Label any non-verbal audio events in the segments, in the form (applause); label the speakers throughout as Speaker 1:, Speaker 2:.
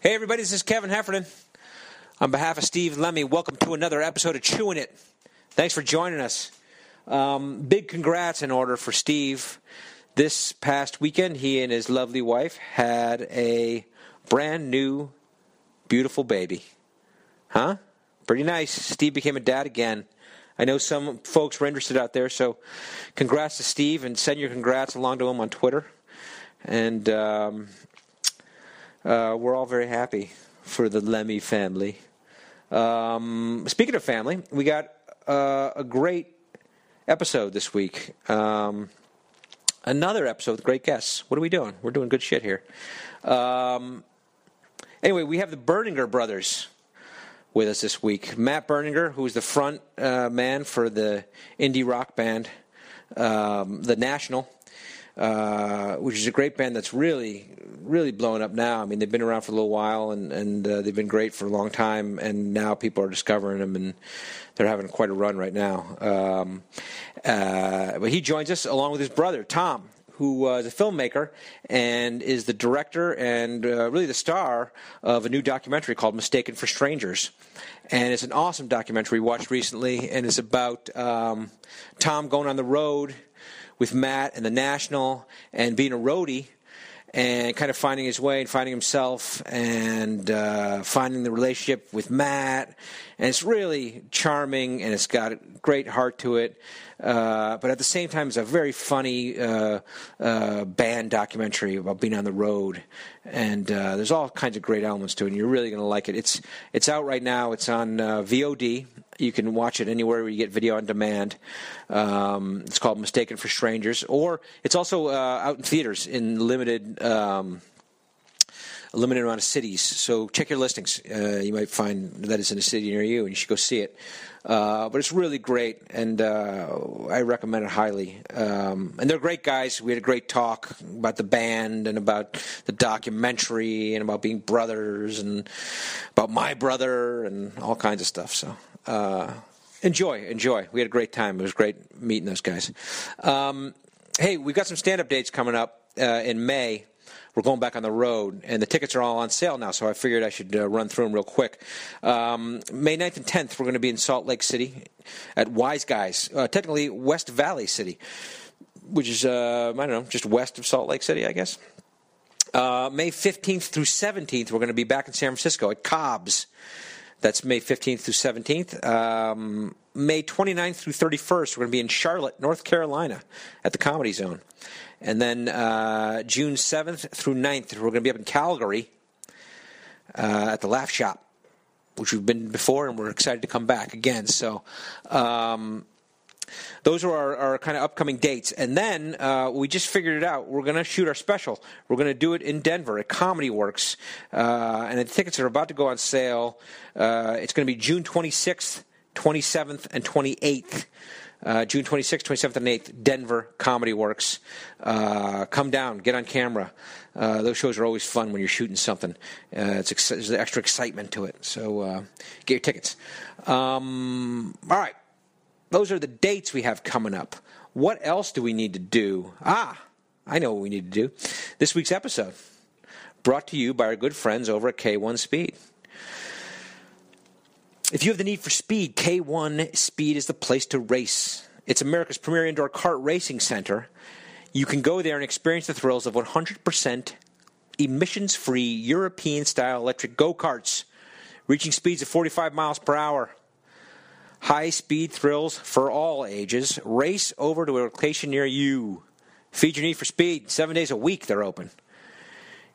Speaker 1: Hey, everybody, this is Kevin Heffernan. On behalf of Steve Lemmy, welcome to another episode of Chewing It. Thanks for joining us. Um, big congrats in order for Steve. This past weekend, he and his lovely wife had a brand new, beautiful baby. Huh? Pretty nice. Steve became a dad again. I know some folks were interested out there, so congrats to Steve and send your congrats along to him on Twitter. And um, uh, we're all very happy for the Lemmy family. Um, speaking of family, we got uh, a great episode this week. Um, another episode with great guests. What are we doing? We're doing good shit here. Um, anyway, we have the Berninger brothers with us this week. Matt Berninger, who is the front uh, man for the indie rock band, um, The National, uh, which is a great band that's really, really blowing up now. I mean, they've been around for a little while and, and uh, they've been great for a long time, and now people are discovering them and they're having quite a run right now. Um, uh, but he joins us along with his brother, Tom. Who uh, is a filmmaker and is the director and uh, really the star of a new documentary called Mistaken for Strangers. And it's an awesome documentary we watched recently, and it's about um, Tom going on the road with Matt and the National and being a roadie and kind of finding his way and finding himself and uh, finding the relationship with Matt. And it's really charming and it's got a great heart to it. Uh, but at the same time, it's a very funny uh, uh, band documentary about being on the road. And uh, there's all kinds of great elements to it, and you're really going to like it. It's, it's out right now, it's on uh, VOD. You can watch it anywhere where you get video on demand. Um, it's called Mistaken for Strangers, or it's also uh, out in theaters in limited um, a limited amount of cities. So check your listings. Uh, you might find that it's in a city near you, and you should go see it. Uh, but it's really great, and uh, I recommend it highly. Um, and they're great guys. We had a great talk about the band and about the documentary and about being brothers and about my brother and all kinds of stuff. So uh, enjoy, enjoy. We had a great time. It was great meeting those guys. Um, hey, we've got some stand up dates coming up uh, in May. We're going back on the road, and the tickets are all on sale now, so I figured I should uh, run through them real quick. Um, May 9th and 10th, we're going to be in Salt Lake City at Wise Guys, uh, technically West Valley City, which is, uh, I don't know, just west of Salt Lake City, I guess. Uh, May 15th through 17th, we're going to be back in San Francisco at Cobb's. That's May 15th through 17th. Um, May 29th through 31st, we're going to be in Charlotte, North Carolina at the Comedy Zone. And then uh, June 7th through 9th, we're going to be up in Calgary uh, at the Laugh Shop, which we've been before, and we're excited to come back again. So, um, those are our, our kind of upcoming dates. And then uh, we just figured it out. We're going to shoot our special. We're going to do it in Denver at Comedy Works. Uh, and the tickets are about to go on sale. Uh, it's going to be June 26th, 27th, and 28th. Uh, June 26th, 27th, and 8th, Denver Comedy Works. Uh, come down, get on camera. Uh, those shows are always fun when you're shooting something. Uh, it's ex- there's extra excitement to it. So uh, get your tickets. Um, all right those are the dates we have coming up. What else do we need to do? Ah, I know what we need to do. This week's episode, brought to you by our good friends over at K1 Speed. If you have the need for speed, K1 Speed is the place to race. It's America's premier indoor kart racing center. You can go there and experience the thrills of 100% emissions free European style electric go karts, reaching speeds of 45 miles per hour. High speed thrills for all ages. Race over to a location near you. Feed your need for speed. Seven days a week they're open.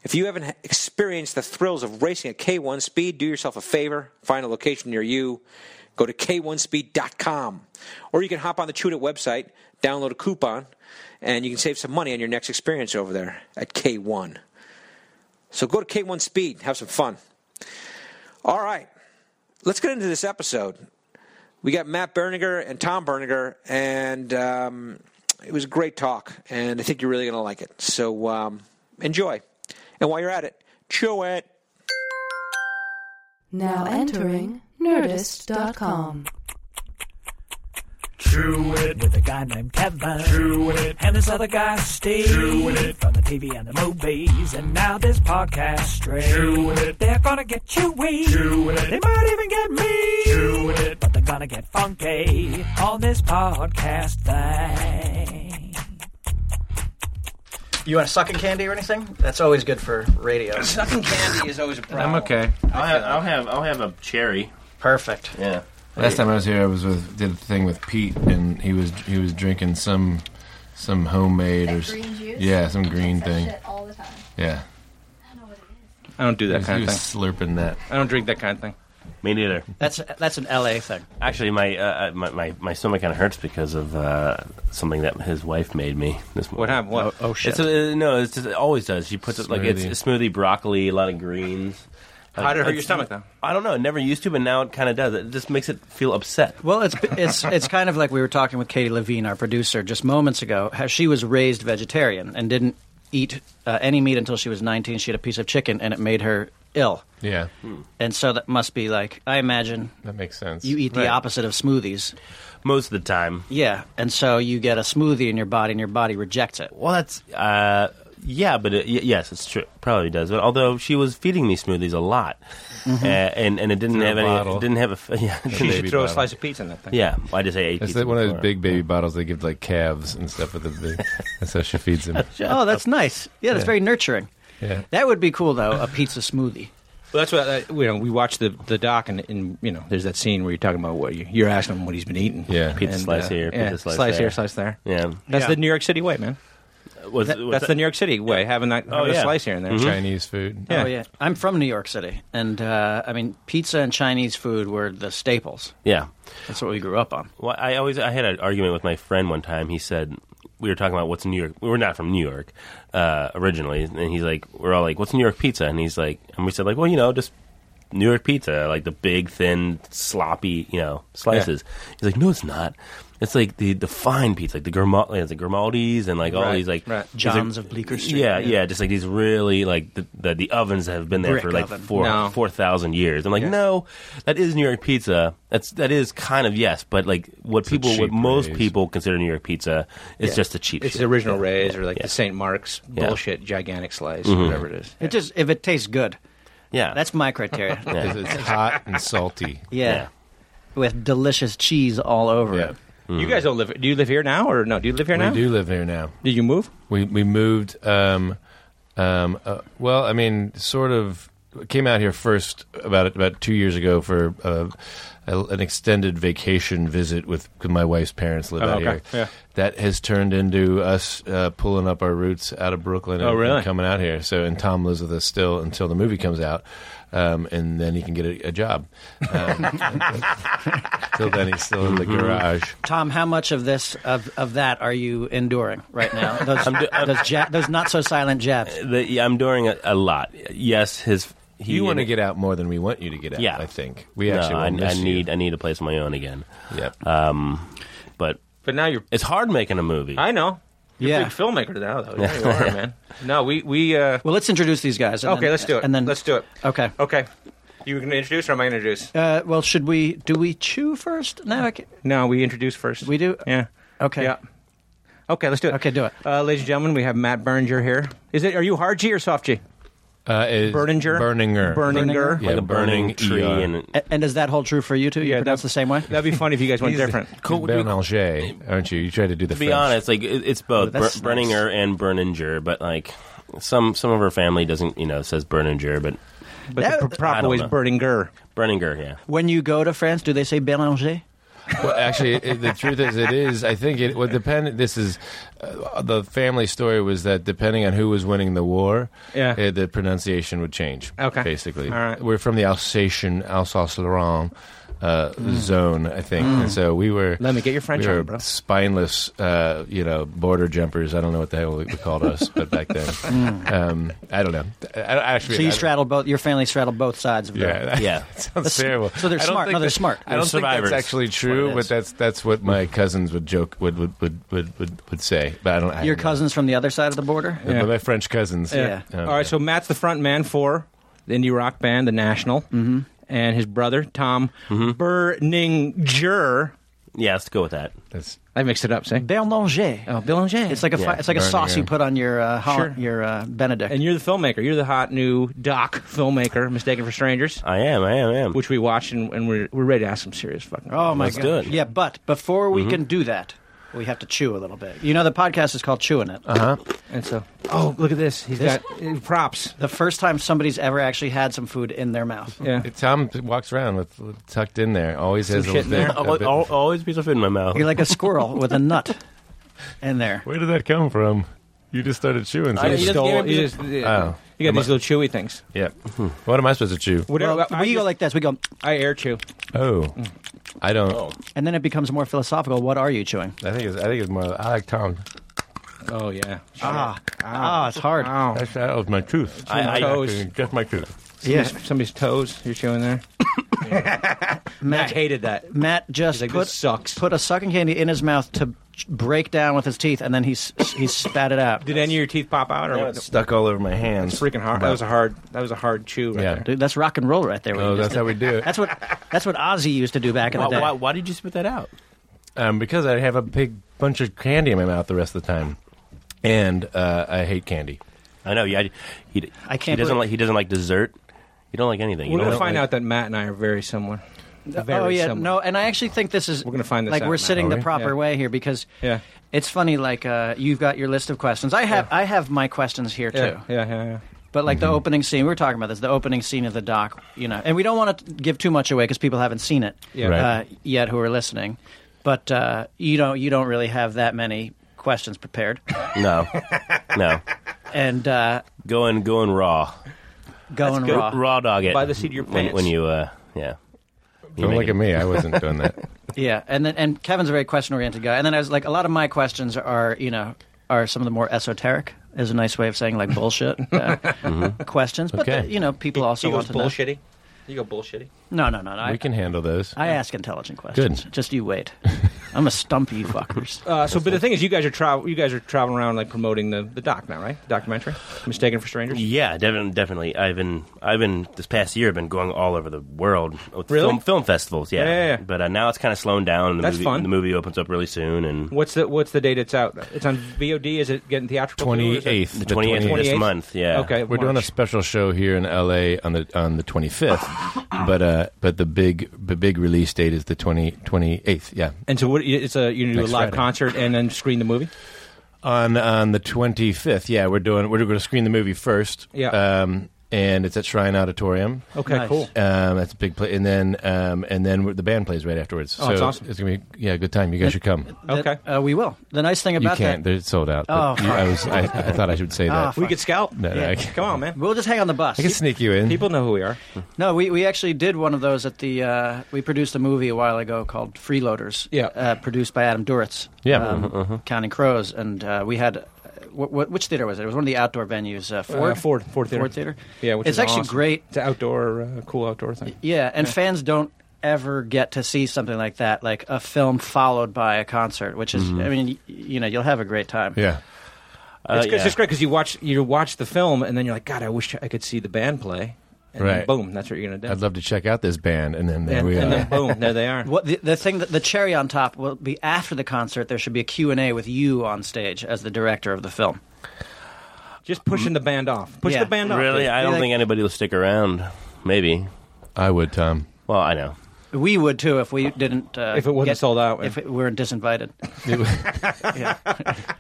Speaker 1: If you haven't experienced the thrills of racing at K1 Speed, do yourself a favor. Find a location near you. Go to k1speed.com. Or you can hop on the Chewed It website, download a coupon, and you can save some money on your next experience over there at K1. So go to K1 Speed. Have some fun. All right. Let's get into this episode. We got Matt Berninger and Tom Berninger, and um, it was a great talk, and I think you're really going to like it. So um, enjoy. And while you're at it, chew it.
Speaker 2: Now entering Nerdist.com. Chewing it.
Speaker 3: With a guy named Kevin.
Speaker 2: Chewing it.
Speaker 3: And this other guy, Steve.
Speaker 2: Chewing it.
Speaker 3: From the TV and the movies. And now this podcast straight.
Speaker 2: Chewing it.
Speaker 3: They're gonna get chewy.
Speaker 2: Chewing it.
Speaker 3: They might even get me.
Speaker 2: Chewing it.
Speaker 3: But they're gonna get funky on this podcast thing.
Speaker 4: You want sucking candy or anything? That's always good for
Speaker 5: (laughs)
Speaker 4: radio.
Speaker 5: Sucking candy is always a problem.
Speaker 6: I'm okay.
Speaker 5: I
Speaker 7: I'll
Speaker 5: feel
Speaker 7: have,
Speaker 5: that.
Speaker 7: I'll have I'll have a cherry.
Speaker 4: Perfect.
Speaker 5: Yeah.
Speaker 6: Last time I was here, I was with did a thing with Pete, and he was he was drinking some some homemade or
Speaker 8: That
Speaker 6: s-
Speaker 8: green juice?
Speaker 6: yeah some green
Speaker 8: That
Speaker 6: thing
Speaker 8: shit all the time.
Speaker 6: yeah.
Speaker 8: I don't know what it is.
Speaker 9: I don't do
Speaker 6: He
Speaker 9: that
Speaker 6: was,
Speaker 9: kind
Speaker 6: he
Speaker 9: of
Speaker 6: was
Speaker 9: thing.
Speaker 6: slurping that.
Speaker 9: I don't drink that kind of thing.
Speaker 7: Me neither.
Speaker 4: That's that's an LA thing.
Speaker 7: Actually, my uh, uh, my, my my stomach kind of hurts because of uh, something that his wife made me this morning.
Speaker 9: What happened? What?
Speaker 4: Oh shit.
Speaker 7: It's a, uh, no, it's just, it always does. She puts it like it's a smoothie, broccoli, a lot of greens.
Speaker 9: How did it hurt
Speaker 7: It's-
Speaker 9: your stomach though?
Speaker 7: I don't know. It never used to, but now it kind of does. It just makes it feel upset.
Speaker 4: well, it's it's it's kind of like we were talking with Katie Levine, our producer, just moments ago. How she was raised vegetarian and didn't eat uh, any meat until she was 19. She had a piece of chicken and it made her ill.
Speaker 6: Yeah,
Speaker 9: Hmm.
Speaker 4: And so that must be like I imagine
Speaker 6: that makes sense.
Speaker 4: you eat the
Speaker 7: Right.
Speaker 4: opposite of smoothies.
Speaker 7: Most of the time.
Speaker 4: Yeah, and so you get a smoothie in your body and your body rejects it.
Speaker 7: Well, that's uh, yeah, but it, y- yes, it's true. Probably does. But although she was feeding me smoothies a lot,
Speaker 9: Mm-hmm.
Speaker 7: uh, and and it didn't
Speaker 6: Through a
Speaker 7: have any,
Speaker 6: bottle.
Speaker 7: it didn't have a f- (laughs) yeah, it
Speaker 6: She
Speaker 9: You
Speaker 7: didn't-
Speaker 6: baby
Speaker 9: should throw a
Speaker 6: bottle.
Speaker 9: slice of pizza in that thing.
Speaker 7: yeah. I just say eight.
Speaker 6: That's
Speaker 7: pieces
Speaker 6: like one of
Speaker 7: before.
Speaker 6: those big baby bottles they give to, like calves and stuff with the big. that's how she feeds them.
Speaker 4: Oh, that's nice. Yeah, that's very nurturing.
Speaker 6: Yeah.
Speaker 4: That would be cool though, a pizza
Speaker 9: (laughs)
Speaker 4: smoothie.
Speaker 9: Well, that's what uh, you know. We watched the the doc, and, and you know, there's that scene where you're talking about what you, you're asking him what he's been eating.
Speaker 6: Yeah.
Speaker 7: Pizza slice here,
Speaker 9: uh, yeah,
Speaker 7: pizza slice
Speaker 9: here,
Speaker 7: there.
Speaker 9: slice there.
Speaker 7: Yeah.
Speaker 9: That's
Speaker 4: Yeah.
Speaker 9: the New York City way, man.
Speaker 7: Was,
Speaker 9: That- Oh,
Speaker 7: was
Speaker 9: that's
Speaker 7: that-
Speaker 9: the New York City way, having that having a
Speaker 7: yeah.
Speaker 9: slice here and there.
Speaker 6: Chinese food.
Speaker 9: Yeah.
Speaker 4: Oh yeah, I'm from New York City, and uh, I mean, pizza and Chinese food were the staples.
Speaker 7: Yeah.
Speaker 4: That's what we grew up on.
Speaker 7: Well, I always I had an argument with my friend one time. He said we were talking about what's in New York. We were not from New York uh, originally, and he's like, we're all like, what's New York pizza? And he's like, and we said like, well, you know, just New York pizza, like the big, thin, sloppy, you know, slices. He's like, no, it's not. It's like the, the fine pizza, like the Grimaldi, the Grimaldi's, and like all
Speaker 9: Right,
Speaker 7: these like
Speaker 9: right.
Speaker 7: these, like-
Speaker 4: John's of Bleecker Street.
Speaker 7: Yeah, yeah, just like these really like the the, the ovens that have been there
Speaker 4: Brick
Speaker 7: for like
Speaker 4: oven.
Speaker 7: four
Speaker 9: No.
Speaker 7: four thousand years. I'm like,
Speaker 9: Yeah.
Speaker 7: no, that is New York pizza. That's that is kind of yes, but like what
Speaker 6: a
Speaker 7: people what
Speaker 6: cheap
Speaker 7: most
Speaker 6: raise.
Speaker 7: people consider New York pizza is just a cheap.
Speaker 9: It's
Speaker 7: shit.
Speaker 9: the original Rays or like
Speaker 7: Yeah.
Speaker 9: the St. Mark's
Speaker 7: Yeah.
Speaker 9: bullshit gigantic slice or whatever it is.
Speaker 4: It just if it tastes good,
Speaker 7: yeah,
Speaker 4: that's my criteria.
Speaker 9: (laughs)
Speaker 4: yeah.
Speaker 6: 'Cause It's hot and salty.
Speaker 7: Yeah.
Speaker 4: with delicious cheese all over
Speaker 6: Yeah.
Speaker 4: it.
Speaker 9: You guys don't live. Do you live here now or no? Mm-hmm. Do you live here
Speaker 6: We
Speaker 9: now?
Speaker 6: do live here now.
Speaker 9: Did you move?
Speaker 6: We we moved. Um, um, uh, well, I mean, sort of came out here first about about two years ago for uh, a, an extended vacation visit with cause my wife's parents live
Speaker 9: Oh,
Speaker 6: out
Speaker 9: okay.
Speaker 6: here.
Speaker 9: Yeah.
Speaker 6: That has turned into us uh, pulling up our roots out of Brooklyn. And,
Speaker 9: Oh, really?
Speaker 6: and coming out here. So and Tom lives with us still until the movie comes out, um, and then he can get a, a job. Um, (laughs) till then, he's still in the
Speaker 9: Mm-hmm.
Speaker 6: garage.
Speaker 4: Tom, how much of this of, of that are you enduring right
Speaker 9: (laughs)
Speaker 4: now? Those those, ja- those not so silent jabs.
Speaker 7: The- yeah, I'm doing a, a lot. Yes, his he
Speaker 6: You want to get out more than we want you to get out.
Speaker 7: Yeah.
Speaker 6: I think we
Speaker 7: No,
Speaker 6: actually.
Speaker 7: I,
Speaker 6: will
Speaker 7: I
Speaker 6: miss you.
Speaker 7: need I need a place of my own again.
Speaker 6: Yep.
Speaker 7: Um, but
Speaker 9: But now you're.
Speaker 7: it's hard making a movie.
Speaker 9: I know. You're
Speaker 4: Yeah.
Speaker 9: a big filmmaker now, though. (laughs) Yeah, you are, man. No, we we. Uh,
Speaker 4: Well, let's introduce these guys. and
Speaker 9: okay,
Speaker 4: then-
Speaker 9: let's do it.
Speaker 4: And then
Speaker 9: let's Oh. do it.
Speaker 4: Okay.
Speaker 9: Okay. You going to introduce, or am I going to introduce?
Speaker 4: Uh, well, should we do we chew first? No, I ca-
Speaker 9: No, we introduce first.
Speaker 4: we do.
Speaker 9: Yeah.
Speaker 4: Okay.
Speaker 9: Uh, Yeah. Okay, let's do it.
Speaker 4: Okay, do it.
Speaker 9: Uh, ladies and gentlemen, we have Matt Berninger here. Is it? Are you hard G or soft G?
Speaker 6: Uh, is
Speaker 9: Berninger.
Speaker 6: Berninger.
Speaker 9: Berninger.
Speaker 6: Yeah,
Speaker 7: like a burning tree
Speaker 6: ER.
Speaker 7: and
Speaker 4: A- And does that hold true for you too? You
Speaker 9: Yeah,
Speaker 4: pronounce
Speaker 9: that-
Speaker 4: the same way.
Speaker 9: That'd be funny if you
Speaker 4: (laughs)
Speaker 9: guys went different.
Speaker 7: cool.
Speaker 6: Berninger, aren't you? You tried to do the
Speaker 7: to be
Speaker 6: French.
Speaker 7: honest, like it, it's both Ber-
Speaker 4: that's nice.
Speaker 7: Berninger and Berninger, but like some some of her family doesn't, you know, says Berninger, but
Speaker 9: But
Speaker 4: That-
Speaker 9: the pr-
Speaker 7: I
Speaker 9: proper
Speaker 7: don't
Speaker 9: way is
Speaker 7: know.
Speaker 9: Berninger.
Speaker 7: Berninger, yeah.
Speaker 4: When you go to France, do they say Bélanger?
Speaker 6: Well, actually, it, the truth is, it is. I think it would depend. This is uh, the family story was that depending on who was winning the war,
Speaker 9: Yeah.
Speaker 6: uh, the pronunciation would change.
Speaker 9: Okay.
Speaker 6: basically,
Speaker 9: All right.
Speaker 6: we're from the Alsatian Alsace-Lorraine. Uh, Zone, I think, and so we were.
Speaker 9: Mm. Let me get your French
Speaker 6: we were
Speaker 9: on, bro.
Speaker 6: Spineless, uh, you know, border jumpers. I don't know what the hell we called us, but back
Speaker 9: (laughs)
Speaker 6: then,
Speaker 9: Mm.
Speaker 6: um, I don't know. I, I actually,
Speaker 4: So you
Speaker 6: I-
Speaker 4: straddle both. Your family straddled both sides of
Speaker 6: Yeah,
Speaker 4: the
Speaker 6: (laughs) that-
Speaker 7: Yeah.
Speaker 6: sounds terrible.
Speaker 4: so they're
Speaker 6: I don't
Speaker 4: smart.
Speaker 6: think
Speaker 4: No, they're
Speaker 6: that-
Speaker 4: smart.
Speaker 6: I don't
Speaker 7: They're
Speaker 6: think
Speaker 7: survivors.
Speaker 6: that's actually true,
Speaker 7: That's
Speaker 6: but
Speaker 7: what it is.
Speaker 6: that's that's what my cousins would joke would would would would would, would say. But I don't. I
Speaker 4: Your
Speaker 6: don't know.
Speaker 4: cousins from the other side of the border.
Speaker 6: But my French cousins.
Speaker 4: Yeah.
Speaker 6: Oh,
Speaker 9: All right, so Matt's the front man for the indie rock
Speaker 7: Mm-hmm.
Speaker 9: band, The National, mm-hmm. and his brother Tom Berninger
Speaker 7: Yeah, let's go with that.
Speaker 6: That's
Speaker 9: I mixed it up. Say
Speaker 4: Berlanger.
Speaker 9: oh, Billinger.
Speaker 4: It's like a fi-
Speaker 7: Yeah,
Speaker 4: it's like a
Speaker 6: Berlanger.
Speaker 4: sauce you put on your uh, Holland,
Speaker 9: Sure.
Speaker 4: your uh, Benedict.
Speaker 9: and you're the filmmaker. You're the hot new doc filmmaker, Mistaken for Strangers,
Speaker 7: I am. I am. I am.
Speaker 9: which we watched and, and we're we're ready to ask some serious fucking.
Speaker 4: oh my
Speaker 7: Let's
Speaker 4: god!
Speaker 7: do it.
Speaker 4: Yeah, but before we can do that, we have to chew a little bit. You know, the podcast is called Chewing It.
Speaker 9: And so, oh look at this. He's
Speaker 4: This-
Speaker 9: got uh, props.
Speaker 4: The first time somebody's ever actually had some food in their mouth.
Speaker 9: Yeah.
Speaker 6: Tom walks around with tucked in there. Always has
Speaker 9: Some
Speaker 6: a
Speaker 9: shit in
Speaker 6: little bit-
Speaker 9: there.
Speaker 6: a
Speaker 7: Al-
Speaker 6: bit-
Speaker 7: al- always piece of food in my mouth.
Speaker 4: You're like a squirrel with a nut in there.
Speaker 6: Where did that come from? You just started chewing.
Speaker 7: I-
Speaker 9: You
Speaker 6: something.
Speaker 7: just
Speaker 9: stole-
Speaker 7: gave him-
Speaker 9: you just- yeah.
Speaker 6: Oh.
Speaker 9: You got
Speaker 6: Am I-
Speaker 9: these little chewy things.
Speaker 6: yeah. What am I supposed to chew?
Speaker 9: Whatever.
Speaker 4: Well,
Speaker 9: I,
Speaker 4: we go
Speaker 9: just-
Speaker 4: like this. We go,
Speaker 9: I air chew.
Speaker 6: Oh, I don't.
Speaker 4: and then it becomes more philosophical. What are you chewing?
Speaker 6: I think it's. I think it's more. I like Tom.
Speaker 9: Oh yeah.
Speaker 4: Ah, ah, it's hard.
Speaker 9: Ow.
Speaker 6: That's that was my tooth.
Speaker 7: I- uh, I-
Speaker 9: Toes.
Speaker 6: Just my tooth.
Speaker 4: Yeah.
Speaker 9: Somebody's, somebody's toes. You're chewing there. I
Speaker 4: Matt,
Speaker 9: hated that.
Speaker 4: Matt just
Speaker 9: like,
Speaker 4: put
Speaker 9: "This sucks."
Speaker 4: put a sucking candy in his mouth to ch- break down with his teeth, and then he s- he spat it out.
Speaker 9: Did any of your teeth pop out or?
Speaker 6: It's stuck all over my hands.
Speaker 9: It's freaking hard. That was a hard. That was a hard chew. Right
Speaker 6: Yeah.
Speaker 9: there.
Speaker 4: Dude, that's rock and roll right there. what
Speaker 6: Oh,
Speaker 4: you just
Speaker 6: that's
Speaker 4: did.
Speaker 6: how we do it.
Speaker 4: (laughs) That's what that's what Ozzy used to do back in the
Speaker 7: why,
Speaker 4: day.
Speaker 7: why, why did you spit that out?
Speaker 6: um, because I have a big bunch of candy in my mouth the rest of the time, and uh, I hate candy.
Speaker 7: I know. Yeah, I- he.
Speaker 4: I can't
Speaker 7: He doesn't
Speaker 4: believe-
Speaker 7: like. He doesn't like dessert. You don't like anything. You
Speaker 9: We're gonna
Speaker 7: don't
Speaker 9: find
Speaker 7: like-
Speaker 9: out that Matt and I are very similar. Very
Speaker 4: oh yeah,
Speaker 9: similar.
Speaker 4: no, and I actually think this is
Speaker 9: We're gonna find this
Speaker 4: like
Speaker 9: out
Speaker 4: we're
Speaker 9: now,
Speaker 4: sitting
Speaker 6: are
Speaker 4: the
Speaker 6: we?
Speaker 4: proper
Speaker 9: Yeah.
Speaker 4: way here because
Speaker 9: Yeah.
Speaker 4: it's funny. Like uh, you've got your list of questions. I have I have my questions here
Speaker 9: Yeah,
Speaker 4: too.
Speaker 9: yeah, yeah, yeah.
Speaker 4: But like the
Speaker 6: Mm-hmm.
Speaker 4: opening scene, we were talking about this. The opening scene of the doc, you know, and we don't want to give too much away because people haven't seen it
Speaker 9: Yeah.
Speaker 6: Right.
Speaker 4: uh, yet who are listening. But uh, you don't you don't really have that many questions prepared,
Speaker 9: (laughs)
Speaker 7: No. No.
Speaker 4: and uh,
Speaker 7: Going. Going raw.
Speaker 4: going raw.
Speaker 7: Raw dog it
Speaker 9: By the seat of your
Speaker 7: When-
Speaker 9: pants.
Speaker 7: When, you. Uh, yeah. You
Speaker 6: Don't
Speaker 7: make
Speaker 6: look
Speaker 7: it-
Speaker 6: at me. I wasn't doing that.
Speaker 4: Yeah, and then and Kevin's a very question oriented guy, and then I was like, a lot of my questions are you know are some of the more esoteric. Is a nice way of saying like bullshit
Speaker 6: (laughs)
Speaker 4: uh,
Speaker 6: Mm-hmm.
Speaker 4: questions, but
Speaker 6: Okay.
Speaker 4: the- you know people also want to
Speaker 9: You go bullshitty.
Speaker 4: know. No, no, no, no. I,
Speaker 6: we can handle those.
Speaker 4: I ask intelligent questions. Just you wait.
Speaker 6: (laughs)
Speaker 4: I'm gonna stump you fuckers.
Speaker 9: Uh, so, but the thing is, you guys are travel. You guys are traveling around like promoting the, the doc now, right? Documentary, mistaken for strangers.
Speaker 6: Mm.
Speaker 7: Yeah, definitely. Definitely. I've been. I've been. This past year, I've been going all over the world with
Speaker 9: Really?
Speaker 7: film, film festivals. Yeah.
Speaker 9: Yeah, yeah, yeah.
Speaker 7: But uh, now it's kind of slowing down. and The
Speaker 9: That's
Speaker 7: movie,
Speaker 9: fun.
Speaker 7: The movie opens up really soon, and
Speaker 9: What's the What's the date? It's out. It's on VOD. Is it getting theatrical? too, or
Speaker 6: Twenty
Speaker 9: is it-
Speaker 6: eighth.
Speaker 7: the twenty eighth of this
Speaker 9: 28th?
Speaker 7: month. Yeah.
Speaker 9: Okay,
Speaker 6: We're doing a
Speaker 9: March.
Speaker 6: special show here in LA on the on the 25th, but uh, but the big the big release date is the 20, 28th. Yeah,
Speaker 9: And so, what? It's a you do a
Speaker 6: Next
Speaker 9: live
Speaker 6: Friday.
Speaker 9: concert and then screen the movie.
Speaker 6: on on the 25th. Yeah, we're doing we're going to screen the movie first.
Speaker 9: Yeah.
Speaker 6: um, and it's at Shrine Auditorium.
Speaker 9: Okay,
Speaker 4: Nice.
Speaker 9: cool.
Speaker 6: Um, that's a big play, and then um, and then we're- the band plays right afterwards.
Speaker 9: Oh,
Speaker 6: so
Speaker 9: that's awesome.
Speaker 6: It's gonna be yeah, a good time. You guys should come.
Speaker 4: That-
Speaker 9: Okay.
Speaker 4: uh, we will. The nice thing
Speaker 6: You
Speaker 4: about
Speaker 6: can't;
Speaker 4: that,
Speaker 6: they're sold out.
Speaker 4: Oh,
Speaker 6: but you- I was I, I thought I should say
Speaker 4: Ah,
Speaker 6: that. Mm.
Speaker 9: We could scalp.
Speaker 6: No, no, I can't.
Speaker 9: Ah, Come on, man.
Speaker 4: we'll just hang on the bus.
Speaker 6: I can sneak you in.
Speaker 9: People know who we are.
Speaker 4: No, we, we actually did one of those at the. Uh, we produced a movie a while ago called Freeloaders.
Speaker 9: Yeah.
Speaker 4: Uh, produced by Adam Duritz.
Speaker 6: Yeah.
Speaker 4: Um, Counting Crows, and uh, we had. What, what, which theater was it? It was one of the outdoor venues. Uh, Ford.
Speaker 9: Uh, Ford. Ford Theater.
Speaker 4: Ford Theater.
Speaker 9: Yeah, which
Speaker 4: it's
Speaker 9: is
Speaker 4: actually
Speaker 9: awesome.
Speaker 4: great.
Speaker 9: It's an outdoor, uh, cool outdoor thing.
Speaker 4: Yeah, and fans don't ever get to see something like that, like a film followed by a concert, which is. I mean, y- you know, you'll have a great time.
Speaker 6: yeah.
Speaker 7: Uh,
Speaker 9: it's, it's
Speaker 7: yeah.
Speaker 9: just great because you watch you watch the film and then you're like, God, I wish I could see the band play. And then
Speaker 6: Right.
Speaker 9: boom, that's what you're gonna do.
Speaker 6: I'd love to check out this band, and then there
Speaker 9: and,
Speaker 6: we uh,
Speaker 9: and
Speaker 6: are.
Speaker 9: then boom, there they are.
Speaker 4: What the, the thing that the cherry on top will be after the concert. There should be a Q and A with you on stage as the director of the film.
Speaker 9: Just pushing the band off. Push
Speaker 4: Yeah.
Speaker 9: the band off.
Speaker 7: Really, I
Speaker 4: Be
Speaker 7: don't
Speaker 4: like-
Speaker 7: think anybody will stick around. Maybe.
Speaker 6: I would, um, Tom.
Speaker 7: Well, I know.
Speaker 4: We would too if we didn't. Uh,
Speaker 9: If it wasn't
Speaker 4: get-
Speaker 9: sold out.
Speaker 4: If it weren't disinvited.
Speaker 6: It would,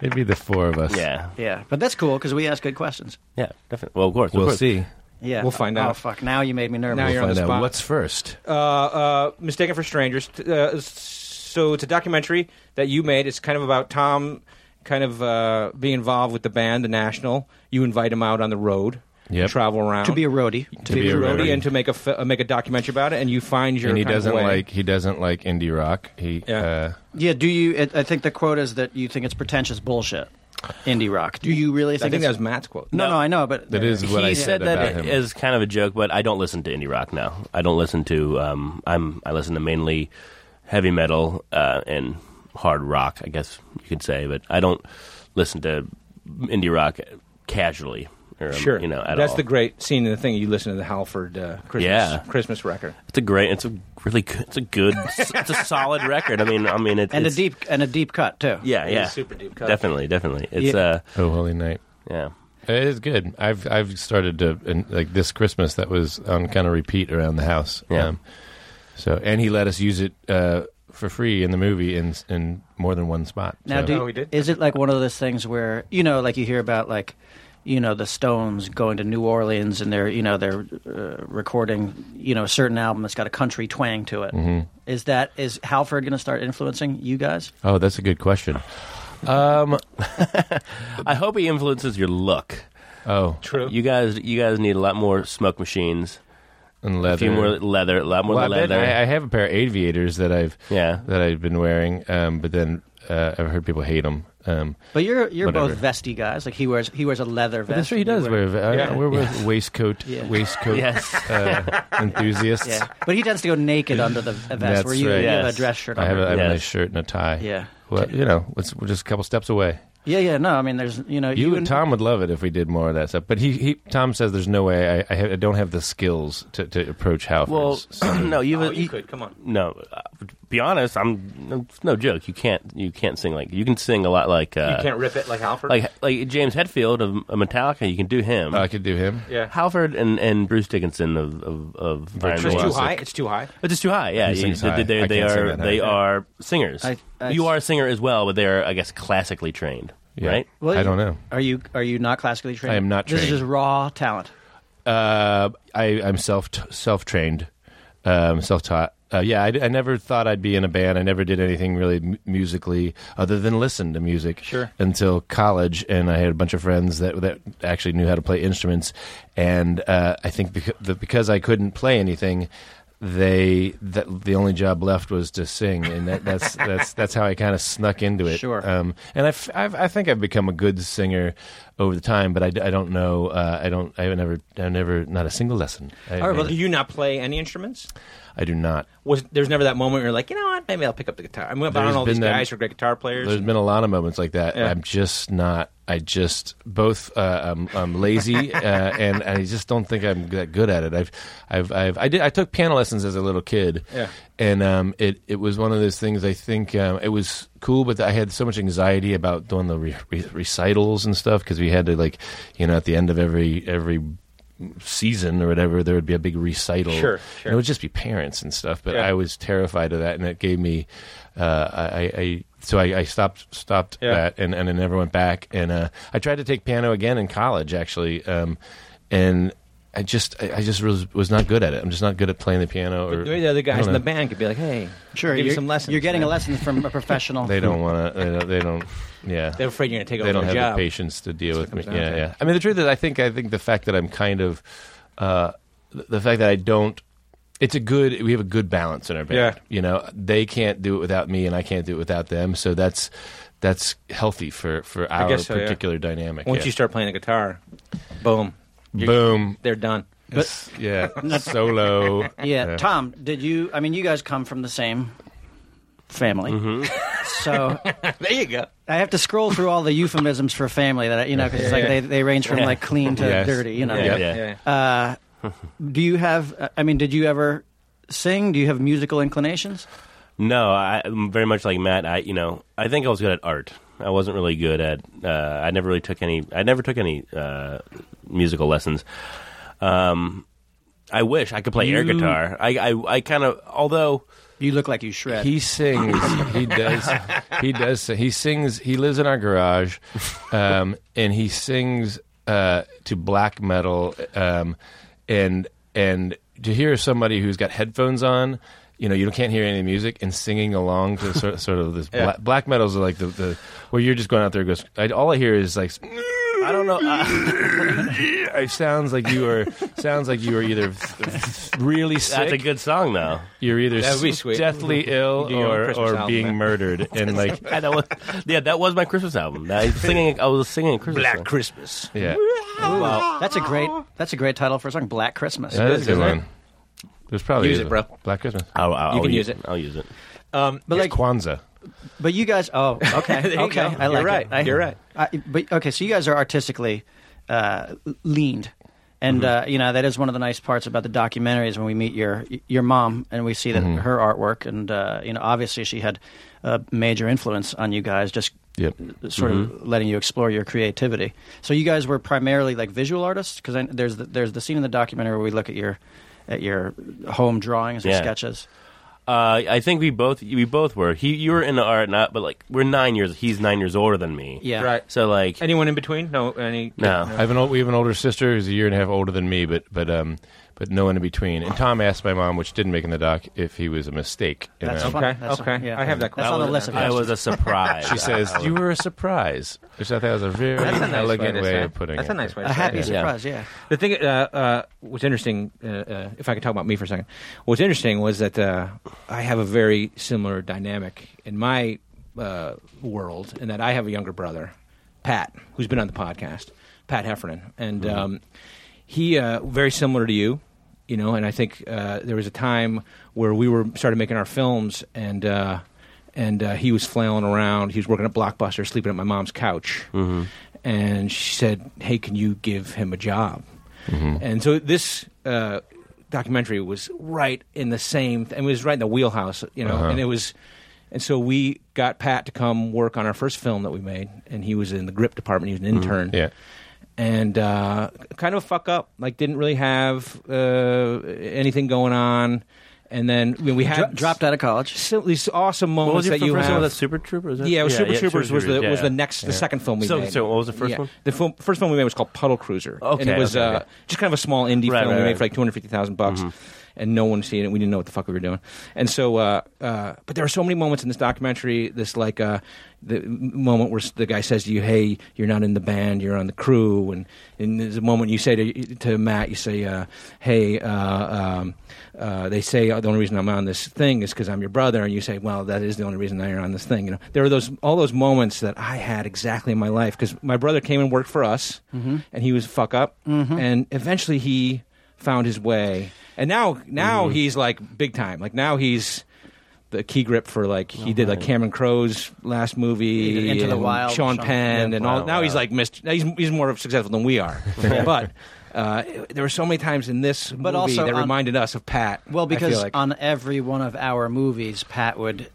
Speaker 6: it'd be the four of us.
Speaker 7: Yeah.
Speaker 4: Yeah, but that's cool because we ask good questions.
Speaker 7: Yeah. Definitely. Well, of course. of
Speaker 6: We'll
Speaker 7: course.
Speaker 6: see.
Speaker 4: Yeah,
Speaker 9: We'll find
Speaker 4: Oh
Speaker 9: out.
Speaker 4: fuck! Now you made me nervous.
Speaker 9: Now
Speaker 6: We'll
Speaker 9: you're on
Speaker 6: find
Speaker 9: the
Speaker 6: out
Speaker 9: spot.
Speaker 6: what's first.
Speaker 9: uh, uh, Mistaken for Strangers. T- Uh, s- so it's a documentary that you made. It's kind of about Tom, kind of uh, being involved with the band, the National. You invite him out on the road,
Speaker 6: Yep.
Speaker 9: travel around
Speaker 4: to be a roadie.
Speaker 6: To be a
Speaker 9: roadie,
Speaker 6: roadie.
Speaker 9: and to make a fi- uh, make a documentary about it. And you find your
Speaker 6: and he
Speaker 9: kind of
Speaker 6: doesn't
Speaker 9: way.
Speaker 6: like he doesn't like indie rock. He
Speaker 9: Yeah.
Speaker 6: uh,
Speaker 4: yeah. Do you? It, I think the quote is that you think it's pretentious bullshit, indie rock. Do you really
Speaker 9: I
Speaker 4: think?
Speaker 9: think that
Speaker 4: it's,
Speaker 9: was Matt's quote.
Speaker 4: no, no, I know, but
Speaker 6: That is what
Speaker 7: he
Speaker 6: I
Speaker 7: said
Speaker 6: said
Speaker 7: that
Speaker 6: about him.
Speaker 7: as kind of a joke, but I don't listen to indie rock now. I don't listen to um, I'm I listen to mainly heavy metal uh, and hard rock, I guess you could say, but I don't listen to indie rock casually. or um,
Speaker 9: Sure,
Speaker 7: you know at
Speaker 9: that's
Speaker 7: all.
Speaker 9: the great scene in the thing. You listen to the Halford uh, Christmas
Speaker 7: Yeah.
Speaker 9: Christmas record.
Speaker 7: It's a great. It's a really. Good, it's a good. it's a solid record. I mean, I mean, it,
Speaker 4: and a
Speaker 7: it's
Speaker 4: deep and a deep cut too.
Speaker 7: Yeah, yeah,
Speaker 9: It's super deep cut.
Speaker 7: Definitely, definitely. It's
Speaker 4: Yeah.
Speaker 7: uh,
Speaker 6: Oh, holy night!
Speaker 7: yeah.
Speaker 6: It is good. I've I've started to and like this Christmas that was on kind of repeat around the house. Um,
Speaker 7: Yeah.
Speaker 6: so and he let us use it uh, for free in the movie in in more than one spot.
Speaker 4: Now,
Speaker 6: So-
Speaker 4: do
Speaker 9: Oh, we did?
Speaker 4: is it like one of those things where you know, like you hear about like you know the Stones going to New Orleans and they're you know they're uh, recording you know a certain album that's got a country twang to it. Is
Speaker 6: Mm-hmm.
Speaker 4: that is Halford going to start influencing you guys?
Speaker 6: oh, that's a good question. Um.
Speaker 7: I hope he influences your look.
Speaker 6: Oh,
Speaker 9: True.
Speaker 7: You guys, you guys need a lot more smoke machines.
Speaker 6: and leather.
Speaker 7: A few more leather. A lot more
Speaker 6: Well, I, bet
Speaker 7: leather.
Speaker 6: I, I have a pair of aviators that I've
Speaker 7: (laughs) Yeah.
Speaker 6: that I've been wearing, um, but then uh, I've heard people hate them. Um,
Speaker 4: But you're you're both
Speaker 6: Whatever.
Speaker 4: vesty guys. Like he wears he wears a leather vest.
Speaker 6: that's what he
Speaker 4: and you
Speaker 6: does.
Speaker 4: wear-
Speaker 6: Wear, I,
Speaker 9: Yeah.
Speaker 6: I wear with waistcoat
Speaker 4: Yeah.
Speaker 6: waistcoat
Speaker 7: Yes.
Speaker 6: uh, enthusiasts.
Speaker 4: Yeah, but he tends to go naked under the vest.
Speaker 6: That's
Speaker 4: where you,
Speaker 6: right.
Speaker 4: you have
Speaker 7: Yes.
Speaker 4: a dress shirt.
Speaker 6: I have, a,
Speaker 4: under.
Speaker 6: I have a
Speaker 7: Yes.
Speaker 6: nice shirt and a tie.
Speaker 4: Yeah.
Speaker 6: Well, you know, it's, we're just a couple steps away.
Speaker 4: yeah, yeah. No, I mean, there's you know
Speaker 6: You, and Tom would love it if we did more of that stuff. But he, he Tom says there's no way I, I, ha- I don't have the skills to, to approach Halfords.
Speaker 7: (laughs) well, (clears throat)
Speaker 6: So-
Speaker 7: no, you've,
Speaker 9: Oh, you could come on.
Speaker 7: no. Uh, be honest, I'm no, it's no joke. You can't, you can't sing like you can sing a lot like uh,
Speaker 9: You can't rip it like Halford.
Speaker 7: like like James Hetfield of, of Metallica. You can do him.
Speaker 6: I could do him.
Speaker 9: Uh, yeah,
Speaker 7: Halford and, and Bruce Dickinson of of, of Iron
Speaker 9: it's just too
Speaker 7: Maiden.
Speaker 9: high. It's too high.
Speaker 7: But it's too high. Yeah,
Speaker 6: He
Speaker 7: You-
Speaker 6: sings
Speaker 7: they,
Speaker 6: high.
Speaker 7: they-
Speaker 6: I
Speaker 7: they
Speaker 6: can't sing
Speaker 7: are
Speaker 6: that high.
Speaker 7: they are singers.
Speaker 4: I- I-
Speaker 7: you are a singer as well, but they are, I guess, classically trained,
Speaker 6: Yeah.
Speaker 7: right?
Speaker 4: Well,
Speaker 6: I
Speaker 4: you-
Speaker 6: don't know.
Speaker 4: Are you are you not classically trained?
Speaker 6: I am not
Speaker 4: This
Speaker 6: trained.
Speaker 4: is just raw talent.
Speaker 6: Uh, I, I'm self self trained, um, self taught. Uh, yeah, I, I never thought I'd be in a band. I never did anything really m- musically other than listen to music.
Speaker 9: Sure.
Speaker 6: Until college, and I had a bunch of friends that that actually knew how to play instruments, and uh, I think because, the, because I couldn't play anything. They that the only job left was to sing, and that,
Speaker 4: (laughs)
Speaker 6: that's that's that's how I kind of snuck into it.
Speaker 4: Sure.
Speaker 6: Um, and I've, I've, I think I've become a good singer over the time, but I, d- I don't know. Uh, I don't. I've never. I never. Not a single lesson. I,
Speaker 4: right, well,
Speaker 9: Do you not play any instruments?
Speaker 6: I do not.
Speaker 9: Was there's never that moment where you're like, you know what? Maybe I'll pick up the guitar. I mean, I
Speaker 6: There's
Speaker 9: don't know all these
Speaker 6: been that-
Speaker 9: guys who are great guitar players.
Speaker 6: There's been a lot of moments like that.
Speaker 9: Yeah.
Speaker 6: I'm just not. I just both. Uh, I'm, I'm lazy,
Speaker 9: (laughs)
Speaker 6: uh, and I just don't think I'm that good at it. I've, I've, I've, I did. I took piano lessons as a little kid,
Speaker 9: Yeah.
Speaker 6: and um, it, it was one of those things. I think um, it was cool, but I had so much anxiety about doing the re- re- recitals and stuff because we had to like, you know, at the end of every every season or whatever, there would be a big recital.
Speaker 9: Sure,
Speaker 6: And it would just be parents and stuff, but
Speaker 9: Yeah.
Speaker 6: I was terrified of that, and it gave me. Uh, I, I- I so I, I stopped stopped
Speaker 9: Yeah.
Speaker 6: that, and and I never went back. And uh, I tried to take piano again in college, actually, um, and. I just, I I just was, was not good at it. I'm just not good at playing the piano. Or,
Speaker 9: Maybe the other
Speaker 6: I
Speaker 9: guys
Speaker 6: don't
Speaker 9: in the
Speaker 6: know.
Speaker 9: band could be like, hey,
Speaker 4: Sure,
Speaker 9: give you
Speaker 4: you're,
Speaker 9: some lessons.
Speaker 4: You're getting
Speaker 9: man.
Speaker 4: a lesson from a professional.
Speaker 6: (laughs) They
Speaker 9: (laughs)
Speaker 6: don't want to. They don't, they don't. Yeah,
Speaker 9: They're afraid you're going to take over
Speaker 6: they don't
Speaker 9: their
Speaker 6: have
Speaker 9: job.
Speaker 6: the patience to deal with me.
Speaker 9: comes down
Speaker 6: Yeah,
Speaker 9: to.
Speaker 6: yeah. I mean, the truth is, I think I think the fact that I'm kind of uh, th- the fact that I don't. It's a good. We have a good balance in our band.
Speaker 9: Yeah.
Speaker 6: You know, they can't do it without me, and I can't do it without them. So that's that's healthy for for our
Speaker 9: guess so, yeah.
Speaker 6: particular dynamic.
Speaker 9: Once
Speaker 6: yeah.
Speaker 9: you start playing the guitar, boom,
Speaker 6: boom,
Speaker 9: they're done.
Speaker 6: It's- yeah, solo.
Speaker 4: Yeah. Tom, did you? I mean, you guys come from the same family,
Speaker 6: Mm-hmm.
Speaker 4: so
Speaker 9: (laughs) There you go.
Speaker 4: I have to scroll through all the euphemisms for family that I- you know because like
Speaker 9: Yeah.
Speaker 4: they they range from like clean to
Speaker 6: Yes.
Speaker 4: dirty. You know.
Speaker 6: Yeah.
Speaker 7: yeah.
Speaker 9: Yeah.
Speaker 4: Uh, Do you have? I mean, did you ever sing? Do you have musical inclinations?
Speaker 7: No, I, I'm very much like Matt. I, you know, I think I was good at art. I wasn't really good at. Uh, I never really took any. I never took any uh, musical lessons. Um, I wish I could play air
Speaker 6: You-
Speaker 7: guitar. I, I, I kind of. Although
Speaker 4: You look like you shred.
Speaker 6: He sings. he does. He does. sing. He sings. He lives in our garage, um, and he sings uh, to black metal. Um, and and to hear somebody who's got headphones on, you know, you can't hear any music and singing along to sort, sort of this bla- black metal's like the, the where you're just going out there and goes. I, all I hear is like.
Speaker 7: I don't know. uh,
Speaker 9: (laughs)
Speaker 7: I,
Speaker 6: It sounds like you are. Sounds like you are either really sick.
Speaker 7: (laughs) that's a good song though. (laughs)
Speaker 6: you're either
Speaker 9: That would be sweet.
Speaker 6: deathly ill
Speaker 9: do your own
Speaker 6: or,
Speaker 9: Christmas
Speaker 6: or
Speaker 9: album,
Speaker 6: being
Speaker 9: man.
Speaker 6: murdered, and
Speaker 9: (laughs)
Speaker 6: like
Speaker 7: Yeah, that was, yeah, that was my Christmas album. I was singing. I was singing a Christmas.
Speaker 9: Black
Speaker 7: song.
Speaker 9: Christmas.
Speaker 6: Yeah.
Speaker 4: That's a great. That's a great title for a song. Black Christmas.
Speaker 6: That is a good
Speaker 9: isn't it?
Speaker 6: one. There's probably
Speaker 9: Use
Speaker 6: is
Speaker 9: it,
Speaker 6: a-
Speaker 9: bro.
Speaker 6: Black Christmas.
Speaker 7: I'll, I'll,
Speaker 9: You can
Speaker 7: I'll
Speaker 9: use it.
Speaker 7: I'll use it.
Speaker 4: but like,
Speaker 6: Kwanzaa.
Speaker 4: But you guys, oh, okay,
Speaker 9: Um, you
Speaker 4: okay,
Speaker 9: go.
Speaker 6: (laughs)
Speaker 4: I like
Speaker 9: You're
Speaker 4: it.
Speaker 9: right.
Speaker 4: I,
Speaker 9: You're right.
Speaker 4: I, but okay, so you guys are artistically uh, leaned. And
Speaker 7: Mm-hmm.
Speaker 4: uh, you know that is one of the nice parts about the documentary is when we meet your your mom and we see that
Speaker 7: Mm-hmm.
Speaker 4: her artwork and uh, you know obviously she had a major influence on you guys just
Speaker 6: Yep.
Speaker 4: sort
Speaker 7: Mm-hmm.
Speaker 4: of letting you explore your creativity. So you guys were primarily like visual artists because there's the, there's the scene in the documentary where we look at your at your home drawings or
Speaker 7: Yeah.
Speaker 4: sketches.
Speaker 7: Uh, I think we both we both were. He you were into art, not but like we're nine years. He's nine years older than me.
Speaker 4: Yeah.
Speaker 9: Right.
Speaker 7: So like
Speaker 9: Anyone in between? No. Any?
Speaker 7: no.
Speaker 6: I have an old, we have an older sister who's a year and a half older than me, but but um but no one in between. And Tom asked my mom, which didn't make in the doc, if he was a mistake. you
Speaker 4: That's
Speaker 6: know?
Speaker 4: fun.
Speaker 9: Okay.
Speaker 4: That's-
Speaker 9: okay.
Speaker 4: yeah.
Speaker 9: I have
Speaker 4: That's
Speaker 9: that question.
Speaker 4: on the list of
Speaker 7: I
Speaker 4: questions.
Speaker 7: was a surprise.
Speaker 6: She says you were a surprise, which I thought was a very
Speaker 9: That's a nice
Speaker 6: elegant
Speaker 9: way, to
Speaker 6: way,
Speaker 9: say it.
Speaker 6: of putting
Speaker 9: That's
Speaker 6: it.
Speaker 9: a
Speaker 6: (laughs)
Speaker 9: nice way. To
Speaker 4: a
Speaker 9: say
Speaker 4: happy
Speaker 9: it.
Speaker 7: Yeah.
Speaker 4: surprise. Yeah.
Speaker 9: The thing uh, uh, was interesting, uh, uh, if I could talk about me for a second, what's interesting was that uh, I have a very similar dynamic in my uh, world, in that I have a younger brother, Pat, who's been on the podcast, Pat Heffernan, and um, he uh, very similar to you, you know. And I think uh, there was a time where we were started making our films, and uh, and uh, he was flailing around. He was working at Blockbuster, sleeping at my mom's couch, and she said, "Hey, can you give him a job?" And so this uh, documentary was right in the same, th- and it was right in the wheelhouse, you know. And it was, and so we got Pat to come work on our first film that we made, and he was in the grip department. He was
Speaker 7: Mm-hmm.
Speaker 9: an intern,
Speaker 6: Yeah.
Speaker 9: and uh, kind of a fuck up, like didn't really have uh, anything going on. And then when we had
Speaker 4: Dro- dropped out of college.
Speaker 9: So these awesome
Speaker 7: What
Speaker 9: moments
Speaker 7: was your
Speaker 9: that you
Speaker 7: first
Speaker 9: have.
Speaker 7: one? Was that Super Troopers?
Speaker 9: Yeah, it was
Speaker 7: Yeah,
Speaker 9: Super
Speaker 7: yeah,
Speaker 9: Troopers
Speaker 7: Super
Speaker 9: was the
Speaker 7: Troopers,
Speaker 9: was
Speaker 7: yeah.
Speaker 9: the next the second film we
Speaker 7: So-
Speaker 9: made.
Speaker 7: so what was the first one?
Speaker 9: The film, first film we made was called Puddle Cruiser. and
Speaker 7: Okay,
Speaker 9: it was
Speaker 7: okay.
Speaker 9: uh, just kind of a small indie
Speaker 7: Right,
Speaker 9: film
Speaker 7: right,
Speaker 9: we made
Speaker 7: right.
Speaker 9: for like two hundred fifty thousand bucks, and no one seen it. We didn't know what the fuck we were doing, and so uh, uh, but there are so many moments in this documentary. This like uh, the moment where the guy says to you, "Hey, you're not in the band, you're on the crew," and and there's a moment you say to to Matt, you say, uh, "Hey, uh, um, uh, they say oh, the only reason I'm on this thing is because I'm your brother," and you say, "Well, that is the only reason I'm on this thing." You know, there are those all those moments that I had exactly in my life because my brother came and worked for us, and he was a fuck up, and eventually he found his way, and now now he's like big time. Like now he's the key grip for like he did like Cameron Crowe's last
Speaker 4: Uh-huh. He
Speaker 9: movie,
Speaker 4: did Into the
Speaker 9: and
Speaker 4: Wild,
Speaker 9: Sean
Speaker 4: Sean-
Speaker 9: Penn,
Speaker 7: yeah,
Speaker 9: and
Speaker 7: wow,
Speaker 9: all. Now he's
Speaker 7: wow.
Speaker 9: like Mr. Now he's he's more successful than
Speaker 4: (laughs)
Speaker 9: we are, but. Uh, there were so many times in this
Speaker 4: But
Speaker 9: movie
Speaker 4: also
Speaker 9: that
Speaker 4: on-
Speaker 9: reminded us of Pat. I
Speaker 4: Well,
Speaker 9: feel
Speaker 4: because
Speaker 9: like.
Speaker 4: on every one of our movies, Pat would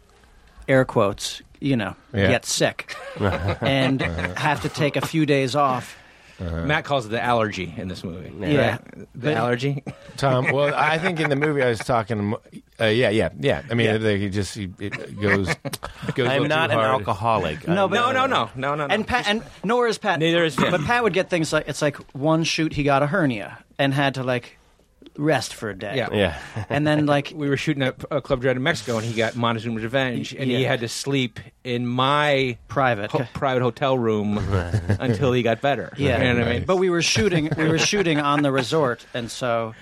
Speaker 4: air quotes, you know,
Speaker 6: Yeah.
Speaker 4: get
Speaker 9: (laughs)
Speaker 4: sick and have to take a few days off.
Speaker 9: Matt calls it the allergy in this movie.
Speaker 4: Yeah.
Speaker 9: Right? the allergy.
Speaker 6: Tom. Well, I think in the movie I was talking. Uh, yeah, yeah, yeah. I mean, they- he just he, it
Speaker 9: (laughs)
Speaker 6: goes. goes a little
Speaker 7: I'm not
Speaker 6: too
Speaker 7: an
Speaker 6: hard.
Speaker 7: alcoholic. (laughs)
Speaker 4: No,
Speaker 7: I'm-
Speaker 4: but-
Speaker 9: no, no, no, no, no.
Speaker 4: And Pat, and nor is Pat.
Speaker 9: Neither is Pat.
Speaker 4: But Pat would get things like it's like one shoot he got a hernia and had to like rest for a day.
Speaker 9: Yeah.
Speaker 7: Yeah.
Speaker 4: And then like
Speaker 9: we were shooting at a club dread in Mexico, and he got Montezuma's Revenge, and he
Speaker 4: Yeah.
Speaker 9: had to sleep in my
Speaker 4: Private.
Speaker 9: ho- private hotel room (laughs) until he got better.
Speaker 4: Yeah,
Speaker 9: you know what I mean.
Speaker 4: But we were shooting. We were shooting on the resort, and so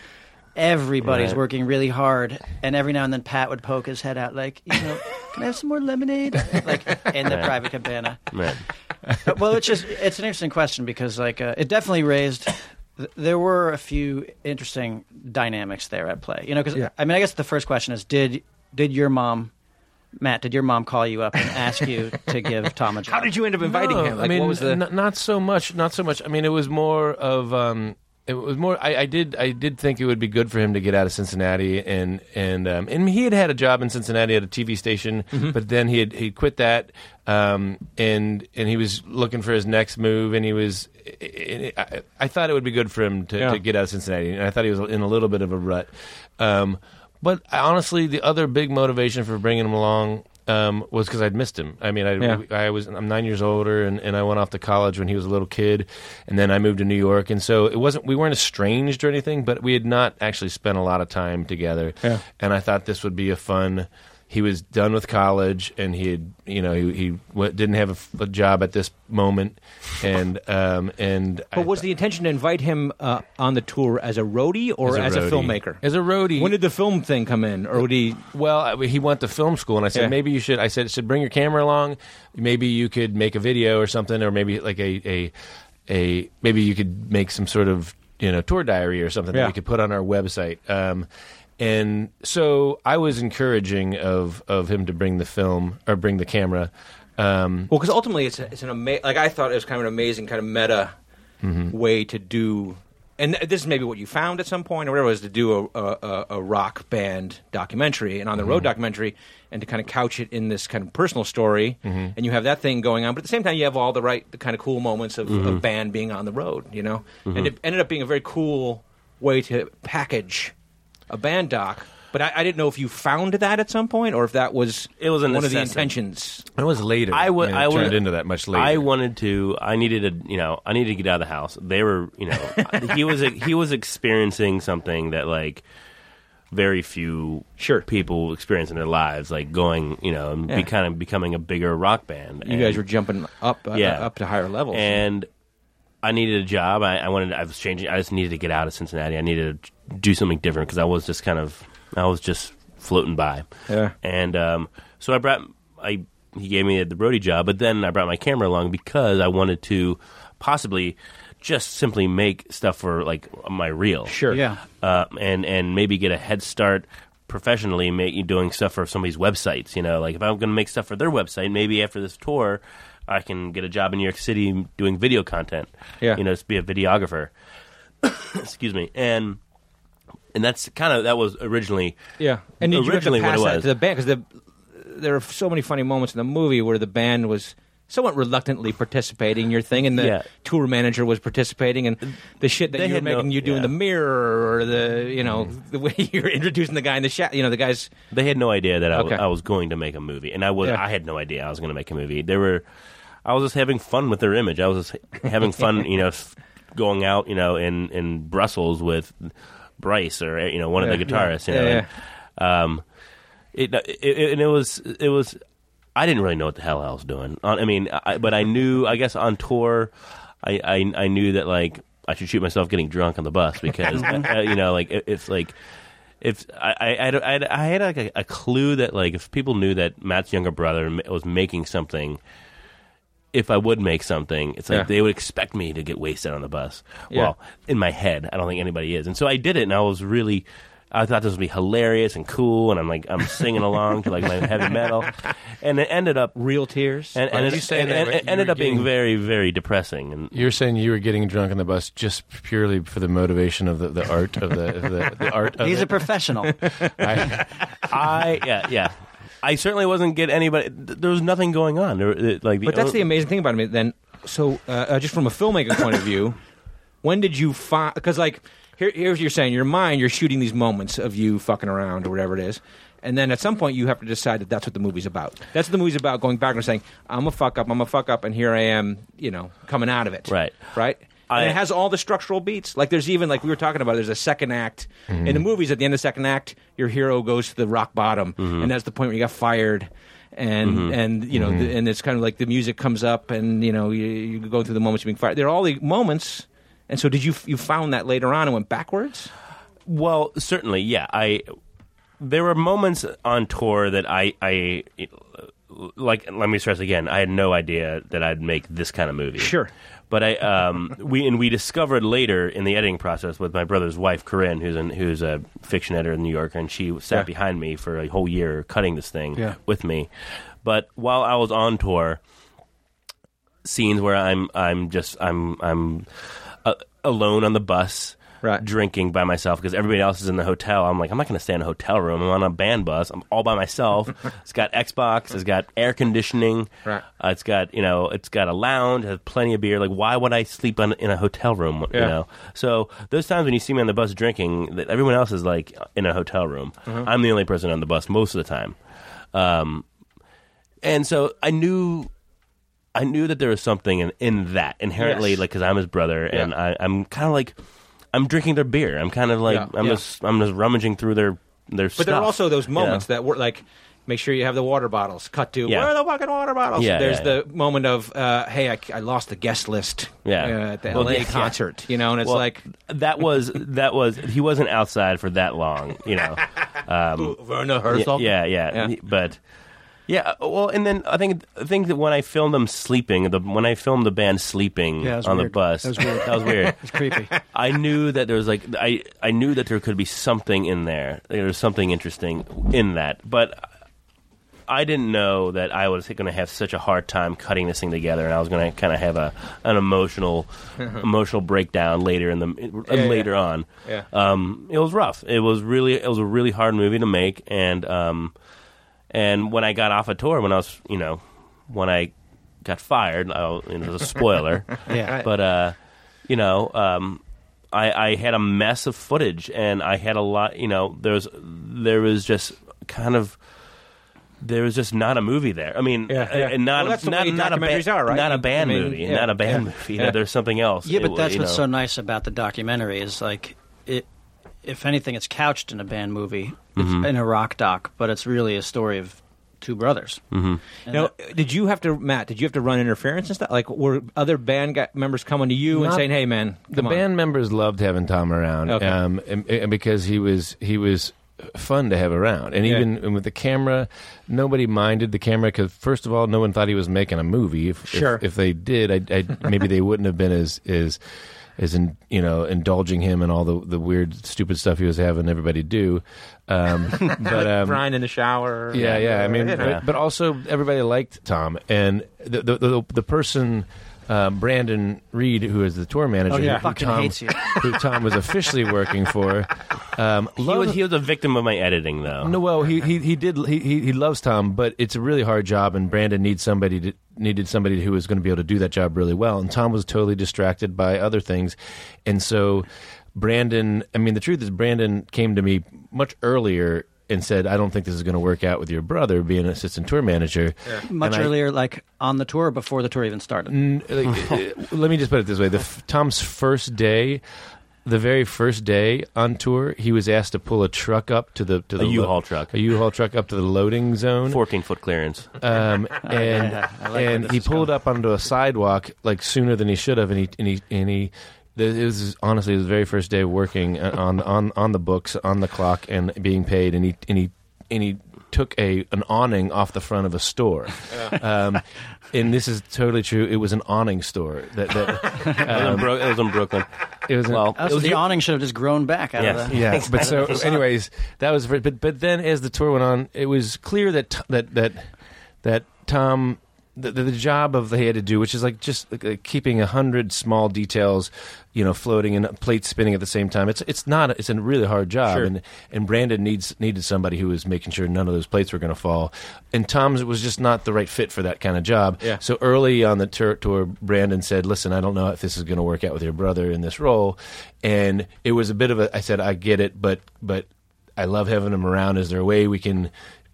Speaker 4: everybody's
Speaker 7: Right.
Speaker 4: working really hard. And every now and then, Pat would poke his head out, like, you know, can I have some more lemonade? Like in the private cabana.
Speaker 7: Right.
Speaker 4: But, well, it's just it's an interesting question because like uh, it definitely raised. th- There were a few interesting dynamics there at play. You know, because
Speaker 9: Yeah.
Speaker 4: I mean, I guess the first question is did did your mom. Matt, did your mom call you up and ask you to give Tom a job?
Speaker 9: How did you end up inviting
Speaker 6: No,
Speaker 9: him? Like,
Speaker 6: Oh, I mean,
Speaker 9: what was the?
Speaker 6: n- not so much. Not so much. I mean, it was more of. Um, it was more. I, I did. I did think it would be good for him to get out of Cincinnati, and and um, and he had had a job in Cincinnati at a TV station,
Speaker 9: Mm-hmm.
Speaker 6: but then he had he quit that, um, and and he was looking for his next move, and he was. I, I- I thought it would be good for him to,
Speaker 9: Yeah.
Speaker 6: to get out of Cincinnati, and I thought he was in a little bit of a rut. Um, but honestly, the other big motivation for bringing him along um, was because I'd missed him. I mean, I,
Speaker 9: Yeah.
Speaker 6: I was I'm nine years older, and, and I went off to college when he was a little kid, and then I moved to New York, and so it wasn't we weren't estranged or anything, but we had not actually spent a lot of time together.
Speaker 9: Yeah.
Speaker 6: And I thought this would be a fun. He was done with college, and he had you know he, he w- didn't have a f- a, job at this moment, and um and I
Speaker 9: But was
Speaker 6: thought-
Speaker 9: the intention to invite him uh, on the tour as a roadie or
Speaker 6: As
Speaker 9: as a,
Speaker 6: a roadie.
Speaker 9: filmmaker?
Speaker 6: As a roadie.
Speaker 9: When did the film thing come in, or would he?
Speaker 6: Well, I- he went to film school, and I said
Speaker 9: Yeah.
Speaker 6: maybe you should. I said should bring your camera along. Maybe you could make a video or something, or maybe like a a, a maybe you could make some sort of you know tour diary or something
Speaker 9: Yeah.
Speaker 6: that we could put on our website. Um, and so I was encouraging of of him to bring the film or bring the camera. Um,
Speaker 9: Well, because ultimately it's a, it's an amazing. Like I thought it was kind of an amazing kind of meta way to do. And th- this is maybe what you found at some point, or whatever, was to do a, a, a- a rock band documentary and on the road documentary, and to kind of couch it in this kind of personal story. And you have that thing going on, but at the same time, you have all the right, the kind of cool moments of a band being on the road, you know. And it ended up being a very cool way to package a band doc. But I, I didn't know if you found that at some point, or if that was
Speaker 7: It was a
Speaker 9: one of the
Speaker 7: necessity.
Speaker 9: intentions.
Speaker 6: It was later.
Speaker 7: I would.
Speaker 6: mean, it
Speaker 7: I would
Speaker 6: turned into that much later.
Speaker 7: I wanted to. I needed to. You know, I needed to get out of the house. They were. You know, (laughs) he was. He was experiencing something that like very few
Speaker 9: Sure.
Speaker 7: people experience in their lives, like going. You know, and
Speaker 9: Yeah.
Speaker 7: be kind of becoming a bigger rock band.
Speaker 9: You guys were jumping up, uh,
Speaker 7: Yeah.
Speaker 9: up to higher levels.
Speaker 7: and I needed a job. I, I wanted. I was changing. I just needed to get out of Cincinnati. I needed to do something different because I was just kind of. I was just floating by.
Speaker 9: Yeah.
Speaker 7: And um, so I brought. I he gave me the roadie job, but then I brought my camera along because I wanted to possibly just simply make stuff for like my reel.
Speaker 9: Sure.
Speaker 4: Yeah.
Speaker 7: Uh, and and maybe get a head start professionally make, doing stuff for somebody's websites. You know, like if I'm going to make stuff for their website, maybe after this tour, I can get a job in New York City doing video content.
Speaker 9: Yeah.
Speaker 7: you know, just be a videographer. (coughs) Excuse me, and and that's kind of that was originally.
Speaker 9: Yeah, and did
Speaker 7: Originally
Speaker 9: you have
Speaker 7: what
Speaker 9: to
Speaker 7: it
Speaker 9: pass
Speaker 7: was.
Speaker 9: that to the band because the, there are so many funny moments in the movie where the band was somewhat reluctantly participating in your thing, and the
Speaker 7: Yeah.
Speaker 9: tour manager was participating, and the shit that
Speaker 7: They
Speaker 9: you were
Speaker 7: had no-
Speaker 9: making you do in
Speaker 7: yeah.
Speaker 9: the mirror, or the you know the way (laughs) you were introducing the guy in the shot, you know the guys.
Speaker 7: They had no idea that I, w-
Speaker 9: Okay.
Speaker 7: I was going to make a movie, and I was
Speaker 9: Yeah.
Speaker 7: I had no idea I was going to make a movie. They were, I was just having fun with their image. I was just
Speaker 9: (laughs)
Speaker 7: having fun, you know, f- going out, you know, in in Brussels with Bryce or you know one of
Speaker 9: Yeah.
Speaker 7: the guitarists,
Speaker 9: Yeah,
Speaker 7: you know.
Speaker 9: yeah.
Speaker 7: And, um, it, it, it and it was it was I didn't really know what the hell I was doing. On, I mean, I, but I knew I guess on tour, I, I I knew that like I should shoot myself getting drunk on the
Speaker 9: (laughs)
Speaker 7: bus because uh, you know like it, it's like if I I, I, don't- I, I had like a, a clue that like if people knew that Matt's younger brother ma- was making something. If I would make something, it's like
Speaker 9: Yeah.
Speaker 7: they would expect me to get wasted on the bus.
Speaker 9: Yeah.
Speaker 7: Well, in my head, I don't think anybody is, and so I did it, and I was really, I thought this would be hilarious and cool, and I'm like, I'm singing along to like my heavy metal, and it ended up
Speaker 9: Real tears.
Speaker 7: and, and
Speaker 6: Are
Speaker 7: it,
Speaker 6: you saying
Speaker 7: and-
Speaker 6: that
Speaker 7: and-
Speaker 6: what
Speaker 7: and
Speaker 6: you
Speaker 7: ended
Speaker 6: were
Speaker 7: up being
Speaker 6: getting-
Speaker 7: very, very depressing. And
Speaker 6: You're saying you were getting drunk on the bus just purely for the motivation of the, the art of the, of the, the art of
Speaker 4: He's a
Speaker 6: it.
Speaker 4: professional.
Speaker 6: I-
Speaker 7: I, yeah, yeah, I certainly wasn't get anybody. th- There was nothing going on. There, it, like, uh,
Speaker 9: But that's the amazing thing about him. Then, so uh, uh, just from a filmmaker point of view, when did you find? Because like, here, here's what you're saying. Your mind, you're shooting these moments of you fucking around or whatever it is, and then at some point you have to decide that that's what the movie's about. That's what the movie's about. Going back and saying, I'm a fuck up. I'm a fuck up, and here I am. You know, coming out of it.
Speaker 7: Right.
Speaker 9: Right.
Speaker 7: I-
Speaker 9: and it has all the structural beats. Like there's even like we were talking about. There's a second act
Speaker 7: Mm-hmm.
Speaker 9: in the movies. At the end of the second act, your hero goes to the rock bottom,
Speaker 7: Mm-hmm.
Speaker 9: and that's the point where he got fired. And and you know,
Speaker 7: Mm-hmm.
Speaker 9: the, and it's kind of like the music comes up, and you know, you, you go through the moments of being fired. There are all the moments. And so, did you you found that later on and went backwards?
Speaker 7: Well, certainly, yeah. I there were moments on tour that I, I like. Let me stress again. I had no idea that I'd make this kind of movie.
Speaker 9: Sure.
Speaker 7: but I um (laughs) we and we discovered later in the editing process with my brother's wife Corinne, who's an, who's a fiction editor in New York, and she sat
Speaker 9: Yeah.
Speaker 7: behind me for a whole year cutting this thing
Speaker 4: Yeah.
Speaker 7: with me. But while I was on tour, scenes where I'm I'm just I'm I'm uh, alone on the bus.
Speaker 9: Right.
Speaker 7: Drinking by myself because everybody else is in the hotel. I'm like, I'm not going to stay in a hotel room. I'm on a band bus. I'm all
Speaker 9: (laughs)
Speaker 7: by myself. it's got Xbox. It's got air conditioning.
Speaker 9: Right.
Speaker 7: Uh, it's got you know, it's got a lounge. Has plenty of beer. Like, why would I sleep on, in a hotel room? You
Speaker 9: Yeah.
Speaker 7: know. So those times when you see me on the bus drinking, that everyone else is like in a hotel room.
Speaker 9: Mm-hmm.
Speaker 7: I'm the only person on the bus most of the time. Um, and so I knew, I knew that there was something in, in that inherently,
Speaker 9: Yes.
Speaker 7: like because I'm his brother, and
Speaker 9: Yeah.
Speaker 7: I, I'm kind of like, I'm drinking their beer. I'm kind of like,
Speaker 9: Yeah.
Speaker 7: I'm
Speaker 9: Yeah.
Speaker 7: just, I'm just rummaging through their their
Speaker 9: But
Speaker 7: stuff.
Speaker 9: there are also those
Speaker 7: you
Speaker 9: moments
Speaker 7: know?
Speaker 9: that were like, make sure you have the water bottles. Cut to
Speaker 7: Yeah.
Speaker 9: where are the fucking water bottles?
Speaker 7: Yeah,
Speaker 9: There's
Speaker 7: yeah,
Speaker 9: the moment of, uh, hey, I, I lost the guest list.
Speaker 7: Yeah.
Speaker 9: uh, at the
Speaker 7: Well,
Speaker 9: LA
Speaker 7: yeah, yeah.
Speaker 9: concert, you know, and it's
Speaker 7: Well,
Speaker 9: like,
Speaker 7: that was that was he wasn't outside for that long,
Speaker 9: (laughs)
Speaker 7: you know. Um,
Speaker 9: Werner
Speaker 7: Yeah,
Speaker 9: Herzog.
Speaker 7: Yeah, yeah,
Speaker 9: Yeah.
Speaker 7: But yeah, well, and then I think I think that when I filmed them sleeping, the when I filmed the band sleeping
Speaker 4: Yeah, that was
Speaker 7: on the
Speaker 4: weird.
Speaker 7: bus,
Speaker 4: That was weird.
Speaker 7: (laughs) That was weird.
Speaker 4: It's creepy.
Speaker 7: I knew that there was like I I knew that there could be something in there. There was something interesting in that, but I didn't know that I was going to have such a hard time cutting this thing together, and I was going to kind of have a an emotional
Speaker 9: (laughs)
Speaker 7: emotional breakdown later in the
Speaker 9: Yeah, yeah.
Speaker 7: later on.
Speaker 9: Yeah.
Speaker 7: Um, it was rough. It was really it was a really hard movie to make, and um, and when I got off a tour, when I was you know when I got fired, I, you know, it was a
Speaker 9: (laughs)
Speaker 7: spoiler.
Speaker 4: Yeah.
Speaker 7: but uh, you know, um, I, I had a mess of footage, and I had a lot. You know, there was there was just kind of there was just not a movie there. I mean,
Speaker 9: Yeah, yeah.
Speaker 7: and not
Speaker 9: Well, that's
Speaker 7: a,
Speaker 9: the
Speaker 7: not,
Speaker 9: way
Speaker 7: not a
Speaker 9: documentaries
Speaker 7: ba-
Speaker 9: are, right?
Speaker 7: Not a
Speaker 9: I
Speaker 7: bad
Speaker 9: mean,
Speaker 7: movie,
Speaker 9: yeah,
Speaker 7: not a bad
Speaker 9: yeah,
Speaker 7: movie. You
Speaker 9: yeah.
Speaker 7: know, there's something else.
Speaker 4: Yeah,
Speaker 7: It-
Speaker 4: but that's
Speaker 7: uh, you
Speaker 4: what's
Speaker 7: know.
Speaker 4: so nice about the documentary is like it. If anything, it's couched in a band movie, it's in a rock doc, but it's really a story of two brothers.
Speaker 7: Mm.
Speaker 4: Mm-hmm.
Speaker 9: Now, did you have to, Matt? Did you have to run interference and stuff? Like, were other band guy- members coming to you and
Speaker 6: Not-
Speaker 9: saying, "Hey, man,
Speaker 6: the
Speaker 9: come on."
Speaker 6: band members loved having Tom around,
Speaker 9: Okay.
Speaker 6: um, and, and because he was he was fun to have around, and
Speaker 9: Yeah.
Speaker 6: even and with the camera, nobody minded the camera because first of all, no one thought he was making a movie. If, if-
Speaker 9: Sure.
Speaker 6: if, they did, I, I, maybe they wouldn't have been as as as in, you know indulging him and all the the weird stupid stuff he was having everybody do.
Speaker 9: (laughs)
Speaker 6: Um, but um,
Speaker 9: Brian in the shower? uh,
Speaker 6: yeah, yeah. I mean,
Speaker 9: you know.
Speaker 6: but, but also everybody liked Tom, and the the the, the person. Uh, Brandon Reed, who is the tour manager,
Speaker 4: yeah.
Speaker 6: who,
Speaker 4: Fucking
Speaker 6: Tom,
Speaker 4: hates you.
Speaker 6: who Tom was officially working for, um,
Speaker 7: He
Speaker 6: loved-
Speaker 7: was, he was a victim of my editing, though.
Speaker 6: no, well, he he he did he, he he loves Tom, but it's a really hard job, and Brandon needs somebody to, needed somebody who was going to be able to do that job really well. And Tom was totally distracted by other things, and so Brandon. I mean, the truth is, Brandon came to me much earlier and said, "I don't think this is going to work out with your brother being an assistant tour manager."
Speaker 4: Much
Speaker 6: And I-
Speaker 4: earlier, like on the tour before the tour even started.
Speaker 6: N-
Speaker 7: (laughs)
Speaker 6: like, uh, let me just put it this way: the f- Tom's first day. The very first day on tour, he was asked to pull a truck up to the to
Speaker 7: A
Speaker 6: the
Speaker 7: U-Haul truck.
Speaker 6: a U-Haul truck up to the loading zone,
Speaker 7: 14 foot clearance.
Speaker 9: Uh,
Speaker 6: um,
Speaker 4: (laughs)
Speaker 6: and
Speaker 4: yeah. I like where
Speaker 6: and
Speaker 4: this
Speaker 6: he
Speaker 4: is
Speaker 6: pulled up onto a sidewalk like sooner than he should have, and he and he and he. th- It was honestly his very first day working uh, on on on the books, on the clock, and being paid, and he and he and he took a an awning off the front of a store. Um, and this is totally true. It was an awning store that, that
Speaker 7: It was in Bro- it was in Brooklyn.
Speaker 6: it was an,
Speaker 7: Well,
Speaker 4: Oh, so the awning should have just grown back out
Speaker 7: Yes.
Speaker 4: of the.
Speaker 6: yeah, but so, anyways, that was. for- But but then, as the tour went on, it was clear that t- that that that Tom. The, the the job of they had to do, which is like just like, like keeping a hundred small details, you know, floating and plates spinning at the same time. It's it's not it's a really hard job,
Speaker 7: Sure.
Speaker 6: and and Brandon needs needed somebody who was making sure none of those plates were going to fall, and Tom's was just not the right fit for that kind of job.
Speaker 9: Yeah.
Speaker 6: So early on the tour, tour, Brandon said, "Listen, I don't know if this is going to work out with your brother in this role," and it was a bit of a. I said, "I get it, but but I love having him around. Is there a way we can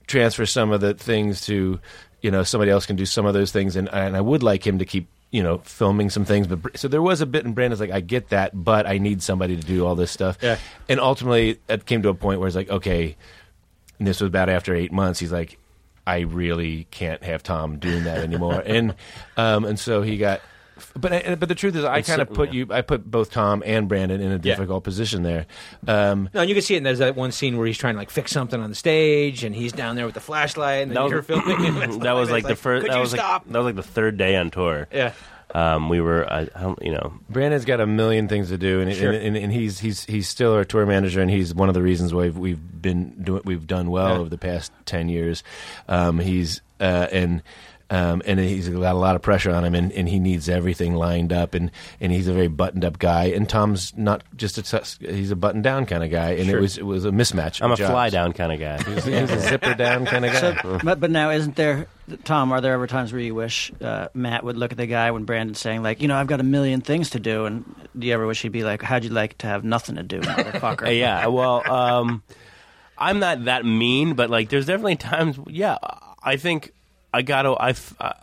Speaker 6: transfer some of the things to, you know, somebody else can do some of those things?" And and I would like him to keep. You know, filming some things, but Br- so there was a bit, and Brandon's like, "I get that, but I need somebody to do all this stuff."
Speaker 9: Yeah.
Speaker 6: And ultimately, it came to a point where it's like, "Okay, and this was about after eight months. He's like, I really can't have Tom doing that anymore,
Speaker 7: (laughs)
Speaker 6: and um, and so he got. But I, but the truth is, I
Speaker 7: It's
Speaker 6: kind of
Speaker 7: so-
Speaker 6: put
Speaker 7: yeah.
Speaker 6: you, I put both Tom and Brandon in a difficult position there. Um,
Speaker 9: No, and you can see it. And there's that one scene where he's trying to like fix something on the stage, and he's down there with the flashlight, and then
Speaker 7: That
Speaker 9: you're
Speaker 7: was,
Speaker 9: filming.
Speaker 7: (coughs) (laughs)
Speaker 9: him. It's
Speaker 7: that was like
Speaker 9: it's
Speaker 7: the first.
Speaker 9: Could
Speaker 7: That
Speaker 9: you
Speaker 7: was like,
Speaker 9: stop?
Speaker 7: that was like the third day on tour.
Speaker 9: Yeah.
Speaker 7: Um, we were, I, I don't, you know,
Speaker 6: Brandon's got a million things to do, and, and, and, and he's he's he's still our tour manager, and he's one of the reasons why we've, we've been doing we've done well over the past ten years. Um, he's uh, and. Um, and he's got a lot of pressure on him, and, and he needs everything lined up, and, and he's a very buttoned up guy. And Tom's not just a sus- he's a button down kind of guy, and it was it was a mismatch. of
Speaker 7: I'm a
Speaker 6: jobs.
Speaker 7: fly down kind
Speaker 9: (laughs)
Speaker 7: of guy.
Speaker 6: (laughs) He's, he's a zipper down kind of guy.
Speaker 4: So, but, but now, isn't there, Tom? Are there ever times where you wish uh, Matt would look at the guy when Brandon's saying, like, you know, I've got a million things to do, and do you ever wish he'd be like, how'd you like to have nothing to do, motherfucker?
Speaker 7: Uh, yeah. Well, um, I'm not that mean, but like, there's definitely times. Yeah, I think I gotta. I, f- uh,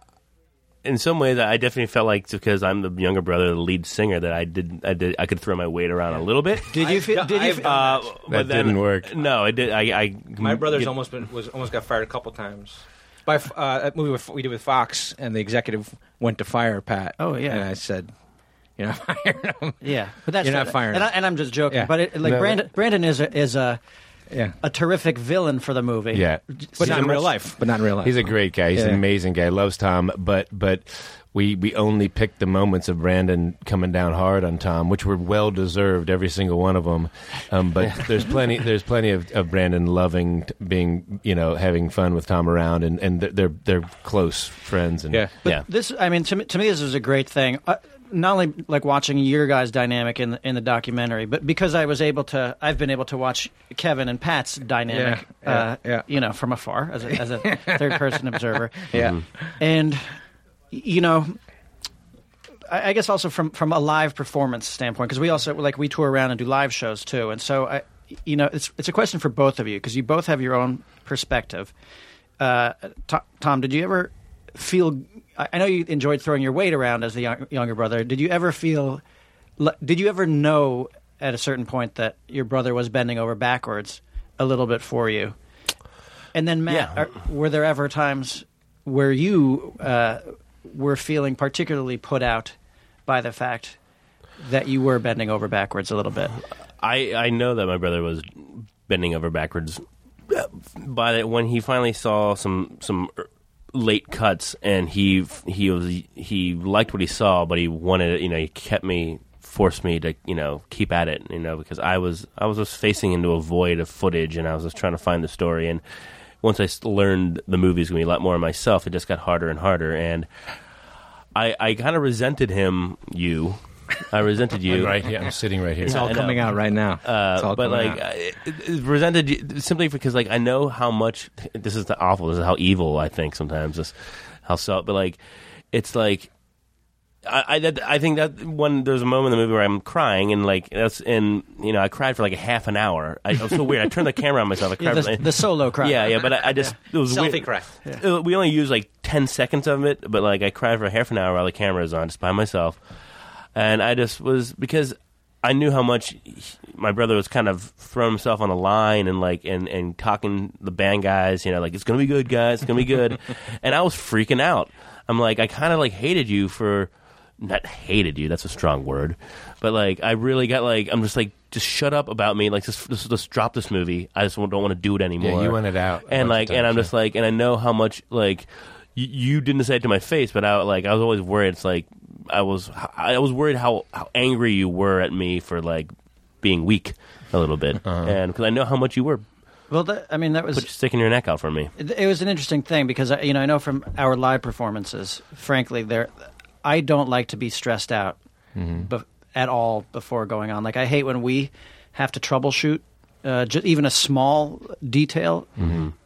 Speaker 7: in some ways, I definitely felt like because I'm the younger brother, the lead singer, that I did. I did. I could throw my weight around a little bit.
Speaker 4: Did you feel? Did you? feel-
Speaker 7: Uh,
Speaker 6: That
Speaker 7: but then,
Speaker 6: didn't work.
Speaker 7: No, it did. I. I
Speaker 9: My brother's
Speaker 7: get-
Speaker 9: almost been was almost got fired a couple times. By f- uh, that movie with- we did with Fox, and the executive went to fire Pat.
Speaker 4: Oh, yeah.
Speaker 9: and I said, "You're not (laughs) fired." him."
Speaker 4: yeah, but that's
Speaker 9: You're not firing
Speaker 4: And, I,
Speaker 9: him.
Speaker 4: and I'm just joking.
Speaker 9: Yeah.
Speaker 4: But it, like
Speaker 6: No,
Speaker 4: Brandon, Brandon is a, is a
Speaker 9: yeah,
Speaker 4: a terrific villain for the movie.
Speaker 6: Yeah.
Speaker 9: but
Speaker 6: He's
Speaker 9: not
Speaker 6: a
Speaker 9: in real
Speaker 6: much-
Speaker 9: life. But not in real life.
Speaker 6: He's a great guy. He's an
Speaker 9: Yeah.
Speaker 6: amazing guy. Loves Tom, but but we we only picked the moments of Brandon coming down hard on Tom, which were well deserved, every single one of them. Um, but there's
Speaker 9: (laughs)
Speaker 6: plenty there's plenty of, of Brandon loving t- being you know having fun with Tom around, and and they're they're, they're close friends. And
Speaker 9: Yeah.
Speaker 4: But
Speaker 6: yeah.
Speaker 4: This, I mean, to me, to me, this was a great thing. Uh, not only like watching your guys' dynamic in the, in the documentary, but because I was able to, I've been able to watch Kevin and Pat's dynamic.
Speaker 9: Yeah, yeah,
Speaker 4: uh,
Speaker 9: yeah.
Speaker 4: You know, from afar as a, as a third person observer.
Speaker 9: Yeah.
Speaker 4: and y- you know I, I guess also from from a live performance standpoint because we also like we tour around and do live shows too and so i you know it's it's a question for both of you because you both have your own perspective uh To- tom did you ever feel I, I know you enjoyed throwing your weight around as the young, younger brother did you ever feel le- did you ever know at a certain point that your brother was bending over backwards a little bit for you and then, Matt,
Speaker 7: Yeah.
Speaker 4: are, were there ever times where you uh, were feeling particularly put out by the fact that you were bending over backwards a little bit?
Speaker 7: I, I know that my brother was bending over backwards, but it- when he finally saw some some er, late cuts and he he was he liked what he saw, but he wanted you know he kept me forced me to you know keep at it you know because I was I was just facing into a void of footage and I was just trying to find the story and once I s- learned the movie's gonna be a lot more myself, it just got harder and harder and. I, I kind of resented him, you. I resented you.
Speaker 6: right here, I'm sitting right here.
Speaker 9: It's all
Speaker 7: I know.
Speaker 9: coming out right now.
Speaker 7: Uh,
Speaker 9: it's all
Speaker 7: but
Speaker 9: coming out.
Speaker 7: like I- it, it presented you- simply because like I know how much this is the awful. This is how evil I think sometimes. This how so. But like it's like I I, that, I think that when there's a moment in the movie where I'm crying and like that's and you know I cried for like a half an hour. I, it was so weird. I turned the camera
Speaker 9: (laughs)
Speaker 7: on myself. I cried. for
Speaker 4: the,
Speaker 7: like,
Speaker 4: the solo cry.
Speaker 7: yeah, yeah, but I, I just it was
Speaker 9: Selfie
Speaker 7: weird.
Speaker 9: cry.
Speaker 7: Uh, We only used like ten seconds of it, but like I cried for half an hour while the camera was on, just by myself, and I just was because I knew how much he- my brother was kind of throwing himself on the line and like and and talking the band guys, you know, like it's gonna be good, guys, it's gonna be good, and I was freaking out. I'm like, I kind of like hated you for not hated you. That's a strong word, but like I really got like I'm just like just shut up about me. Like just just, just drop this movie. I just don't want to do it anymore.
Speaker 6: you want it out a bunch of
Speaker 7: And like and
Speaker 6: times,
Speaker 7: I'm just like and I know how much like you, you didn't say it to my face, but I like I was always worried. It's like I was I was worried how how angry you were at me for like being weak a little bit,
Speaker 6: Uh-huh.
Speaker 7: and because I know how much you were
Speaker 4: Well, that, I mean, that was.
Speaker 7: sticking your neck out for me.
Speaker 4: it was an interesting thing because I- you know I know from our live performances, frankly, there I don't like to be stressed out bef- at all before going on. Like I hate when we have to troubleshoot uh, ju- even a small detail,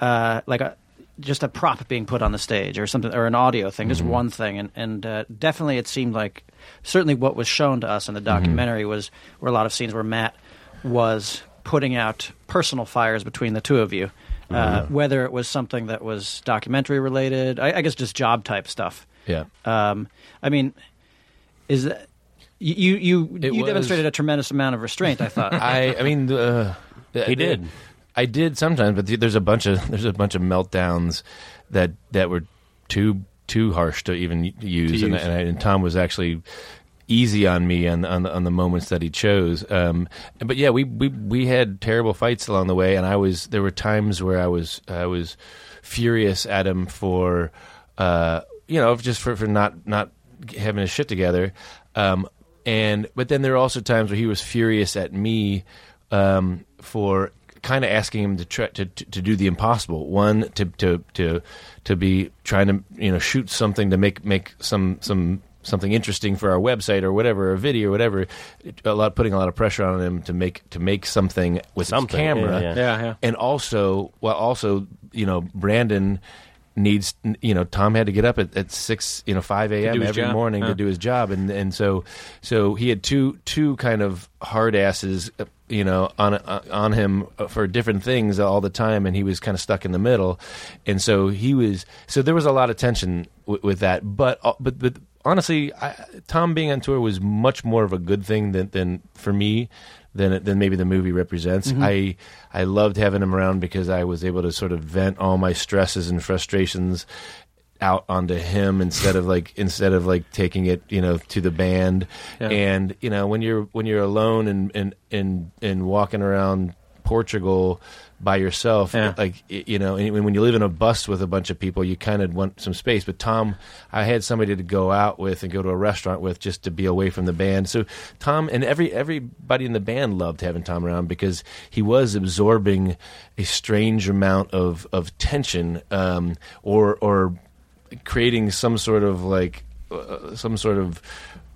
Speaker 4: uh, like a just a prop being put on the stage or something or an audio thing, just one thing. And and uh, definitely, it seemed like certainly what was shown to us in the documentary was were a lot of scenes where Matt was putting out personal fires between the two of you, uh, whether it was something that was documentary related, I, I guess just job type stuff.
Speaker 6: yeah.
Speaker 4: Um, I mean, is that you? You
Speaker 6: It
Speaker 4: you
Speaker 6: was-
Speaker 4: demonstrated a tremendous amount of restraint.
Speaker 9: (laughs)
Speaker 4: I thought.
Speaker 6: I I mean uh,
Speaker 7: He did.
Speaker 6: I did sometimes, but there's a bunch of there's a bunch of meltdowns that that were too too harsh to even use, And, and, I, and Tom was actually easy on me on on, the- on the moments that he chose. Um, but yeah, we, we we had terrible fights along the way, and I was there were times where I was I was furious at him for uh, you know just for for not not having his shit together. Um, and but then there were also times where he was furious at me um, for kind of asking him to, try, to to to do the impossible. One to to to to be trying to you know shoot something to make make some some something interesting for our website or whatever, or video or whatever. A lot putting a lot of pressure on him to make to make something with
Speaker 7: Something,
Speaker 6: something, camera
Speaker 7: yeah, yeah.
Speaker 9: Yeah, yeah.
Speaker 6: and also well also you know brandon needs you know tom had to get up at, at 6 you know 5 a.m
Speaker 9: his
Speaker 6: every
Speaker 9: job,
Speaker 6: morning
Speaker 9: huh.
Speaker 6: to do his job and and so so he had two two kind of hard asses uh, you know on uh, on him for different things all the time and he was kind of stuck in the middle and so he was so there was a lot of tension w- with that but uh, but but honestly I, tom being on tour was much more of a good thing than than for me than it- than maybe the movie represents. I I loved having him around because I was able to sort of vent all my stresses and frustrations out onto him instead of like instead of like taking it you know to the band. And you know when you're when you're alone and and and and walking around Portugal by yourself,
Speaker 9: Yeah.
Speaker 6: like y- you know, and when you live in a bus with a bunch of people, you kind of want some space. But Tom, I had somebody to go out with and go to a restaurant with just to be away from the band. So Tom and every everybody in the band loved having Tom around because he was absorbing a strange amount of of tension um, or or creating some sort of like uh, some sort of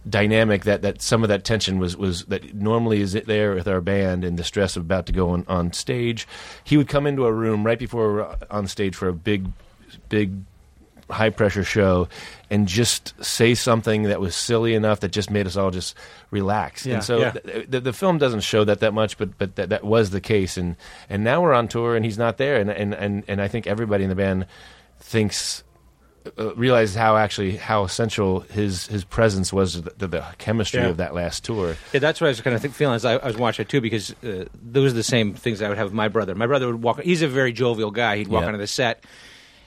Speaker 6: dynamic that, that some of that tension was, was that normally is there with our band and the stress of about to go on, on stage he would come into a room right before we were on stage for a big big high pressure show and just say something that was silly enough that just made us all just relax
Speaker 9: Yeah.
Speaker 6: and so
Speaker 9: Yeah.
Speaker 6: th- the, the film doesn't show that that much but but that, that was the case and and now we're on tour and he's not there and and and, and i think everybody in the band thinks uh, realized how actually how essential his his presence was to the, to the chemistry
Speaker 9: Yeah.
Speaker 6: of that last tour.
Speaker 9: Yeah, that's what I was kind of think, feeling as I, I was watching it too, because uh, those are the same things I would have with my brother. My brother would walk. He's a very jovial guy. He'd walk
Speaker 6: Yeah.
Speaker 9: onto the set,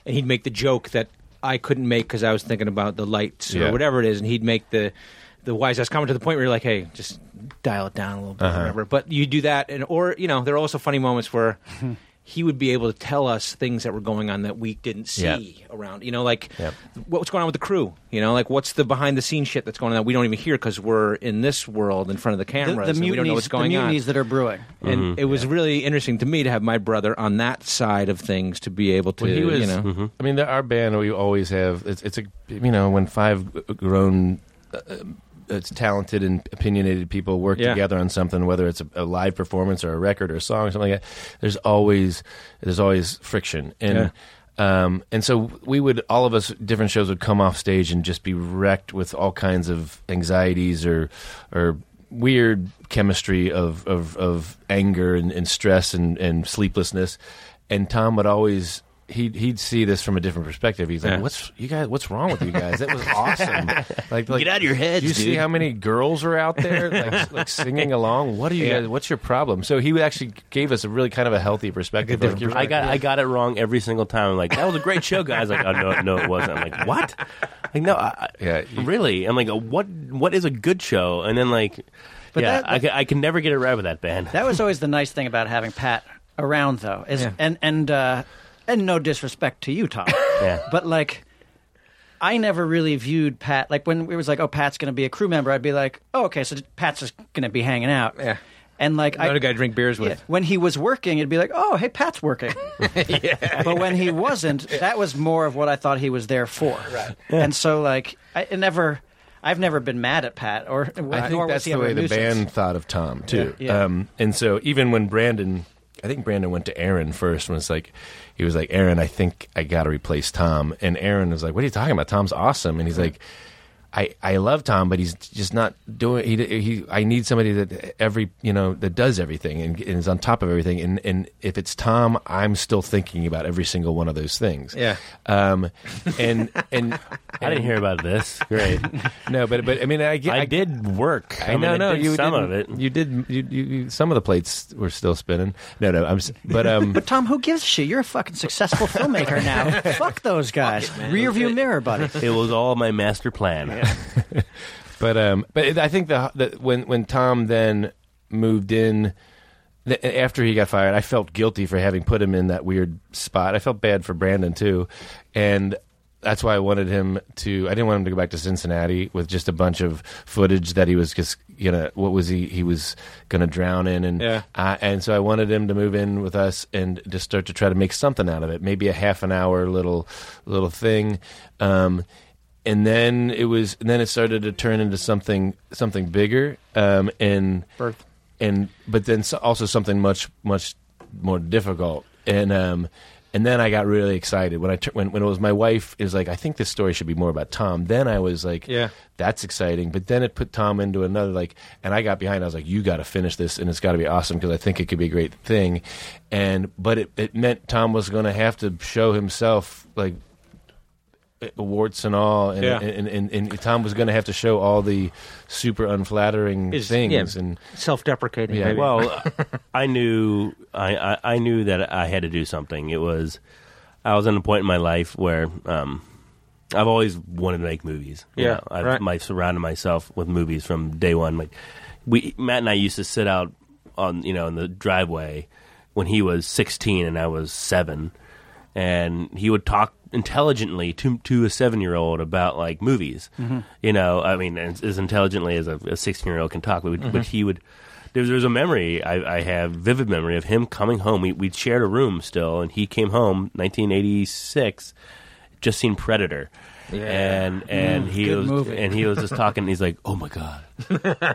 Speaker 9: and he'd make the joke that I couldn't make because I was thinking about the lights
Speaker 6: Yeah.
Speaker 9: or whatever it is, and he'd make the the wise ass comment to the point where you're like, "Hey, just dial it down a little bit, or whatever." But you do that, and or you know, there are also funny moments (laughs) where. He would be able to tell us things that were going on that we didn't see
Speaker 6: Yeah.
Speaker 9: around. You know, like
Speaker 6: Yeah.
Speaker 9: what's going on with the crew? You know, like what's the behind the scenes shit that's going on that we don't even hear because we're in this world in front of the
Speaker 4: The,
Speaker 9: cameras
Speaker 4: the
Speaker 9: and we don't know
Speaker 4: mutinies,
Speaker 9: what's
Speaker 4: the
Speaker 9: going on.
Speaker 4: mutinies that are brewing.
Speaker 9: and it was really interesting to me to have my brother on that side of things to be able to,
Speaker 6: Well, he was,
Speaker 9: you know,
Speaker 6: I mean, the, our band we always have. It's, it's a you know when five grown. Uh, uh, talented and opinionated people work
Speaker 9: Yeah.
Speaker 6: together on something, whether it's a, a live performance or a record or a song or something like that. There's always there's always friction, and um, and so we would all of us different shows would come off stage and just be wrecked with all kinds of anxieties or or weird chemistry of of, of anger and, and stress and, and sleeplessness. And Tom would always he'd he'd see this from a different perspective. He's like,
Speaker 9: Yeah.
Speaker 6: "What's you guys? What's wrong with you guys? That was
Speaker 5: (laughs)
Speaker 6: awesome! like, like
Speaker 5: Get out of your heads,
Speaker 6: do you see
Speaker 5: dude.
Speaker 6: how many girls are out there like, like singing along? What are you
Speaker 9: Yeah.
Speaker 6: guys? What's your problem? So he actually gave us a really kind of a healthy perspective. Like, you're
Speaker 7: I
Speaker 6: right.
Speaker 7: got I got it wrong every single time. I'm like, that was a great show, guys. Like, oh no, no, it wasn't. I'm like, what? Like, no, I, I-
Speaker 6: Yeah, you-
Speaker 7: really. I'm like, what? What is a good show? And then like, yeah,
Speaker 4: that-
Speaker 7: I, ca- I can never get it right with that band.
Speaker 4: That was always the nice thing about having Pat around, though. Is and and uh, and no disrespect to you,
Speaker 9: (laughs)
Speaker 4: Tom.
Speaker 7: Yeah.
Speaker 4: But like, I never really viewed Pat like when it was like, oh, Pat's going to be a crew member. I'd be like, oh, okay, so Pat's just going to be hanging out.
Speaker 9: Yeah.
Speaker 4: And like,
Speaker 9: another
Speaker 4: I,
Speaker 9: guy to drink beers with.
Speaker 4: yeah, when he was working, it'd be like, oh, hey, Pat's
Speaker 6: (laughs)
Speaker 4: working. But when he wasn't, that was more of what I thought he was there for. Right. And so, like, I it never, I've never been mad at Pat, or
Speaker 6: I
Speaker 4: nor
Speaker 6: think
Speaker 4: was
Speaker 6: that's
Speaker 4: he
Speaker 6: the
Speaker 4: ever a
Speaker 6: way the
Speaker 4: nuisance.
Speaker 6: band thought of Tom too.
Speaker 4: Yeah. Yeah.
Speaker 6: Um, and so even when Brandon, I think Brandon went to Aaron first. and Was like, he was like, Aaron, I think I got to replace Tom. And Aaron was like, What are you talking about? Tom's awesome. And he's like. I, I love Tom, but he's just not doing. He, he I need somebody that every you know that does everything and, and is on top of everything. And and if it's Tom, I'm still thinking about every single one of those things.
Speaker 9: Yeah.
Speaker 6: Um. And and
Speaker 7: I didn't hear about this. Great.
Speaker 6: (laughs) no, but but I mean I, get-
Speaker 7: I did work.
Speaker 6: I know,
Speaker 7: mean,
Speaker 6: no,
Speaker 7: did
Speaker 6: you
Speaker 7: some
Speaker 6: didn't-
Speaker 7: of it.
Speaker 6: You did. You, you, you- some of the plates were still spinning. No, no. I'm. s- But um. (laughs)
Speaker 4: But Tom, who gives a shit? You're a fucking successful filmmaker now. Fuck those guys. Rear view mirror,
Speaker 6: (laughs)
Speaker 4: buddy.
Speaker 7: It was all my master plan.
Speaker 6: but um. But it- I think the, the when when Tom then moved in. th- After he got fired, I felt guilty for having put him in that weird spot. I felt bad for Brandon too, and that's why I wanted him to. I didn't want him to go back to Cincinnati with just a bunch of footage that he was just gonna. What was he? He was gonna drown in, and
Speaker 9: Yeah.
Speaker 6: uh, and so I wanted him to move in with us and just start to try to make something out of it, maybe a half an hour little little thing, um, and then it was and then it started to turn into something something bigger, um, and
Speaker 9: Birth.
Speaker 6: and but then so- also something much much more difficult, and um, and then I got really excited when I tur- when when it was my wife is like I think this story should be more about Tom. Then I was like
Speaker 9: Yeah.
Speaker 6: that's exciting. But then it put Tom into another like, and I got behind. I was like, you got to finish this, and it's got to be awesome because I think it could be a great thing. And but it, it meant Tom was going to have to show himself like eh, awards and all, and
Speaker 9: Yeah.
Speaker 6: and, and, and, Tom was going to have to show all the super unflattering
Speaker 9: Is-
Speaker 6: things
Speaker 9: yeah.
Speaker 6: and.
Speaker 9: self-deprecating.
Speaker 6: Yeah, (laughs)
Speaker 9: maybe.
Speaker 7: Well, I knew I, I, I knew that I had to do something. It was I was at a point in my life where um, I've always wanted to make movies. you
Speaker 9: Yeah,
Speaker 7: know. I've
Speaker 9: right.
Speaker 7: my, surrounded myself with movies from day one. Like we, Matt and I used to sit out on you know in the driveway when he was 16 and I was seven, and he would talk intelligently to to a seven year old about like movies.
Speaker 4: Mm-hmm.
Speaker 7: You know, I mean, as, as intelligently as a 16 year old can talk, but, we-
Speaker 4: Mm-hmm.
Speaker 7: but he would. There was, there was a memory I, I have vivid memory of him coming home. We we shared a room still, and he came home 1986, just seen Predator. And and he
Speaker 4: Mm, good
Speaker 7: was
Speaker 4: movie.
Speaker 7: and he was just talking. and He's like, "Oh my god,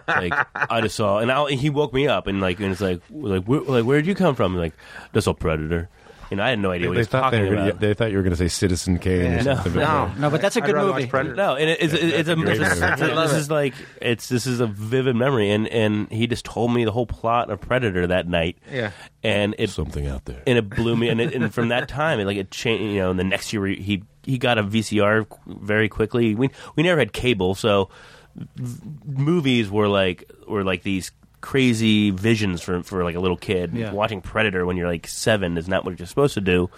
Speaker 7: like I just saw, and, I, and he woke me up, and like, and it's like, like, where, like, where'd you come from? And like, just a predator, and I had no idea what he
Speaker 6: they,
Speaker 7: was
Speaker 6: thought they,
Speaker 7: talking
Speaker 6: were,
Speaker 7: about.
Speaker 6: they thought you were going to say Citizen Kane or
Speaker 7: No,
Speaker 6: something.
Speaker 1: No.
Speaker 4: No, but that's a
Speaker 2: I'd
Speaker 4: good
Speaker 2: rather
Speaker 4: movie.
Speaker 2: watch Predator.
Speaker 7: no, and it, it's, it's,
Speaker 6: that's
Speaker 7: a,
Speaker 6: a great
Speaker 7: it's a-
Speaker 6: movie.
Speaker 2: I love
Speaker 7: this
Speaker 2: it.
Speaker 7: is like it's this is a vivid memory, and and he just told me the whole plot of Predator that night.
Speaker 9: Yeah.
Speaker 7: and it
Speaker 6: Something out there.
Speaker 7: and it blew me. And, it, and from that time, it, like it changed. You know, and the next year we- he he got a VCR qu- very quickly. We we never had cable, so v- movies were like were like these crazy visions for for like a little kid.
Speaker 4: Yeah.
Speaker 7: Watching Predator when you're like seven is not what you're supposed to do.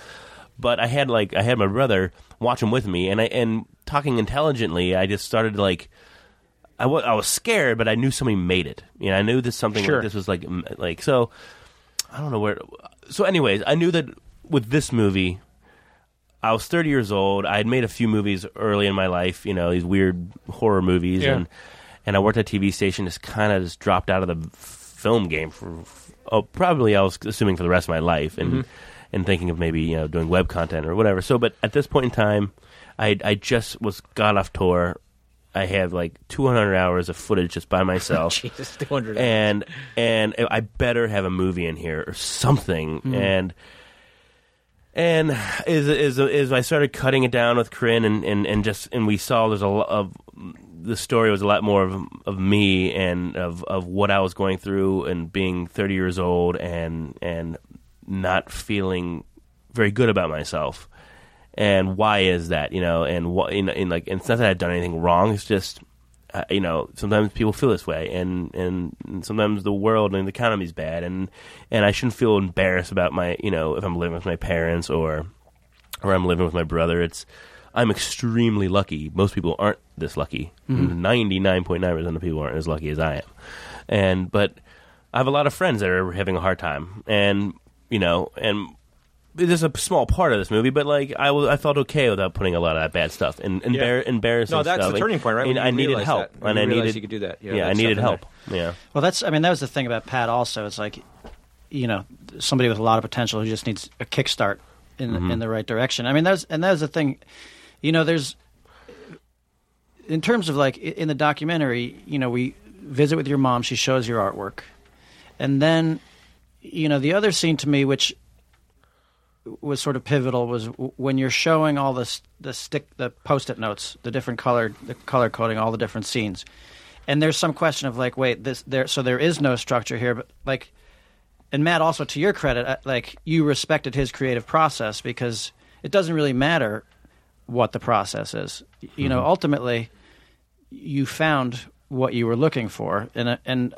Speaker 7: But I had like I had my brother watch him with me, and I and talking intelligently. I just started like. I wa- I was scared, but I knew somebody made it. You know, I knew this something
Speaker 9: Sure.
Speaker 7: like this was like m- like so. I don't know where. So, anyways, I knew that with this movie, I was 30 years old. I had made a few movies early in my life, you know, these weird horror movies,
Speaker 9: Yeah.
Speaker 7: and and I worked at a TV station. Just kind of just dropped out of the f- film game for oh, probably I was assuming for the rest of my life, and and thinking of maybe you know doing web content or whatever. So, but at this point in time, I I just was got off tour. I have like 200 hours of footage just by myself
Speaker 9: Jesus, 200.
Speaker 7: and and I better have a movie in here or something. And and is is is I started cutting it down with Corinne and, and, and just and we saw there's a lot of the story was a lot more of of me and of of what I was going through and being 30 years old and and not feeling very good about myself. And why is that? You know, and what in, in like and it's not that I've done anything wrong. It's just uh, you know, sometimes people feel this way, and, and, and sometimes the world and the economy's bad, and and I shouldn't feel embarrassed about my, you know, if I'm living with my parents or or I'm living with my brother. It's I'm extremely lucky. Most people aren't this lucky.
Speaker 9: Mm-hmm.
Speaker 7: Ninety nine point nine percent of people aren't as lucky as I am. And but I have a lot of friends that are having a hard time, and you know, and there's a small part of this movie, but like I was, I felt okay without putting a lot of that bad stuff and embar- embarrassing.
Speaker 9: No, that's
Speaker 7: stuff.
Speaker 9: the
Speaker 7: Like,
Speaker 9: turning point, right?
Speaker 7: I mean,
Speaker 9: When
Speaker 7: I
Speaker 9: you
Speaker 7: needed
Speaker 9: realize
Speaker 7: help,
Speaker 9: that. When
Speaker 7: and
Speaker 9: you
Speaker 7: I
Speaker 9: realize
Speaker 7: needed
Speaker 9: you could do that. Yeah,
Speaker 7: Yeah,
Speaker 9: that
Speaker 7: I needed
Speaker 9: stuff in
Speaker 7: help. Yeah,
Speaker 4: Well, that's. I mean, that was the thing about Pat. Also, it's like, you know, somebody with a lot of potential who just needs a kickstart in in the right direction. I mean, that's and that was the thing. You know, there's in terms of like i- in the documentary. You know, we visit with your mom. She shows your artwork, and then, you know, the other scene to me, which was sort of pivotal was w- when you're showing all the s- the stick the post-it notes, the different color the color coding, all the different scenes, and there's some question of like, wait, this there so there is no structure here, but like, and Matt also to your credit, uh, like you respected his creative process because it doesn't really matter what the process is, Y- you know, ultimately you found what you were looking for, and uh, and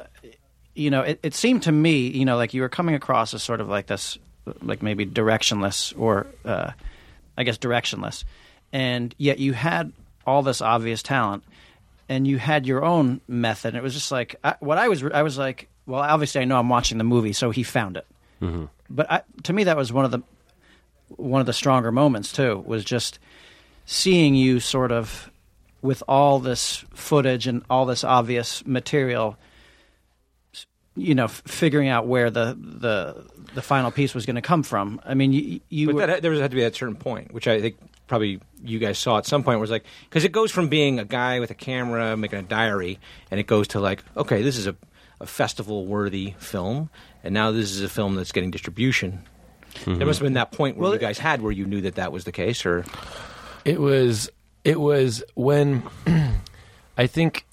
Speaker 4: you know, it, it seemed to me, you know, like you were coming across as sort of like this, like maybe directionless or, uh, I guess, directionless. And yet you had all this obvious talent and you had your own method. And it was just like, I, what I was, I was like, well, obviously I know I'm watching the movie, so he found it. But I, to me, that was one of the, one of the stronger moments too, was just seeing you sort of with all this footage and all this obvious material you know, f- figuring out where the the the final piece was going to come from. I mean, you, you
Speaker 9: But
Speaker 4: were,
Speaker 9: that, there was had to be at a certain point, which I think probably you guys saw at some point, was like because it goes from being a guy with a camera making a diary, and it goes to like, okay, this is a, a festival-worthy film, and now this is a film that's getting distribution.
Speaker 6: Mm-hmm.
Speaker 9: There must have been that point where you guys had where you knew that that was the case, or
Speaker 6: It was it was when (clears throat) I think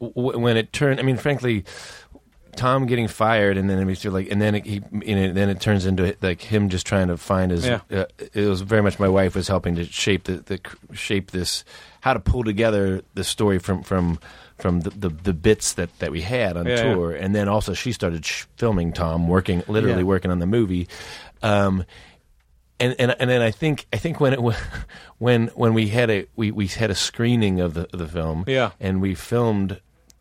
Speaker 6: w- when it turned. I mean, frankly, Tom getting fired, and then it makes you like, and then it, he, and then it turns into like him just trying to find his.
Speaker 9: Yeah.
Speaker 6: Uh, it was very much my wife was helping to shape the, the shape this how to pull together the story from from from the, the, the bits that, that we had on
Speaker 9: Yeah, yeah.
Speaker 6: tour, and then also she started sh- filming Tom working literally
Speaker 9: Yeah.
Speaker 6: working on the movie. Um, and and and then I think I think when it (laughs) wa- when when we had a we, we had a screening of the of the film
Speaker 9: Yeah.
Speaker 6: and we filmed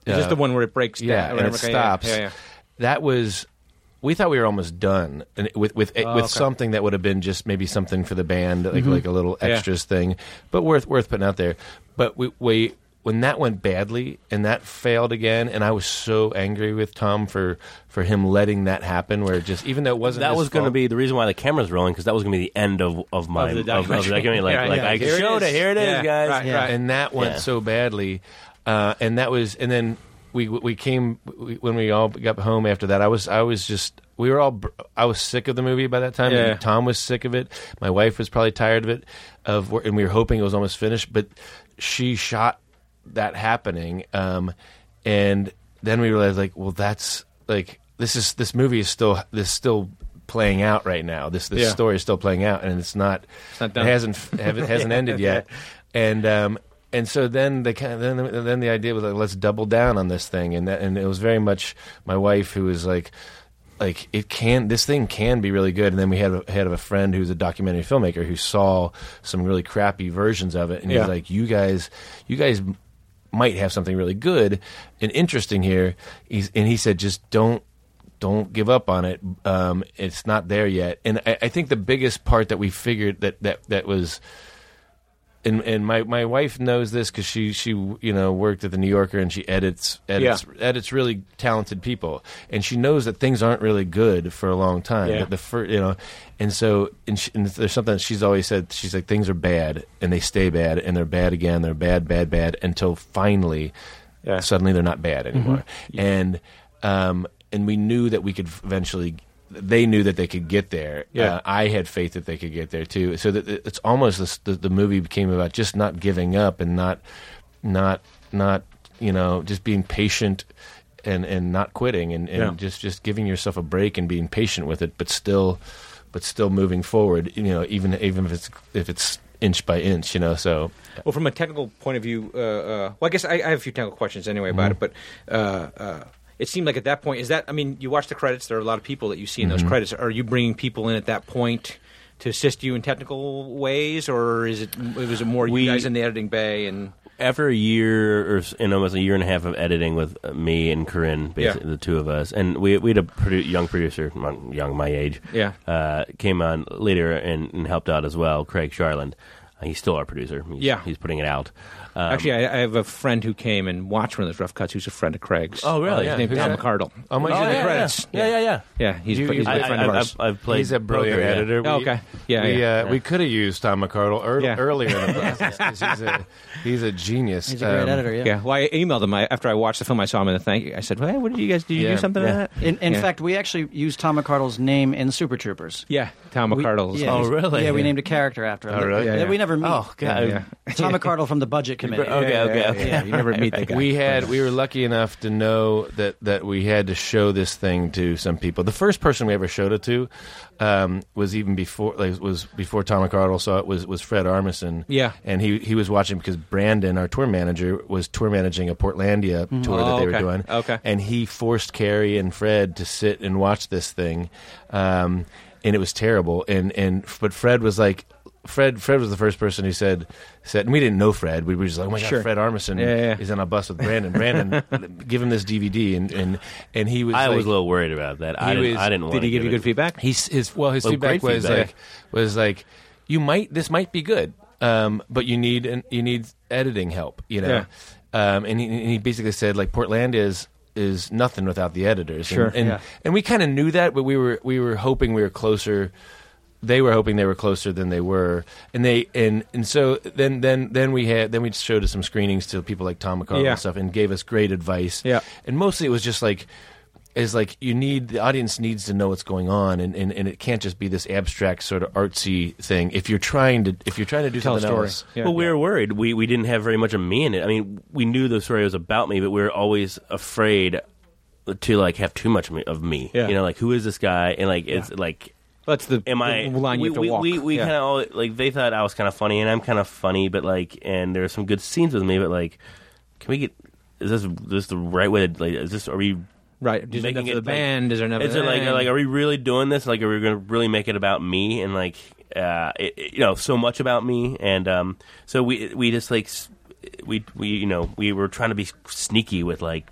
Speaker 9: is this
Speaker 6: uh,
Speaker 9: the one where it breaks
Speaker 6: yeah
Speaker 9: down?
Speaker 6: and it
Speaker 9: Okay,
Speaker 6: stops
Speaker 9: Yeah, yeah.
Speaker 6: that was we thought we were almost done and with with with something that would have been just maybe something for the band, like like a little extras thing, but worth worth putting out there. But we we when that went badly and that failed again, and I was so angry with Tom for for him letting that happen, where it just even though it wasn't
Speaker 7: that
Speaker 6: his
Speaker 7: was going to
Speaker 6: fault-
Speaker 7: be the reason why the camera's rolling because that was going to be the end of of my
Speaker 9: the
Speaker 7: of, of the
Speaker 9: documentary. (laughs)
Speaker 7: documentary. Like,
Speaker 9: Yeah,
Speaker 7: like
Speaker 9: yeah.
Speaker 7: I
Speaker 9: Here it
Speaker 7: showed
Speaker 9: is.
Speaker 7: it. Here it is,
Speaker 9: Yeah,
Speaker 7: guys.
Speaker 9: right, right.
Speaker 6: and that went
Speaker 7: Yeah.
Speaker 6: so badly, uh, and that was, and then we we came we, when we all got home after that. I was I was just we were all br- I was sick of the movie by that time.
Speaker 9: Yeah.
Speaker 6: Tom was sick of it. My wife was probably tired of it, of wor- and we were hoping it was almost finished, but she shot that happening, um, and then we realized like, well, that's like this is this movie is still this still playing out right now. This this
Speaker 9: Yeah.
Speaker 6: story is still playing out, and it's not,
Speaker 9: not done.
Speaker 6: it hasn't have, it hasn't ended yet, and um, and so then the kind then then the idea was like let's double down on this thing, and that, and it was very much my wife who was like. Like it can, this thing can be really good. And then we had a, had a friend who's a documentary filmmaker who saw some really crappy versions of it, and
Speaker 9: Yeah.
Speaker 6: he's like, "You guys, you guys might have something really good and interesting here. He's, and he said, just don't don't give up on it. Um, it's not there yet. And I, I think the biggest part that we figured that that that was. And, and my, my wife knows this because she, she you know worked at the New Yorker and she edits edits edits really talented people and she knows that things aren't really good for a long time
Speaker 9: Yeah.
Speaker 6: that the first you know and so and, she, and there's something that she's always said she's like things are bad and they stay bad and they're bad again they're bad bad bad until finally
Speaker 9: Yeah. Mm-hmm.
Speaker 6: suddenly they're not bad anymore and um and we knew that we could eventually they knew that they could get there
Speaker 9: Yeah.
Speaker 6: Uh, i had faith that they could get there too so that it's almost this, the, the movie became about just not giving up and not not not you know just being patient and and not quitting and, and
Speaker 9: Yeah.
Speaker 6: just just giving yourself a break and being patient with it but still but still moving forward you know even even if it's if it's inch by inch you know so
Speaker 9: Well, from a technical point of view, uh, uh, well, I guess I, I have a few technical questions anyway about it, but uh, uh, it seemed like at that point, is that, I mean, you watch the credits, there are a lot of people that you see in those credits. Are you bringing people in at that point? To assist you in technical ways, or is it was it more
Speaker 7: We-
Speaker 9: you guys in the editing bay and
Speaker 7: after a year or s- and almost a year and a half of editing with uh, me and Corinne, basically the two of us, and we we had a produ- young producer, mon- young my age,
Speaker 9: Yeah.
Speaker 7: uh, came on later and, and helped out as well, Craig Sharland. Uh, he's still our producer. He's,
Speaker 9: Yeah.
Speaker 7: he's putting it out. Um,
Speaker 9: Actually, I, I have a friend who came and watched one of those rough cuts. Who's a friend of Craig's.
Speaker 7: Oh, really?
Speaker 9: He's
Speaker 7: Yeah.
Speaker 9: named
Speaker 7: Who's
Speaker 9: Al
Speaker 7: that?
Speaker 9: McCardle.
Speaker 6: Oh, my
Speaker 9: he's in
Speaker 6: God.
Speaker 9: the
Speaker 6: Yeah,
Speaker 9: credits.
Speaker 7: yeah, yeah, yeah.
Speaker 9: Yeah, he's,
Speaker 6: You-
Speaker 9: he's a
Speaker 6: you-
Speaker 9: big
Speaker 7: I,
Speaker 9: friend of
Speaker 7: I,
Speaker 9: ours.
Speaker 7: I've, I've played.
Speaker 6: He's a brilliant
Speaker 7: poker, yeah.
Speaker 6: editor.
Speaker 9: Oh,
Speaker 6: We-
Speaker 9: okay. Yeah,
Speaker 6: we,
Speaker 9: yeah,
Speaker 6: Uh, we could have used Tom McCardle ear-
Speaker 9: Yeah.
Speaker 6: earlier in the process 'cause he's a he's a genius.
Speaker 4: He's a great
Speaker 6: Um,
Speaker 4: editor. Yeah.
Speaker 9: yeah, well, I emailed him I, after I watched the film. I saw him in the thank you. I said, "Hey, what did you guys? Did you
Speaker 6: Yeah,
Speaker 9: do something on
Speaker 7: yeah.
Speaker 9: that?"
Speaker 4: In, in
Speaker 9: Yeah.
Speaker 4: fact, we actually used Tom McCardle's name in Super Troopers.
Speaker 9: yeah, Tom
Speaker 4: We-
Speaker 9: McCardle's.
Speaker 4: yeah,
Speaker 7: Oh, really?
Speaker 4: Yeah, we named a character after him.
Speaker 6: Oh,
Speaker 4: that-
Speaker 6: really?
Speaker 9: Yeah,
Speaker 4: that
Speaker 9: yeah.
Speaker 4: We never meet.
Speaker 7: Oh God.
Speaker 9: Yeah.
Speaker 4: Tom McCardle from the
Speaker 7: (laughs)
Speaker 4: Budget Committee.
Speaker 7: Okay, okay, okay.
Speaker 9: Yeah, you never meet that
Speaker 6: (laughs)
Speaker 9: guy.
Speaker 6: We had we were lucky enough to know that that we had to show this thing to some people. The first person we ever showed it to um, was even before like, was before Tom McCardle saw it was was Fred Armisen.
Speaker 9: Yeah.
Speaker 6: and he he was watching because Brandon, our tour manager, was tour managing a Portlandia tour that
Speaker 9: Oh,
Speaker 6: they were
Speaker 9: okay,
Speaker 6: doing.
Speaker 9: okay.
Speaker 6: and he forced Carrie and Fred to sit and watch this thing, um, and it was terrible. And and but Fred was like. Fred Fred was the first person who said said and we didn't know Fred we were just like oh my god
Speaker 9: Sure.
Speaker 6: Fred Armisen
Speaker 9: Yeah, yeah.
Speaker 6: is on a bus with Brandon Brandon give him this DVD and and, and he was
Speaker 7: I
Speaker 6: like,
Speaker 7: was a little worried about that. I
Speaker 6: He
Speaker 7: didn't.
Speaker 6: was-
Speaker 7: I didn't.
Speaker 9: Did
Speaker 7: wanna
Speaker 9: he give you
Speaker 7: it-
Speaker 9: good feedback?
Speaker 6: He's his well. His
Speaker 7: Well,
Speaker 6: feedback
Speaker 7: great
Speaker 6: was
Speaker 7: feedback.
Speaker 6: like was like you might this might be good, um, but you need an, you need editing help. You know, um, and, he, and he basically said like Portland is is nothing without the editors.
Speaker 9: Sure.
Speaker 6: and and,
Speaker 4: Yeah.
Speaker 6: and we kind of knew that, but we were we were hoping we were closer. They were hoping they were closer than they were, and they and and so then then then we had then we showed some screenings to people like Tom McCarthy
Speaker 9: Yeah.
Speaker 6: and stuff, and gave us great advice.
Speaker 9: Yeah.
Speaker 6: and mostly it was just like is like you need the audience needs to know what's going on and, and, and it can't just be this abstract sort of artsy thing if you're trying to if you're trying to do
Speaker 9: Tell a
Speaker 6: something
Speaker 9: story.
Speaker 6: else
Speaker 9: Yeah.
Speaker 7: well, we were worried. We we didn't have very much of me in it. I mean, we knew the story was about me, but we were always afraid to like have too much me- of me.
Speaker 9: Yeah.
Speaker 7: You know, like who is this guy? And like it's like
Speaker 9: That's the
Speaker 7: am I?
Speaker 9: the line
Speaker 7: we
Speaker 9: you have to
Speaker 7: we,
Speaker 9: walk.
Speaker 7: we, we
Speaker 9: Yeah.
Speaker 7: kind of like they thought I was kind of funny, and I'm kind of funny, but like, and there are some good scenes with me, but like, can we get? Is this this the right way? To, like, is this are we?
Speaker 9: right. Is there enough
Speaker 7: making
Speaker 9: for
Speaker 7: it,
Speaker 9: the
Speaker 7: like-
Speaker 9: band? Is there enough? for
Speaker 7: Is
Speaker 9: the
Speaker 7: it like
Speaker 9: band?
Speaker 7: like are we really doing this? Like, are we going to really make it about me and like uh, it, it- you know so much about me? And um, so we we just like s- we we you know we were trying to be sneaky with like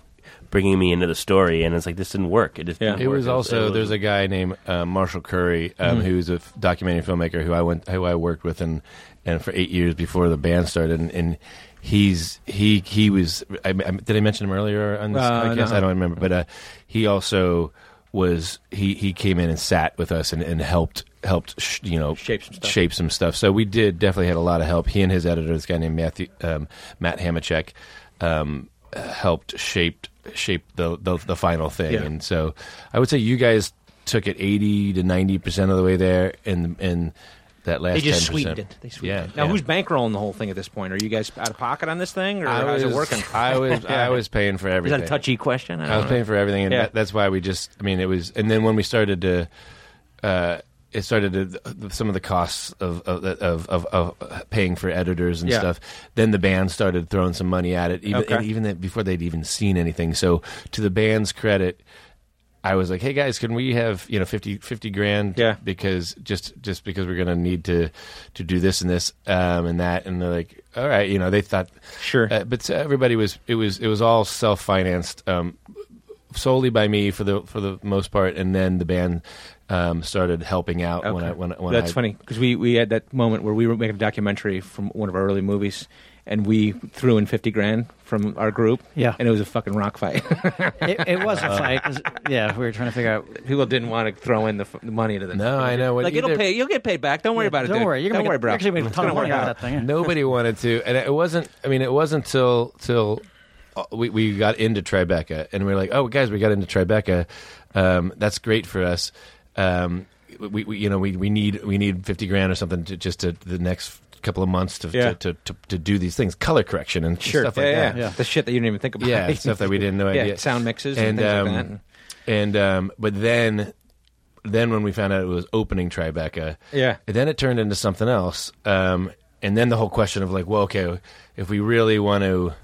Speaker 7: bringing me into the story, and it's like this didn't work. It just
Speaker 9: Yeah.
Speaker 7: didn't
Speaker 6: It
Speaker 7: work.
Speaker 6: was also there's a guy named uh, Marshall Curry um,
Speaker 9: Mm-hmm.
Speaker 6: who's a f- documentary filmmaker who I went who I worked with and and for eight years before the band started and, and he's he he was I, I, did I mention him earlier on this
Speaker 9: Uh,
Speaker 6: podcast
Speaker 9: no.
Speaker 6: I don't remember but uh, he also was he he came in and sat with us and, and helped helped sh- you know
Speaker 9: Shape some stuff.
Speaker 6: shape some stuff so we did definitely had a lot of help he and his editor this guy named Matthew um, Matt Hamachek um, helped shaped shape the the, the final thing
Speaker 9: Yeah.
Speaker 6: and so I would say you guys took it 80 to 90% of the way there and and that last
Speaker 9: They just
Speaker 6: 10%.
Speaker 9: sweetened it. They sweetened
Speaker 6: yeah,
Speaker 9: it. Now,
Speaker 6: yeah.
Speaker 9: who's bankrolling the whole thing at this point? Are you guys out of pocket on this thing, or
Speaker 6: I
Speaker 9: how's
Speaker 6: was,
Speaker 9: it working?
Speaker 6: I
Speaker 9: (laughs)
Speaker 6: was I was paying for
Speaker 7: Is
Speaker 6: everything.
Speaker 7: that a touchy question? I
Speaker 6: I was
Speaker 7: don't know.
Speaker 6: paying for everything, and
Speaker 9: Yeah.
Speaker 6: that, that's why we just. I mean, it was, and then when we started to, uh, it started to some of the costs of of of, of, of paying for editors and
Speaker 9: Yeah.
Speaker 6: stuff. Then the band started throwing some money at it, even
Speaker 9: Okay.
Speaker 6: and even that before they'd even seen anything. So to the band's credit. I was like, "Hey guys, can we have you know 50, 50 grand?
Speaker 9: Yeah.
Speaker 6: because just just because we're gonna need to to do this and this um, and that." And they're like, "All right," you know. They thought
Speaker 9: Sure.
Speaker 6: uh, but everybody was it was it was all self financed um, solely by me for the for the most part, and then the band um, started helping out when I when, I- when
Speaker 9: That's
Speaker 6: I,
Speaker 9: funny because we, we had that moment where we were making a documentary from one of our early movies, and we threw in fifty grand from our group.
Speaker 4: Yeah.
Speaker 9: and it was a fucking rock fight.
Speaker 4: It, it was a fight. 'cause- Yeah, we were trying to figure out.
Speaker 9: People didn't want to throw in the, f- the money to the
Speaker 6: No, I know. What
Speaker 9: Like
Speaker 6: you
Speaker 9: it'll
Speaker 6: did-
Speaker 9: pay. You'll get paid back. Don't worry about it.
Speaker 4: Don't
Speaker 9: dude.
Speaker 4: worry, you're
Speaker 9: don't
Speaker 4: gonna make,
Speaker 9: worry, bro.
Speaker 4: You're actually making a
Speaker 9: It's
Speaker 4: ton
Speaker 9: gonna
Speaker 4: of
Speaker 9: work
Speaker 4: money out
Speaker 9: out.
Speaker 4: of that thing. yeah.
Speaker 6: (laughs) Nobody wanted to, and it wasn't. I mean, it wasn't till till uh, we we got into Tribeca, and we were like, "Oh, guys, we got into Tribeca. Um, that's great for us." Um, we, we, you know, we, we need we need fifty grand or something to, just to the next couple of months to
Speaker 9: Yeah.
Speaker 6: to, to, to to do these things, color correction and
Speaker 9: Sure.
Speaker 6: stuff
Speaker 9: yeah,
Speaker 6: like
Speaker 9: yeah,
Speaker 6: that.
Speaker 9: yeah. The shit that you didn't even think about.
Speaker 6: Yeah, stuff that we didn't know.
Speaker 9: Yeah,
Speaker 6: idea.
Speaker 9: sound mixes and things like that.
Speaker 6: And um, but then, then when we found out it was opening Tribeca,
Speaker 9: (laughs) Yeah.
Speaker 6: then it turned into something else. Um, and then the whole question of like, well, okay, if we really want to,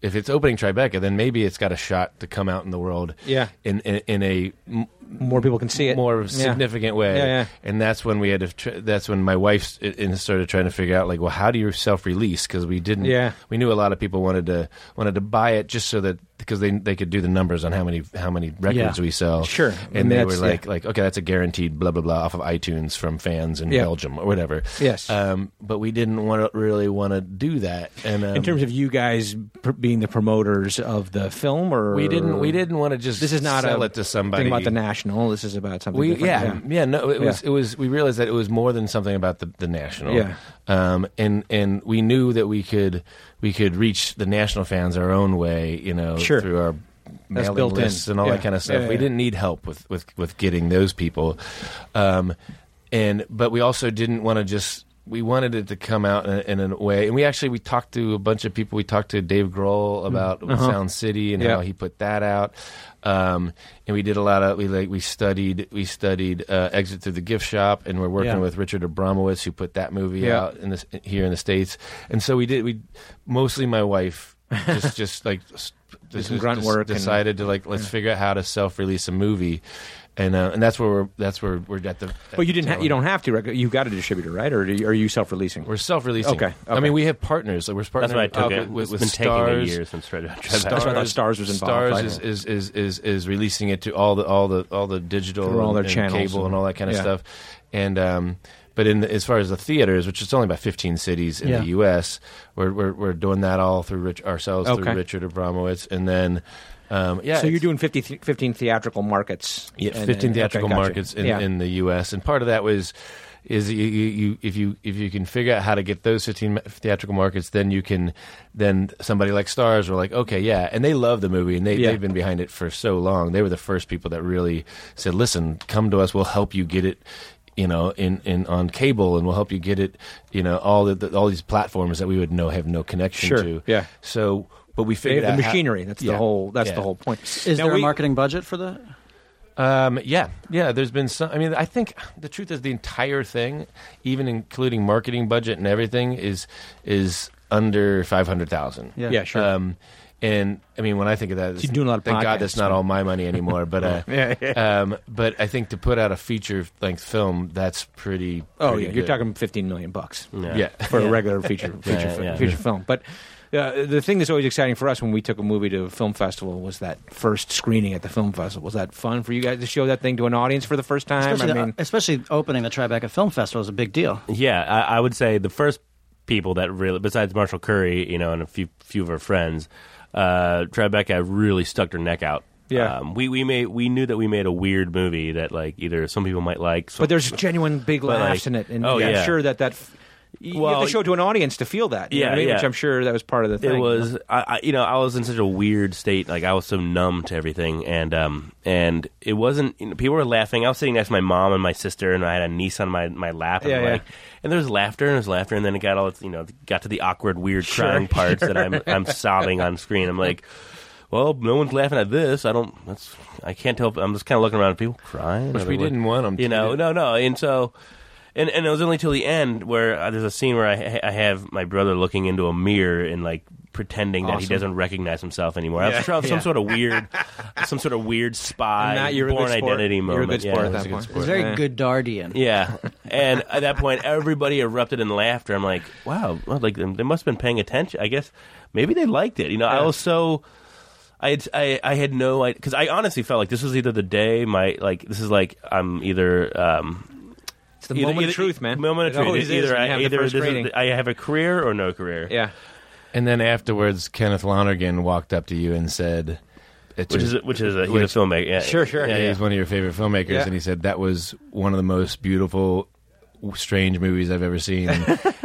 Speaker 6: if it's opening Tribeca, then maybe it's got a shot to come out in the world.
Speaker 9: Yeah.
Speaker 6: in in, in a m-
Speaker 9: More people can see it.
Speaker 6: more
Speaker 9: Yeah.
Speaker 6: significant way.
Speaker 9: Yeah, yeah.
Speaker 6: And that's when we had to. Tr- that's when my wife s- and started trying to figure out like, well, how do you self release? Because we didn't.
Speaker 9: Yeah.
Speaker 6: We knew a lot of people wanted to wanted to buy it just so that because they they could do the numbers on how many how many records
Speaker 4: Yeah.
Speaker 6: we sell.
Speaker 9: Sure. I mean,
Speaker 6: And they were
Speaker 9: that's-
Speaker 6: like
Speaker 9: yeah.
Speaker 6: like okay, that's a guaranteed blah blah blah off of iTunes from fans in
Speaker 9: Yeah.
Speaker 6: Belgium or whatever.
Speaker 9: Yes.
Speaker 6: Um, but we didn't want to really want to do that. And um,
Speaker 9: in terms of you guys pr- being the promoters of the film, or
Speaker 6: we didn't we didn't want to just
Speaker 9: This is not
Speaker 6: sell
Speaker 9: a
Speaker 6: it to somebody
Speaker 9: Thing about the national. This is about something.
Speaker 6: We,
Speaker 9: different.
Speaker 6: yeah, yeah, no, it was it
Speaker 9: Yeah.
Speaker 6: was we realized that it was more than something about the, the national.
Speaker 9: Yeah.
Speaker 6: Um and and we knew that we could we could reach the national fans our own way, you know,
Speaker 9: Sure.
Speaker 6: through our mailing
Speaker 9: built in.
Speaker 6: lists and all
Speaker 9: Yeah.
Speaker 6: that kind of stuff.
Speaker 9: Yeah, yeah,
Speaker 6: we
Speaker 9: yeah.
Speaker 6: didn't need help with with with getting those people. Um and but we also didn't want to just we wanted it to come out in, in a way, and we actually we talked to a bunch of people. We talked to Dave Grohl about
Speaker 9: Mm, uh-huh.
Speaker 6: Sound City and
Speaker 9: Yeah.
Speaker 6: how he put that out. Um, and we did a lot of we like we studied we studied uh, Exit Through the Gift Shop, and we're working
Speaker 4: Yeah.
Speaker 6: with Richard Abramowitz who put that movie
Speaker 9: Yeah.
Speaker 6: out in this here in the states. And so we did we mostly my
Speaker 9: (laughs)
Speaker 6: wife just just like s-
Speaker 9: some grunt
Speaker 6: des-
Speaker 9: work and-
Speaker 6: decided to like let's figure out how to self release a movie. And, uh, and that's where we're that's where we're at the.
Speaker 9: But you didn't. Ha- you don't have to. rec- You've got a distributor, right? Or do you- are you self-releasing?
Speaker 6: We're self-releasing.
Speaker 9: Okay,
Speaker 6: I
Speaker 9: okay.
Speaker 6: mean, we have partners. Like we're partnering
Speaker 7: That's why I took
Speaker 6: with,
Speaker 7: it.
Speaker 6: with, with
Speaker 7: it's been
Speaker 6: stars.
Speaker 7: taking a year since Red Hot Chili Peppers.
Speaker 9: That's why I thought Stars was involved.
Speaker 6: Stars
Speaker 9: Right.
Speaker 6: is, is, is, is, is releasing it to all the all the all the digital
Speaker 9: Through all
Speaker 6: and-
Speaker 9: their
Speaker 6: and
Speaker 9: channels
Speaker 6: cable, and,
Speaker 9: and-
Speaker 6: all that kind of
Speaker 9: yeah.
Speaker 6: stuff. And um, but in the, as far as the theaters, which is only about 15 cities in
Speaker 4: Yeah.
Speaker 6: the U.S., we're, we're we're doing that all through Rich, ourselves
Speaker 9: Okay.
Speaker 6: through Richard Abramowitz, and then um, yeah,
Speaker 9: so you're
Speaker 6: it's-
Speaker 9: doing 50, th- 15 theatrical markets.
Speaker 6: yeah,
Speaker 9: and-
Speaker 6: 15
Speaker 9: and-
Speaker 6: theatrical
Speaker 9: okay, gotcha.
Speaker 6: markets in,
Speaker 9: yeah.
Speaker 6: in the U.S. and part of that was is you, you, you if you if you can figure out how to get those 15 ma- theatrical markets, then you can then somebody like Stars were like, okay, yeah, and they love the movie and they
Speaker 9: Yeah.
Speaker 6: they've been behind it for so long. They were the first people that really said, listen, come to us, we'll help you get it. You know, in, in on cable, and we'll help you get it. You know, all the, the all these platforms that we would know have no connection
Speaker 9: Sure,
Speaker 6: to.
Speaker 9: yeah.
Speaker 6: So, but we
Speaker 9: They
Speaker 6: figured
Speaker 9: have the
Speaker 6: out how-
Speaker 9: machinery. That's the
Speaker 6: Yeah,
Speaker 9: whole. That's
Speaker 6: yeah.
Speaker 9: the whole point.
Speaker 4: Is
Speaker 9: Now
Speaker 4: there
Speaker 9: we-
Speaker 4: a marketing budget for the?
Speaker 6: Um, yeah, yeah. There's been some. I mean, I think the truth is the entire thing, even including marketing budget and everything, is is under five hundred thousand.
Speaker 4: Yeah.
Speaker 9: Yeah, sure.
Speaker 6: Um, and I mean, when I think of that,
Speaker 9: you're doing a lot of
Speaker 6: thank
Speaker 9: podcasts,
Speaker 6: God that's not all my money anymore.
Speaker 9: (laughs)
Speaker 6: But uh,
Speaker 9: Yeah,
Speaker 6: Um, but I think to put out a feature length film, that's pretty.
Speaker 9: oh
Speaker 6: pretty
Speaker 9: yeah, you're
Speaker 6: good.
Speaker 7: (laughs)
Speaker 9: talking 15 million bucks (laughs)
Speaker 6: Yeah.
Speaker 9: for a regular feature feature,
Speaker 7: yeah.
Speaker 9: feature film, but. uh, the thing that's always exciting for us when we took a movie to a film festival was that first screening at the film festival. Was that fun for you guys to show that thing to an audience for the first time?
Speaker 4: Especially,
Speaker 9: I mean,
Speaker 4: the, especially opening the Tribeca Film Festival is a big deal.
Speaker 7: Yeah, I, I would say the first people that really, besides Marshall Curry, you know, and a few few of her friends, uh, Tribeca really stuck their neck out.
Speaker 9: Yeah.
Speaker 7: um, we we made we knew that we made a weird movie that like either some people might like, some,
Speaker 9: but there's genuine big
Speaker 7: But, like,
Speaker 9: laughs in it, and
Speaker 7: oh,
Speaker 9: I'm
Speaker 7: yeah.
Speaker 9: sure that that f- you
Speaker 7: Well,
Speaker 9: have to show it to an audience to feel that. you know
Speaker 7: yeah,
Speaker 9: what I mean?
Speaker 7: yeah.
Speaker 9: which I'm sure that was part of the thing.
Speaker 7: It was, I, I, you know, I was in such a weird state. Like I was so numb to everything, and um, and it wasn't. You know, people were laughing. I was sitting next to my mom and my sister, and I had a niece on my my lap, and
Speaker 9: Yeah,
Speaker 7: I'm
Speaker 9: yeah.
Speaker 7: like, and there was laughter and there was laughter, and then it got all, you know, got to the awkward, weird
Speaker 9: (laughs)
Speaker 7: crying parts that I'm I'm sobbing on screen. I'm like. Well, no one's laughing at this. I don't. That's. I can't tell. I'm just kind of looking around at people crying.
Speaker 6: Which
Speaker 7: Are
Speaker 6: we
Speaker 7: they look-
Speaker 6: didn't want 'em to
Speaker 7: You know.
Speaker 6: do.
Speaker 7: No, no. And so, and and it was only till the end where uh, there's a scene where I, ha- I have my brother looking into a mirror and like pretending that he
Speaker 9: Awesome.
Speaker 7: doesn't recognize himself anymore. I was trying some
Speaker 9: Yeah.
Speaker 7: sort of weird, some sort of weird spy
Speaker 9: And that you're a
Speaker 7: born
Speaker 9: good sport.
Speaker 7: identity moment.
Speaker 9: You're a good
Speaker 7: yeah,
Speaker 9: sport
Speaker 7: it
Speaker 9: at
Speaker 7: was
Speaker 9: that
Speaker 7: a good
Speaker 9: point.
Speaker 7: sport.
Speaker 4: It's very
Speaker 9: Yeah.
Speaker 4: good Dardian.
Speaker 7: Yeah, and at that point, everybody erupted in laughter. I'm like, wow, well, like they must have been paying attention. I guess maybe they liked it. You know, I was so. I had, I, I had no idea because I honestly felt like this was either the day my like this is like I'm either um
Speaker 9: It's the
Speaker 7: either-
Speaker 9: moment
Speaker 7: either-
Speaker 9: of truth, man.
Speaker 7: moment of
Speaker 9: It
Speaker 7: truth
Speaker 9: always is
Speaker 7: either
Speaker 9: when you
Speaker 7: I
Speaker 9: have the
Speaker 7: either
Speaker 9: first
Speaker 7: this is-
Speaker 9: rating.
Speaker 7: I have a career or no career
Speaker 9: yeah.
Speaker 6: And then afterwards, Kenneth Lonergan walked up to you and said, it's
Speaker 7: which
Speaker 6: a-
Speaker 7: is which is a, he's
Speaker 6: Which-
Speaker 7: a filmmaker yeah
Speaker 9: Sure, sure.
Speaker 7: yeah,
Speaker 6: yeah,
Speaker 7: yeah.
Speaker 6: he's one of your favorite filmmakers,
Speaker 9: Yeah.
Speaker 6: and he said that was one of the most beautiful, w- strange movies I've ever seen.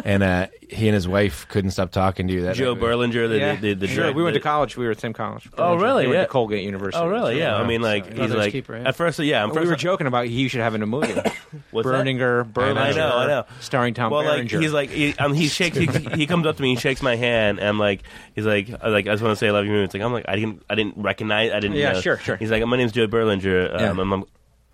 Speaker 6: and uh, he and his wife couldn't stop talking to you. That
Speaker 7: Joe
Speaker 6: night.
Speaker 7: Berlinger the,
Speaker 9: yeah.
Speaker 7: the, the, the
Speaker 9: sure.
Speaker 7: direct-
Speaker 9: we went
Speaker 7: the-
Speaker 9: to college. We were at the same college.
Speaker 7: Oh, really?
Speaker 9: They went
Speaker 7: Yeah.
Speaker 9: to Colgate University.
Speaker 7: oh really yeah I
Speaker 9: So-
Speaker 7: mean like
Speaker 9: so-
Speaker 7: he's
Speaker 4: Brother's
Speaker 7: like
Speaker 4: Keeper, yeah.
Speaker 7: at first yeah I'm
Speaker 9: we
Speaker 7: first,
Speaker 9: were joking about he should have it in a movie.
Speaker 7: (coughs) What's that?
Speaker 9: Berninger, Berlinger.
Speaker 7: I know, I know.
Speaker 9: Starring Tom
Speaker 7: well,
Speaker 9: Berenger.
Speaker 7: like he's like he,
Speaker 9: (laughs)
Speaker 7: um, he shakes he, he comes up to me, he shakes my hand, and I'm like he's like I like I just want to say I love you. It's like I'm like I didn't I didn't recognize I didn't
Speaker 9: Yeah,
Speaker 7: know.
Speaker 9: sure, sure.
Speaker 7: He's like my name's Joe Berlinger. Um,
Speaker 9: Yeah.
Speaker 7: I'm, I'm-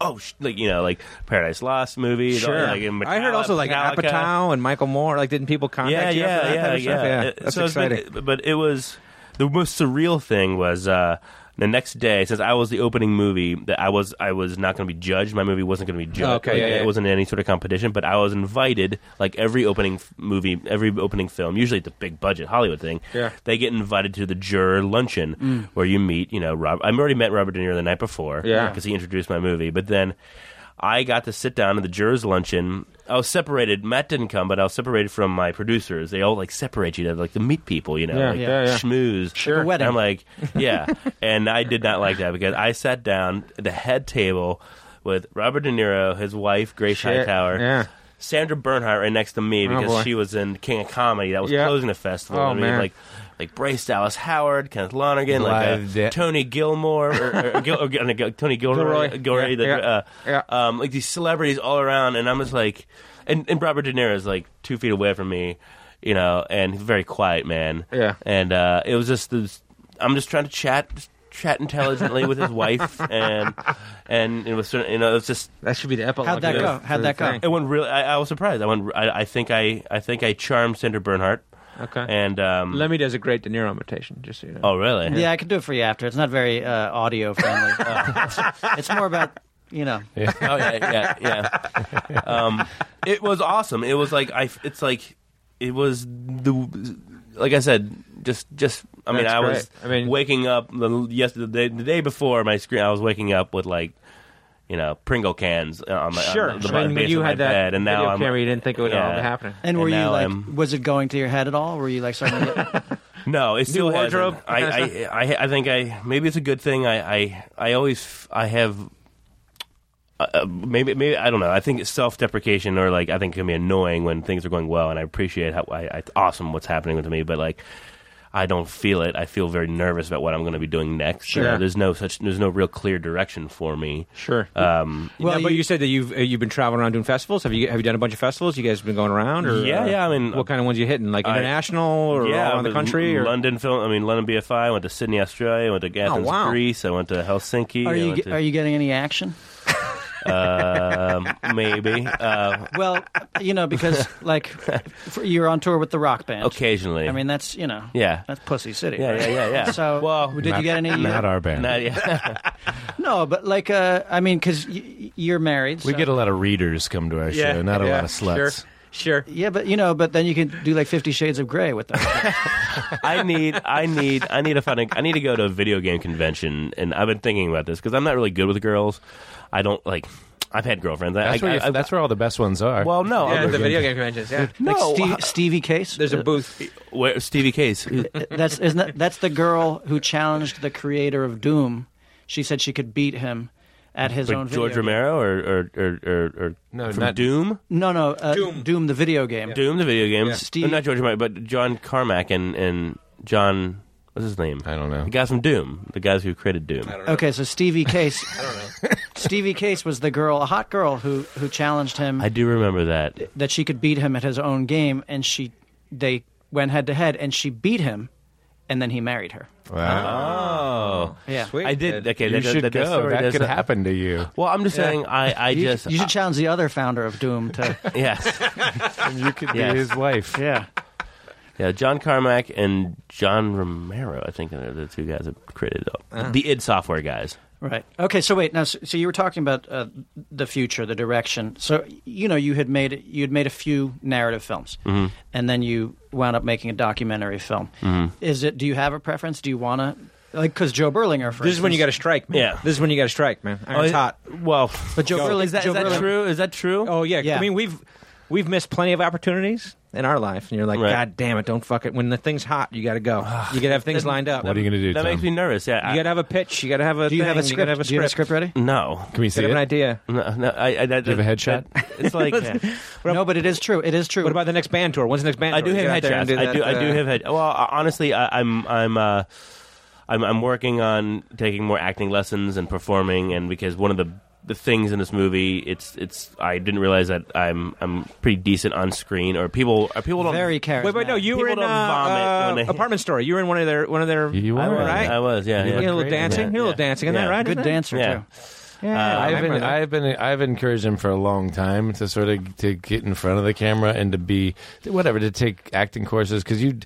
Speaker 7: oh sh-, like you know like Paradise Lost movie.
Speaker 9: Sure.
Speaker 7: Like, in
Speaker 9: I heard
Speaker 7: Metallica-
Speaker 9: also like
Speaker 7: Metallica.
Speaker 9: Apatow and Michael Moore. Like, didn't people
Speaker 7: Yeah,
Speaker 9: contact you?
Speaker 7: yeah,
Speaker 9: after that type of
Speaker 7: yeah, yeah.
Speaker 9: stuff? yeah.
Speaker 7: Uh,
Speaker 9: That's
Speaker 7: so it's been-
Speaker 9: exciting.
Speaker 7: but it was the most surreal thing was uh, the next day since I was the opening movie that I was I was not going to be judged. My movie wasn't going to be judged.
Speaker 9: Okay, yeah,
Speaker 7: Like,
Speaker 9: yeah.
Speaker 7: it wasn't any sort of competition. But I was invited, like every opening f- movie, every opening film, usually it's a big budget Hollywood thing.
Speaker 9: Yeah. Mm.
Speaker 7: they get invited to the juror luncheon where you meet. You know, Rob. I've already met Robert De Niro the night before.
Speaker 9: Yeah.
Speaker 7: because he introduced my movie. But then I got to sit down at the jurors' luncheon. I was separated. Matt didn't come, but I was separated from my producers. They all like separate you to like the meet people, you know,
Speaker 9: Yeah,
Speaker 7: like
Speaker 9: yeah, yeah.
Speaker 7: schmooze.
Speaker 4: Sure. a wedding.
Speaker 7: And I'm like, yeah. and I did not like that because I sat down at the head table with Robert De Niro, his wife Grace
Speaker 9: Shit,
Speaker 7: Hightower,
Speaker 9: yeah.
Speaker 7: Sandra Bernhardt right next to me
Speaker 9: Oh,
Speaker 7: because
Speaker 9: boy.
Speaker 7: she was in King of Comedy that was
Speaker 9: Yeah.
Speaker 7: closing the festival.
Speaker 9: Oh,
Speaker 7: I mean,
Speaker 9: man.
Speaker 7: like. Like Bryce Dallas Howard, Kenneth Lonergan,
Speaker 6: Blythe
Speaker 7: like uh,
Speaker 6: Da-
Speaker 7: Tony Gilmore, or, or, Gil, or, Gil- Gil- Tony
Speaker 9: Gilroy.
Speaker 7: Gilroy, Gilroy
Speaker 9: Yeah,
Speaker 7: the,
Speaker 9: yeah,
Speaker 7: uh,
Speaker 9: yeah.
Speaker 7: um, like these celebrities all around, and I'm just like, and, and Robert De Niro is like two feet away from me, you know, and he's a very quiet man.
Speaker 9: Yeah.
Speaker 7: And uh, it was just this. I'm just trying to chat, just chat intelligently with his wife, (laughs) and and it was sort of, you know, it was just
Speaker 9: That should be the epilogue.
Speaker 4: How'd that
Speaker 9: to
Speaker 4: go?
Speaker 9: the-
Speaker 4: How'd
Speaker 9: to
Speaker 4: that
Speaker 9: the
Speaker 4: go?
Speaker 9: thing.
Speaker 7: it went really. I, I was surprised. I went. I, I think I I think I charmed Sandra Bernhardt.
Speaker 9: Okay.
Speaker 7: And um,
Speaker 9: Lemmy does a great De Niro imitation, just so you know.
Speaker 7: Oh really?
Speaker 4: Yeah, I can do it for you after. It's not very uh, audio friendly.
Speaker 9: (laughs)
Speaker 4: Uh, it's more about you know.
Speaker 7: oh yeah, yeah, yeah. Um, it was awesome. It was like I. It's like it was the. Like I said, just just. I mean,
Speaker 9: That's
Speaker 7: I
Speaker 9: great.
Speaker 7: was.
Speaker 9: I mean-
Speaker 7: waking up the yesterday, the day before my screen. I was waking up with like, you know, Pringle cans on my
Speaker 9: Sure.
Speaker 7: on the,
Speaker 9: I mean,
Speaker 7: base
Speaker 9: when you
Speaker 7: of my
Speaker 9: had that
Speaker 7: bed, and now
Speaker 9: video
Speaker 7: I'm.
Speaker 9: camera, you didn't think it would all
Speaker 7: Yeah.
Speaker 9: be happening.
Speaker 4: And were you
Speaker 7: now
Speaker 4: like,
Speaker 7: I'm-
Speaker 4: was it going to your head at all? Were you like starting
Speaker 9: (laughs)
Speaker 4: to get,
Speaker 7: No, it's still hasn't.
Speaker 9: wardrobe?
Speaker 7: I, I, I, I think I maybe it's a good thing. I, I, I always f- I have. Uh, uh, maybe, maybe I don't know. I think it's self-deprecation, or like I think it can be annoying when things are going well, and I appreciate how I, I it's awesome what's happening to me, but like I don't feel it. I feel very nervous about what I'm going to be doing next. You know,
Speaker 9: Sure.
Speaker 7: there's no such, there's no real clear direction for me.
Speaker 9: Sure.
Speaker 7: Um,
Speaker 9: well,
Speaker 4: Well,
Speaker 9: but
Speaker 4: you-
Speaker 9: you said that you've uh, you've been traveling around doing festivals. Have you have you done a bunch of festivals? You guys been going around? Or,
Speaker 7: Yeah,
Speaker 9: uh,
Speaker 7: yeah, I mean,
Speaker 9: what kind of ones you hitting? Like
Speaker 7: I-
Speaker 9: international or all around the
Speaker 7: but
Speaker 9: country?
Speaker 7: L-
Speaker 9: Or?
Speaker 7: London film. I mean, London BFI. I went to Sydney, Australia. I went to Athens,
Speaker 9: Oh, wow.
Speaker 7: Greece. I went to Helsinki.
Speaker 4: are
Speaker 7: I
Speaker 4: you
Speaker 7: went
Speaker 4: ge-
Speaker 7: to-
Speaker 4: are you getting any action?
Speaker 7: um, maybe uh,
Speaker 4: Well, you know because
Speaker 9: (laughs)
Speaker 4: like for, you're on tour with the rock band.
Speaker 7: occasionally.
Speaker 4: I mean that's you know
Speaker 7: Yeah.
Speaker 4: that's Pussy City.
Speaker 7: yeah, yeah,
Speaker 4: right?
Speaker 7: yeah, yeah.
Speaker 4: So
Speaker 7: well,
Speaker 4: did you get any?
Speaker 6: Not our band.
Speaker 4: (laughs)
Speaker 7: not yeah. (laughs)
Speaker 4: no, but like uh, I mean because y- y- you're married.
Speaker 6: we
Speaker 4: so-
Speaker 6: get a lot of readers come to our
Speaker 9: Yeah,
Speaker 6: show, not a
Speaker 9: yeah,
Speaker 6: lot of sluts.
Speaker 9: sure. Sure.
Speaker 4: Yeah, but you know, but then you can do like Fifty Shades of Grey with them.
Speaker 7: I need, I need, I need to find. A, I need to go to a video game convention, and I've been thinking about this because I'm not really good with girls. I don't like. I've had girlfriends. I,
Speaker 6: That's
Speaker 7: I,
Speaker 6: where, you,
Speaker 7: I, I-
Speaker 6: that's where all the best ones are.
Speaker 7: well, no,
Speaker 9: Yeah,
Speaker 7: I'm-
Speaker 9: the video game conventions. Yeah.
Speaker 7: no.
Speaker 4: like Steve, Stevie Case. Uh,
Speaker 9: There's a booth.
Speaker 7: where, Stevie Case.
Speaker 4: that's isn't that, that's the girl who challenged the creator of Doom. She said she could beat him at his own
Speaker 7: But George
Speaker 4: video game.
Speaker 7: Romero or or or, or, or
Speaker 6: No,
Speaker 7: from
Speaker 6: not-
Speaker 7: Doom.
Speaker 4: No, no, uh, Doom. the video game.
Speaker 7: Doom, the video game.
Speaker 4: Steve-
Speaker 7: Not George Romero, but John Carmack and and John. What's his name?
Speaker 6: I don't know.
Speaker 7: The guys from Doom. The guys who created Doom.
Speaker 4: Okay, so Stevie Case. I don't know. Stevie Case was the girl, a hot girl who who challenged him
Speaker 7: I do remember that.
Speaker 4: that she could beat him at his own game, and she they went head to head, and she beat him, and then he married her.
Speaker 6: Wow.
Speaker 7: Oh,
Speaker 4: Yeah.
Speaker 9: Sweet.
Speaker 7: I did. Okay,
Speaker 6: you
Speaker 7: that, that-
Speaker 6: should
Speaker 7: that, that
Speaker 6: go.
Speaker 7: story
Speaker 6: That
Speaker 7: does
Speaker 6: could
Speaker 7: not-
Speaker 6: happen to you.
Speaker 7: Well, I'm just saying. I I
Speaker 4: You,
Speaker 7: just
Speaker 4: you
Speaker 7: (laughs)
Speaker 4: should challenge the other founder of Doom to.
Speaker 7: yes.
Speaker 6: And you could
Speaker 7: Yes.
Speaker 6: be his wife.
Speaker 4: yeah.
Speaker 7: Yeah, John Carmack and John Romero, I think are the two guys that created it. the id Software guys.
Speaker 4: Right. Okay. So wait. Now, so, so you were talking about uh, the future, the direction. So you know, you had made you had made a few narrative films,
Speaker 7: Mm-hmm.
Speaker 4: and then you wound up making a documentary film.
Speaker 7: Mm-hmm.
Speaker 4: Is it? Do you have a preference? Do you want to? Like, because Joe Berlinger. For
Speaker 9: This is when you got to strike, man.
Speaker 7: Yeah.
Speaker 9: This is when you got to strike, man.
Speaker 7: Oh,
Speaker 9: Iron's
Speaker 7: it-
Speaker 9: hot.
Speaker 7: Well,
Speaker 4: But Joe Berlinger.
Speaker 7: is that,
Speaker 4: Joe
Speaker 7: is that
Speaker 4: Berlinger-
Speaker 7: true? Is that true?
Speaker 9: Oh yeah.
Speaker 4: Yeah.
Speaker 9: I mean, we've we've missed plenty of opportunities in our life, and you're like,
Speaker 7: Right.
Speaker 9: God damn it, don't fuck it. When the thing's hot, you got to go. you got to have things lined up.
Speaker 6: What are you going to do,
Speaker 7: that
Speaker 6: Tom?
Speaker 7: makes me nervous. Yeah,
Speaker 9: You
Speaker 7: I-
Speaker 9: got to have a pitch. You got to have a.
Speaker 4: Do you have a
Speaker 9: thing,
Speaker 4: script?
Speaker 9: gotta have a
Speaker 4: Do you have a script ready?
Speaker 7: no.
Speaker 6: Can we
Speaker 9: You
Speaker 6: see
Speaker 9: gotta have an
Speaker 6: it?
Speaker 9: idea.
Speaker 7: No, no, I, I, that,
Speaker 6: Do you have a
Speaker 7: that-
Speaker 6: headshot?
Speaker 7: It's like
Speaker 4: No, but it is true. It is true.
Speaker 9: What about the next band tour? When's the next band?
Speaker 7: I
Speaker 9: tour?
Speaker 7: do
Speaker 9: You
Speaker 7: have
Speaker 9: get out there
Speaker 7: headshots.
Speaker 9: and do
Speaker 7: I do.
Speaker 9: that,
Speaker 7: I do
Speaker 9: uh,
Speaker 7: have head. Well, uh, honestly, I, I'm I'm uh, I'm I'm working on taking more acting lessons and performing, and because one of the the things in this movie, it's it's I didn't realize that I'm I'm pretty decent on screen, or people or people don't
Speaker 4: very charismatic?
Speaker 9: Wait, wait, no, you
Speaker 7: People
Speaker 9: were in uh,
Speaker 7: don't vomit when
Speaker 9: uh,
Speaker 7: they-
Speaker 9: apartment story. You were in one of their one of their.
Speaker 6: You
Speaker 9: I
Speaker 6: were,
Speaker 9: was,
Speaker 7: I
Speaker 9: right.
Speaker 7: was, yeah,
Speaker 9: You
Speaker 7: yeah.
Speaker 9: did a little
Speaker 6: great in
Speaker 9: dancing.
Speaker 7: that.
Speaker 9: You did a little
Speaker 7: Yeah.
Speaker 9: dancing, isn't
Speaker 7: Yeah.
Speaker 9: that right?
Speaker 4: Good
Speaker 9: Isn't it?
Speaker 4: dancer
Speaker 7: Yeah. Uh,
Speaker 4: too.
Speaker 9: Yeah, I
Speaker 6: I've
Speaker 9: remember
Speaker 6: been,
Speaker 9: that.
Speaker 6: I've been, I've encouraged him for a long time to sort of to get in front of the camera and to be whatever to take acting courses because you,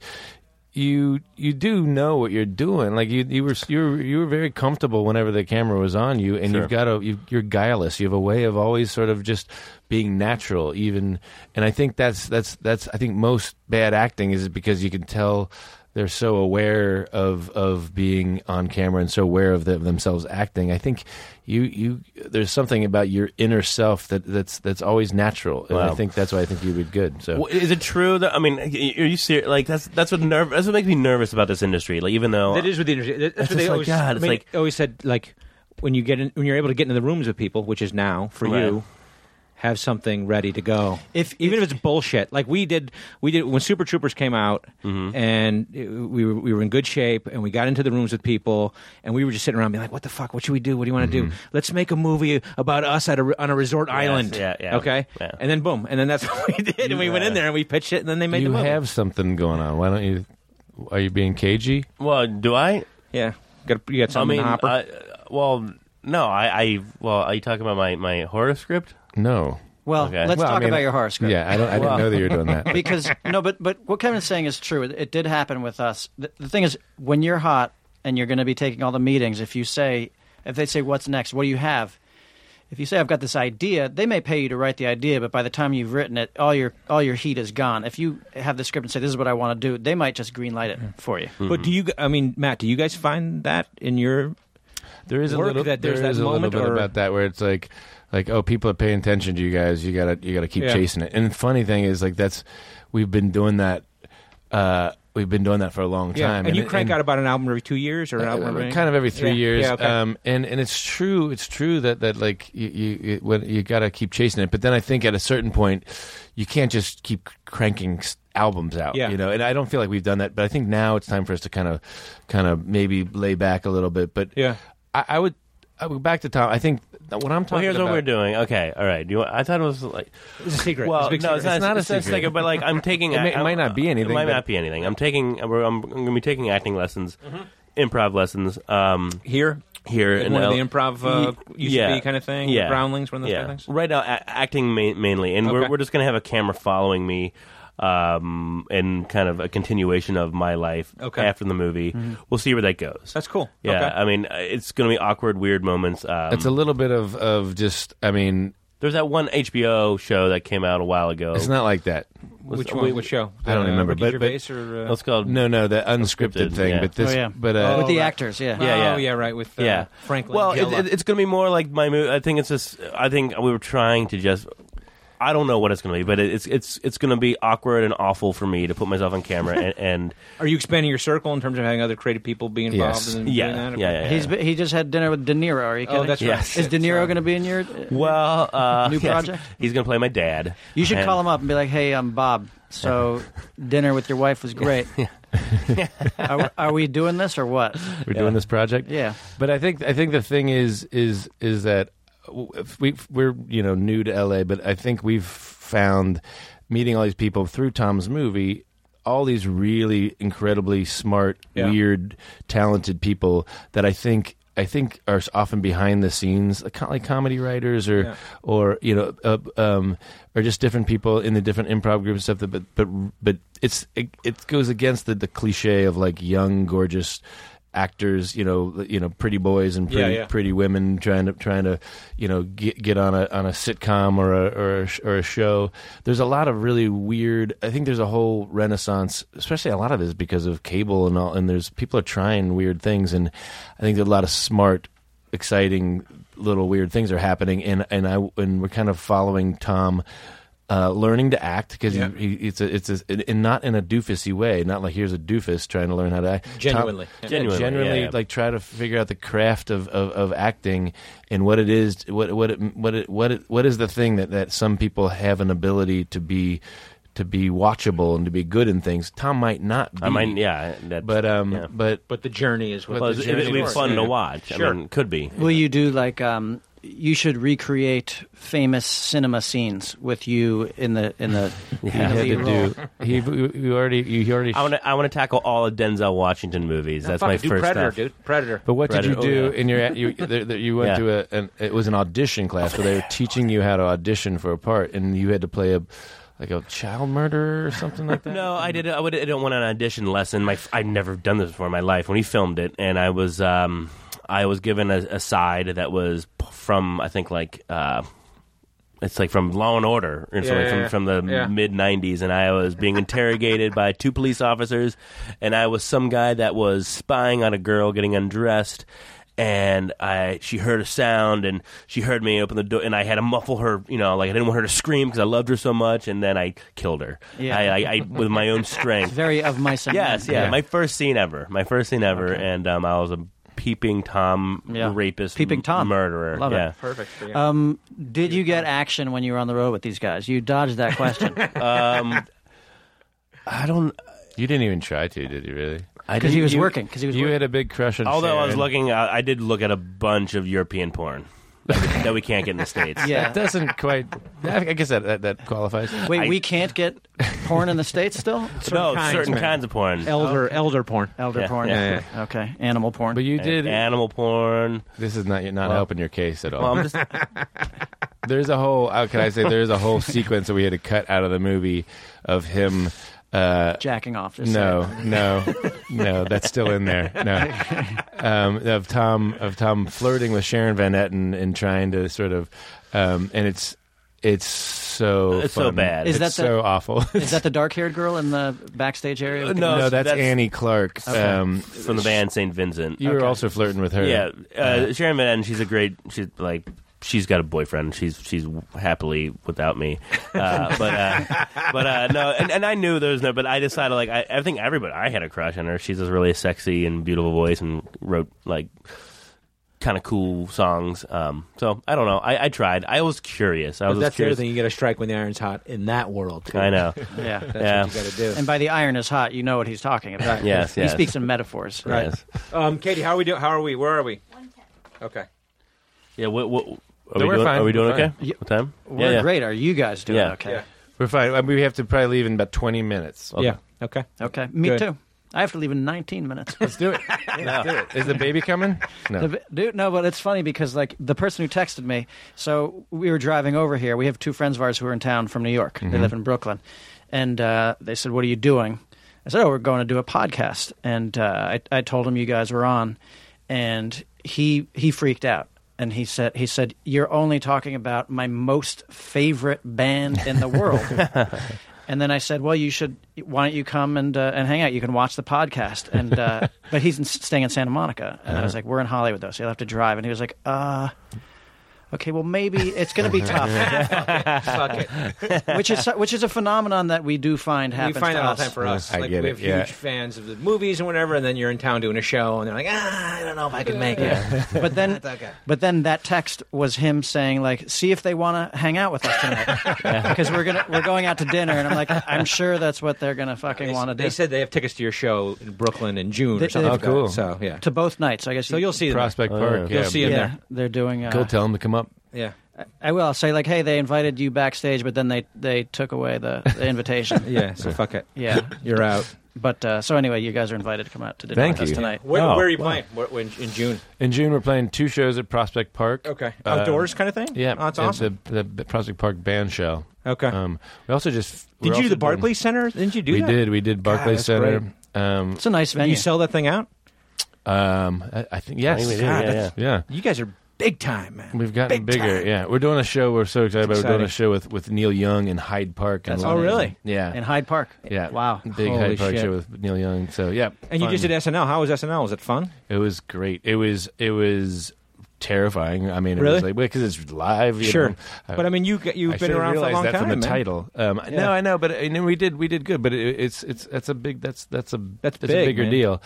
Speaker 6: you, you do know what you're doing. Like you, you were, you were, you were very comfortable whenever the camera was on you, and you've got a, you, you're guileless. You have a way of always sort of just being natural, even. And I think that's that's that's I think most bad acting is because you can tell. They're so aware of of being on camera and so aware of the, themselves acting. I think you you there's something about your inner self that that's that's always natural, and I
Speaker 7: Wow.
Speaker 6: think that's why I think you would good. So
Speaker 7: Well, Is it true that I mean, are you serious? Like that's that's what nerve that's what makes me nervous about this industry. Like even though
Speaker 9: That is with the energy. That's, what
Speaker 7: It's
Speaker 9: they
Speaker 7: just like,
Speaker 9: always,
Speaker 7: God,
Speaker 9: I
Speaker 7: it's
Speaker 9: mean,
Speaker 7: like-
Speaker 9: they always said like when you get in, when you're able to get into the rooms with people, which is now for
Speaker 7: Right.
Speaker 9: you. Have something ready to go.
Speaker 4: If-
Speaker 9: even
Speaker 4: if-
Speaker 9: if it's bullshit, like we did, we did when Super Troopers came out,
Speaker 7: Mm-hmm.
Speaker 9: and it- we were, we were in good shape, and we got into the rooms with people, and we were just sitting around, being like, "What the fuck? What should we do? What do you want to do?
Speaker 7: Mm-hmm.
Speaker 9: Let's make a movie about us at a, on a resort island."
Speaker 7: yeah, yeah.
Speaker 9: Okay,
Speaker 7: Yeah.
Speaker 9: and then boom, and then that's (laughs) what we did, and we went in there and we pitched it, and then they made
Speaker 6: you
Speaker 9: the movie.
Speaker 6: have something going on. Why don't you? Are you being cagey?
Speaker 7: well, do I?
Speaker 9: yeah, got you got
Speaker 7: I
Speaker 9: something
Speaker 7: mean,
Speaker 9: in the hopper.
Speaker 7: I, well, no, I, I well, are you talking about my my horror script?
Speaker 6: No.
Speaker 4: Well,
Speaker 7: Okay.
Speaker 4: let's
Speaker 6: Well, I
Speaker 4: talk
Speaker 6: mean,
Speaker 4: about your horror script.
Speaker 6: Yeah, I don't. I didn't know that you were doing
Speaker 9: (laughs)
Speaker 6: that. (laughs)
Speaker 7: (laughs)
Speaker 4: because no, but but what Kevin's saying is true. It, it did happen with us. The, the thing is, when you're hot and you're going to be taking all the meetings, if you say, if they say, "What's next? What do you have?" If you say, "I've got this idea," they may pay you to write the idea, but by the time you've written it, all your all your heat is gone. If you have the script and say, "This is what I want to do," they might just greenlight it for you.
Speaker 9: But
Speaker 7: Mm-hmm.
Speaker 9: do you? g- I mean, Matt, do you guys find that in your?
Speaker 6: There is a
Speaker 9: Work
Speaker 6: little.
Speaker 9: that there's
Speaker 6: there
Speaker 9: that
Speaker 6: is a little
Speaker 9: moment
Speaker 6: bit
Speaker 9: or-
Speaker 6: about that where it's like, like oh, people are paying attention to you guys. You gotta you gotta keep
Speaker 9: Yeah.
Speaker 6: chasing it. And the funny thing is like that's we've been doing that. uh We've been doing that for a long time.
Speaker 9: and, you
Speaker 6: it-
Speaker 9: crank
Speaker 6: and- uh,
Speaker 9: out about an album every two years
Speaker 7: Uh,
Speaker 9: or an album every
Speaker 6: kind of every three
Speaker 9: Yeah.
Speaker 6: years.
Speaker 9: Yeah, okay.
Speaker 6: um, and and it's true. It's true that that like you you it, when you got to keep chasing it. But then I think at a certain point, you can't just keep cranking s- albums out.
Speaker 9: Yeah.
Speaker 6: You know, and I don't feel like we've done that. But I think now it's time for us to kind of kind of maybe lay back a little bit. But
Speaker 9: Yeah.
Speaker 6: I, I would. I would back to Tom. I think that what I'm talking
Speaker 7: Well, here's
Speaker 6: about.
Speaker 7: what we're doing. Okay, all right. Do you want, I thought it was like
Speaker 9: It's a secret.
Speaker 7: well,
Speaker 9: a big
Speaker 7: no,
Speaker 9: secret.
Speaker 7: it's not,
Speaker 6: It's not a
Speaker 7: it's not
Speaker 6: secret.
Speaker 7: But like, I'm taking.
Speaker 6: (laughs) It may-
Speaker 7: act-
Speaker 6: it might not be anything,
Speaker 7: It might
Speaker 6: but-
Speaker 7: not be anything. I'm taking. I'm, I'm going to be taking acting lessons,
Speaker 6: Mm-hmm.
Speaker 7: improv lessons. Um,
Speaker 9: here.
Speaker 7: here
Speaker 9: Like
Speaker 7: in
Speaker 9: one of
Speaker 7: L-
Speaker 9: the improv uh, used to
Speaker 7: yeah.
Speaker 9: be kind of thing,
Speaker 7: Yeah,
Speaker 9: the Brownlings, one of those
Speaker 7: yeah.
Speaker 9: kind of things?
Speaker 7: Right now, a- acting ma- mainly, and we're
Speaker 9: Okay.
Speaker 7: we're just gonna have a camera following me. Um, and kind of a continuation of my life
Speaker 9: Okay.
Speaker 7: after the movie.
Speaker 6: Mm-hmm.
Speaker 7: We'll see where that goes.
Speaker 9: That's cool.
Speaker 7: Yeah,
Speaker 9: Okay.
Speaker 7: I mean, uh, it's going to be awkward, weird moments. Um,
Speaker 6: It's a little bit of of just. I mean,
Speaker 7: There's that one HBO show that came out a while ago.
Speaker 6: It's not like that.
Speaker 7: Was-
Speaker 9: Which one? Which show?
Speaker 6: I don't
Speaker 9: Uh,
Speaker 6: remember,
Speaker 9: Ricky
Speaker 6: but- but-
Speaker 9: Gervais or, uh,
Speaker 7: It's called
Speaker 6: No, no, the unscripted,
Speaker 7: Unscripted,
Speaker 6: thing.
Speaker 7: yeah.
Speaker 6: But this,
Speaker 4: Oh, yeah.
Speaker 6: but uh,
Speaker 4: with the
Speaker 9: right.
Speaker 4: actors. Yeah.
Speaker 7: Yeah, yeah.
Speaker 9: Oh yeah, right with uh,
Speaker 7: yeah,
Speaker 9: Franklin.
Speaker 7: Well, it,
Speaker 9: Gilla.
Speaker 7: it, it's going to be more like my movie. I think it's just. I think we were trying to just. I don't know what it's going to be, but it, it's it's it's going to be awkward and awful for me to put myself on camera and, and
Speaker 9: Are you expanding your circle in terms of having other creative people be involved?
Speaker 6: Yes.
Speaker 9: In doing
Speaker 7: yeah, yeah,
Speaker 9: that?
Speaker 7: yeah, yeah.
Speaker 4: He's be- he just had dinner with De Niro. Are you
Speaker 9: Oh,
Speaker 4: kidding?
Speaker 9: that's
Speaker 7: Yes.
Speaker 9: right.
Speaker 4: Is De Niro going to be in your?
Speaker 7: well, (laughs) uh,
Speaker 4: New
Speaker 7: yes.
Speaker 4: project?
Speaker 7: He's going to play my dad.
Speaker 4: You should
Speaker 7: And-
Speaker 4: call him up and be like, "Hey, I'm Bob. So dinner with your wife was great. (laughs) are, are we doing this or what?
Speaker 6: we're doing this project.
Speaker 4: Yeah.
Speaker 6: But I think I think the thing is is is that if we we're you know new to LA, but I think we've found meeting all these people through Tom's movie. All these really incredibly smart,
Speaker 9: Yeah.
Speaker 6: weird, talented people that I think I think are often behind the scenes, like, like comedy writers or
Speaker 9: Yeah.
Speaker 6: or you know uh, um, or just different people in the different improv groups and stuff. That, but but but it's it, it goes against the, the cliche of like young, gorgeous actors, you know, you know, pretty boys and pretty
Speaker 9: Yeah, yeah.
Speaker 6: pretty women trying to trying to you know get get on a on a sitcom or a or a, sh- or a show. There's a lot of really weird. I think there's a whole renaissance, especially a lot of it is because of cable and all. And there's people are trying weird things, and I think there's a lot of smart, exciting little weird things are happening. And and I and we're kind of following Tom. Uh, learning to act because
Speaker 9: Yeah.
Speaker 6: he, he, it's a, it's a, and not in a doofusy way, not like here's a doofus trying to learn how to act. Tom-
Speaker 9: Genuinely.
Speaker 7: Genuinely,
Speaker 6: generally
Speaker 7: yeah, yeah.
Speaker 6: like try to figure out the craft of, of, of acting and what it is what what it, what it, what it, what is the thing that, that some people have an ability to be to be watchable and to be good in things tom might not be
Speaker 7: I mean, yeah, that's,
Speaker 6: but um
Speaker 7: yeah.
Speaker 6: but
Speaker 9: But the journey is what.
Speaker 7: Well,
Speaker 9: the
Speaker 7: it's-
Speaker 9: journey
Speaker 7: it'd be
Speaker 9: was.
Speaker 7: fun to
Speaker 9: Yeah.
Speaker 7: watch. I
Speaker 9: Sure.
Speaker 7: mean, could be.
Speaker 4: Will you do like um, you should recreate famous cinema scenes with you in the in the in
Speaker 6: he
Speaker 4: the
Speaker 6: had
Speaker 4: lead
Speaker 6: to
Speaker 4: role?
Speaker 6: do (laughs) he you already you already
Speaker 7: I want to I want to tackle all of Denzel Washington movies. That's my
Speaker 9: Fucking do
Speaker 7: first
Speaker 9: Predator,
Speaker 7: stuff.
Speaker 9: dude. Predator.
Speaker 6: But what did you
Speaker 7: Predator.
Speaker 6: do
Speaker 7: Oh, yeah.
Speaker 6: in your you there, there, you went
Speaker 7: Yeah.
Speaker 6: to a an, it was an audition class where they were teaching you how to audition for a part and you had to play a like a child murderer or something like that.
Speaker 7: No, I
Speaker 9: Mm-hmm.
Speaker 7: did. I would. I don't want an audition lesson. My, I've never done this before in my life. When he filmed it, and I was, um, I was given a, a side that was p- from, I think, like, uh, it's like from Law and Order, or something
Speaker 9: yeah,
Speaker 7: from,
Speaker 9: yeah.
Speaker 7: from the
Speaker 9: Yeah.
Speaker 7: mid '90s, and I was being interrogated by two police officers, and I was some guy that was spying on a girl getting undressed. And I, she heard a sound, and she heard me open the door, and I had to muffle her, you know, like I didn't want her to scream because I loved her so much, and then I killed her.
Speaker 4: Yeah.
Speaker 7: I, uh, I, I with my own
Speaker 4: (laughs)
Speaker 7: strength.
Speaker 4: Very of my son.
Speaker 7: yes, yeah,
Speaker 6: Yeah.
Speaker 7: My first scene ever. My first scene ever, and um, I was a peeping tom
Speaker 4: Yeah.
Speaker 7: rapist,
Speaker 4: Peeping
Speaker 7: m-
Speaker 4: Tom.
Speaker 7: murderer.
Speaker 4: Love it.
Speaker 7: yeah.
Speaker 9: Perfect. for you.
Speaker 4: Um, did you get action when you were on the road with these guys? You dodged that question
Speaker 7: I don't.
Speaker 6: You didn't even try to, did you really?
Speaker 7: I
Speaker 4: because he
Speaker 7: didn't-
Speaker 4: was
Speaker 6: you-
Speaker 4: working. Because he was
Speaker 6: you
Speaker 4: working.
Speaker 6: had a big crush on.
Speaker 7: Although I was
Speaker 6: Sharon.
Speaker 7: looking, I, I did look at a bunch of European porn that we, that we can't get in the states.
Speaker 6: that
Speaker 4: yeah.
Speaker 6: doesn't quite. I I guess that that, that qualifies.
Speaker 4: Wait,
Speaker 7: I-
Speaker 4: we can't get porn in the states still.
Speaker 7: no,
Speaker 9: kinds,
Speaker 7: certain
Speaker 9: man.
Speaker 7: kinds of porn.
Speaker 9: elder, elder porn.
Speaker 4: Elder
Speaker 7: Yeah,
Speaker 4: porn.
Speaker 9: yeah,
Speaker 4: Okay, animal porn.
Speaker 6: But you did.
Speaker 7: Animal porn.
Speaker 6: this is not you're not
Speaker 7: Well-
Speaker 6: helping your case at all.
Speaker 7: Well, I'm just,
Speaker 6: there's a whole. How can I say? There's a whole sequence that we had to cut out of the movie of him. Uh,
Speaker 4: jacking off. Just
Speaker 6: no, no, no. That's still in there. No, um, of Tom of Tom flirting with Sharon Van Etten and trying to sort of, um, and it's it's so
Speaker 7: Uh, It's so
Speaker 6: fun.
Speaker 7: bad. Is
Speaker 4: that
Speaker 6: it's
Speaker 4: the-
Speaker 6: so awful.
Speaker 4: Is that the dark-haired girl in the backstage area? with the-
Speaker 7: No,
Speaker 6: no, that's,
Speaker 7: that's-
Speaker 6: Annie Clark. Um,
Speaker 7: from the band St. Vincent.
Speaker 6: you were also flirting with her.
Speaker 7: Yeah, uh, Sharon Van Etten. She's a great. She's like she's got a boyfriend. She's she's happily without me. Uh, but uh, but uh, no, and, and I knew there was no. But I decided like I, I think everybody. I had a crush on her. She's just really sexy and beautiful voice, and wrote like kind of cool songs. Um, so I don't know. I, I tried. I was curious. I was
Speaker 9: But
Speaker 7: just
Speaker 9: that's the other
Speaker 7: curious.
Speaker 9: thing. You got to strike when the iron's hot in that world. Too.
Speaker 7: I know.
Speaker 4: Yeah.
Speaker 7: yeah.
Speaker 9: That's what you got to do.
Speaker 4: And by the iron is hot, you know what he's talking about.
Speaker 7: Yes,
Speaker 4: He
Speaker 7: yes.
Speaker 4: speaks in metaphors.
Speaker 7: Yes.
Speaker 9: Um, Katie, how are we doing? How are we? Where are we?
Speaker 8: One ten.
Speaker 9: Okay.
Speaker 7: Yeah. What, what, are,
Speaker 6: No,
Speaker 7: we
Speaker 6: we're
Speaker 7: doing,
Speaker 6: fine.
Speaker 7: are we doing
Speaker 6: We're fine.
Speaker 7: okay? What time?
Speaker 4: We're
Speaker 7: yeah, yeah.
Speaker 4: great. Are you guys doing
Speaker 7: Yeah.
Speaker 4: okay?
Speaker 9: Yeah.
Speaker 6: We're fine. I mean, we have to probably leave in about 20 minutes.
Speaker 9: Yeah.
Speaker 6: (laughs)
Speaker 9: Okay.
Speaker 4: Okay. Me
Speaker 9: Good.
Speaker 4: too. I have to leave in 19 minutes. (laughs)
Speaker 6: Let's do it. Let's do it. Is the baby coming? No.
Speaker 4: The- Dude, no, but it's funny because like the person who texted me. So we were driving over here. We have two friends of ours who are in town from New York. They live in Brooklyn, and uh, they said, "What are you doing?" I said, "Oh, we're going to do a podcast." And uh, I, I told him you guys were on, and he he freaked out. and he said he said you're only talking about my most favorite band in the world. and then I said, well, you should. Why don't you come and uh, and hang out? You can watch the podcast. And uh, but he's in, staying in Santa Monica, and I was like, we're in Hollywood though, so you'll have to drive. And he was like, uh. Okay, well, maybe it's going to be tough,
Speaker 9: Fuck it.
Speaker 4: which is which is a phenomenon that we do find
Speaker 9: We
Speaker 4: happens.
Speaker 9: find
Speaker 4: to
Speaker 9: that all
Speaker 4: us.
Speaker 9: the time for us.
Speaker 6: I
Speaker 9: like
Speaker 6: get
Speaker 9: we
Speaker 6: it,
Speaker 9: have
Speaker 6: yeah.
Speaker 9: huge fans of the movies and whatever, and then you're in town doing a show, and they're like, ah, I don't know if I could make it.
Speaker 4: but then
Speaker 9: okay.
Speaker 6: (laughs)
Speaker 4: but then that text was him saying like see if they want to hang out with us tonight because we're gonna we're going out to dinner and i'm like i'm sure that's what they're gonna fucking
Speaker 9: They,
Speaker 4: want to
Speaker 9: they
Speaker 4: do
Speaker 9: said they have tickets to your show in Brooklyn in June
Speaker 4: They-
Speaker 9: or something.
Speaker 4: they've-
Speaker 9: like that.
Speaker 6: Oh, cool.
Speaker 9: So yeah,
Speaker 4: to both nights i guess
Speaker 9: so you'll see them.
Speaker 6: Prospect
Speaker 7: Oh,
Speaker 6: Park.
Speaker 7: yeah.
Speaker 6: Yeah,
Speaker 9: You'll see
Speaker 6: but-
Speaker 9: him
Speaker 4: yeah
Speaker 9: there.
Speaker 4: they're doing uh,
Speaker 6: Go tell him to come up.
Speaker 9: Yeah,
Speaker 4: i will I'll say like hey they invited you backstage but then they they took away the, the invitation
Speaker 9: yeah. So fuck it.
Speaker 4: yeah
Speaker 9: You're out.
Speaker 4: but uh, so anyway you guys are invited to come out to dinner
Speaker 6: Thank
Speaker 4: with
Speaker 6: you.
Speaker 4: us tonight
Speaker 9: Where,
Speaker 6: Oh,
Speaker 9: where are you
Speaker 6: wow.
Speaker 9: playing? Where, when, in June?
Speaker 6: In June, we're playing two shows at Prospect Park.
Speaker 9: Okay,
Speaker 6: Uh,
Speaker 9: outdoors kind of thing.
Speaker 6: Yeah,
Speaker 9: oh, that's
Speaker 6: at
Speaker 9: awesome.
Speaker 6: The, the Prospect Park band show.
Speaker 9: okay,
Speaker 6: Um, we also just we're
Speaker 9: did you do
Speaker 6: also
Speaker 9: the
Speaker 6: doing-
Speaker 9: Barclays Center? Didn't you do
Speaker 6: we
Speaker 9: that?
Speaker 6: did. We did Barclays
Speaker 9: that's
Speaker 6: Center. Um,
Speaker 4: it's a nice
Speaker 9: Did
Speaker 4: venue
Speaker 9: you sell that thing out?
Speaker 6: um, I, I think yes.
Speaker 7: I think we did,
Speaker 6: God,
Speaker 7: yeah,
Speaker 6: that's- yeah.
Speaker 9: You guys are big time, man.
Speaker 6: We've gotten
Speaker 9: Big
Speaker 6: bigger.
Speaker 9: time.
Speaker 6: Yeah, we're doing a show. We're so excited about. it. We're doing
Speaker 9: exciting.
Speaker 6: a show with, with Neil Young in Hyde Park. And
Speaker 4: That's
Speaker 9: Oh,
Speaker 6: we're-
Speaker 9: really?
Speaker 6: Yeah.
Speaker 4: in hyde park
Speaker 6: yeah.
Speaker 4: wow
Speaker 6: Big
Speaker 9: Holy
Speaker 6: Hyde Park
Speaker 9: shit.
Speaker 6: show with Neil Young. So yeah.
Speaker 9: And you
Speaker 6: fun.
Speaker 9: just did SNL. How was SNL? Was it fun?
Speaker 6: It was great. It was it was terrifying. I mean, it
Speaker 9: Really?
Speaker 6: was like because it's live. You
Speaker 9: Sure,
Speaker 6: know.
Speaker 9: but I mean, you you've
Speaker 6: I
Speaker 9: been
Speaker 6: should've
Speaker 9: around for a
Speaker 6: realized
Speaker 9: long
Speaker 6: that
Speaker 9: time.
Speaker 6: from the
Speaker 9: man.
Speaker 6: title. Um,
Speaker 9: Yeah.
Speaker 6: No, I know, but and then we did we did good. But it, it's it's that's a big that's that's a
Speaker 9: That's
Speaker 6: a
Speaker 9: big,
Speaker 6: bigger
Speaker 9: man.
Speaker 6: deal.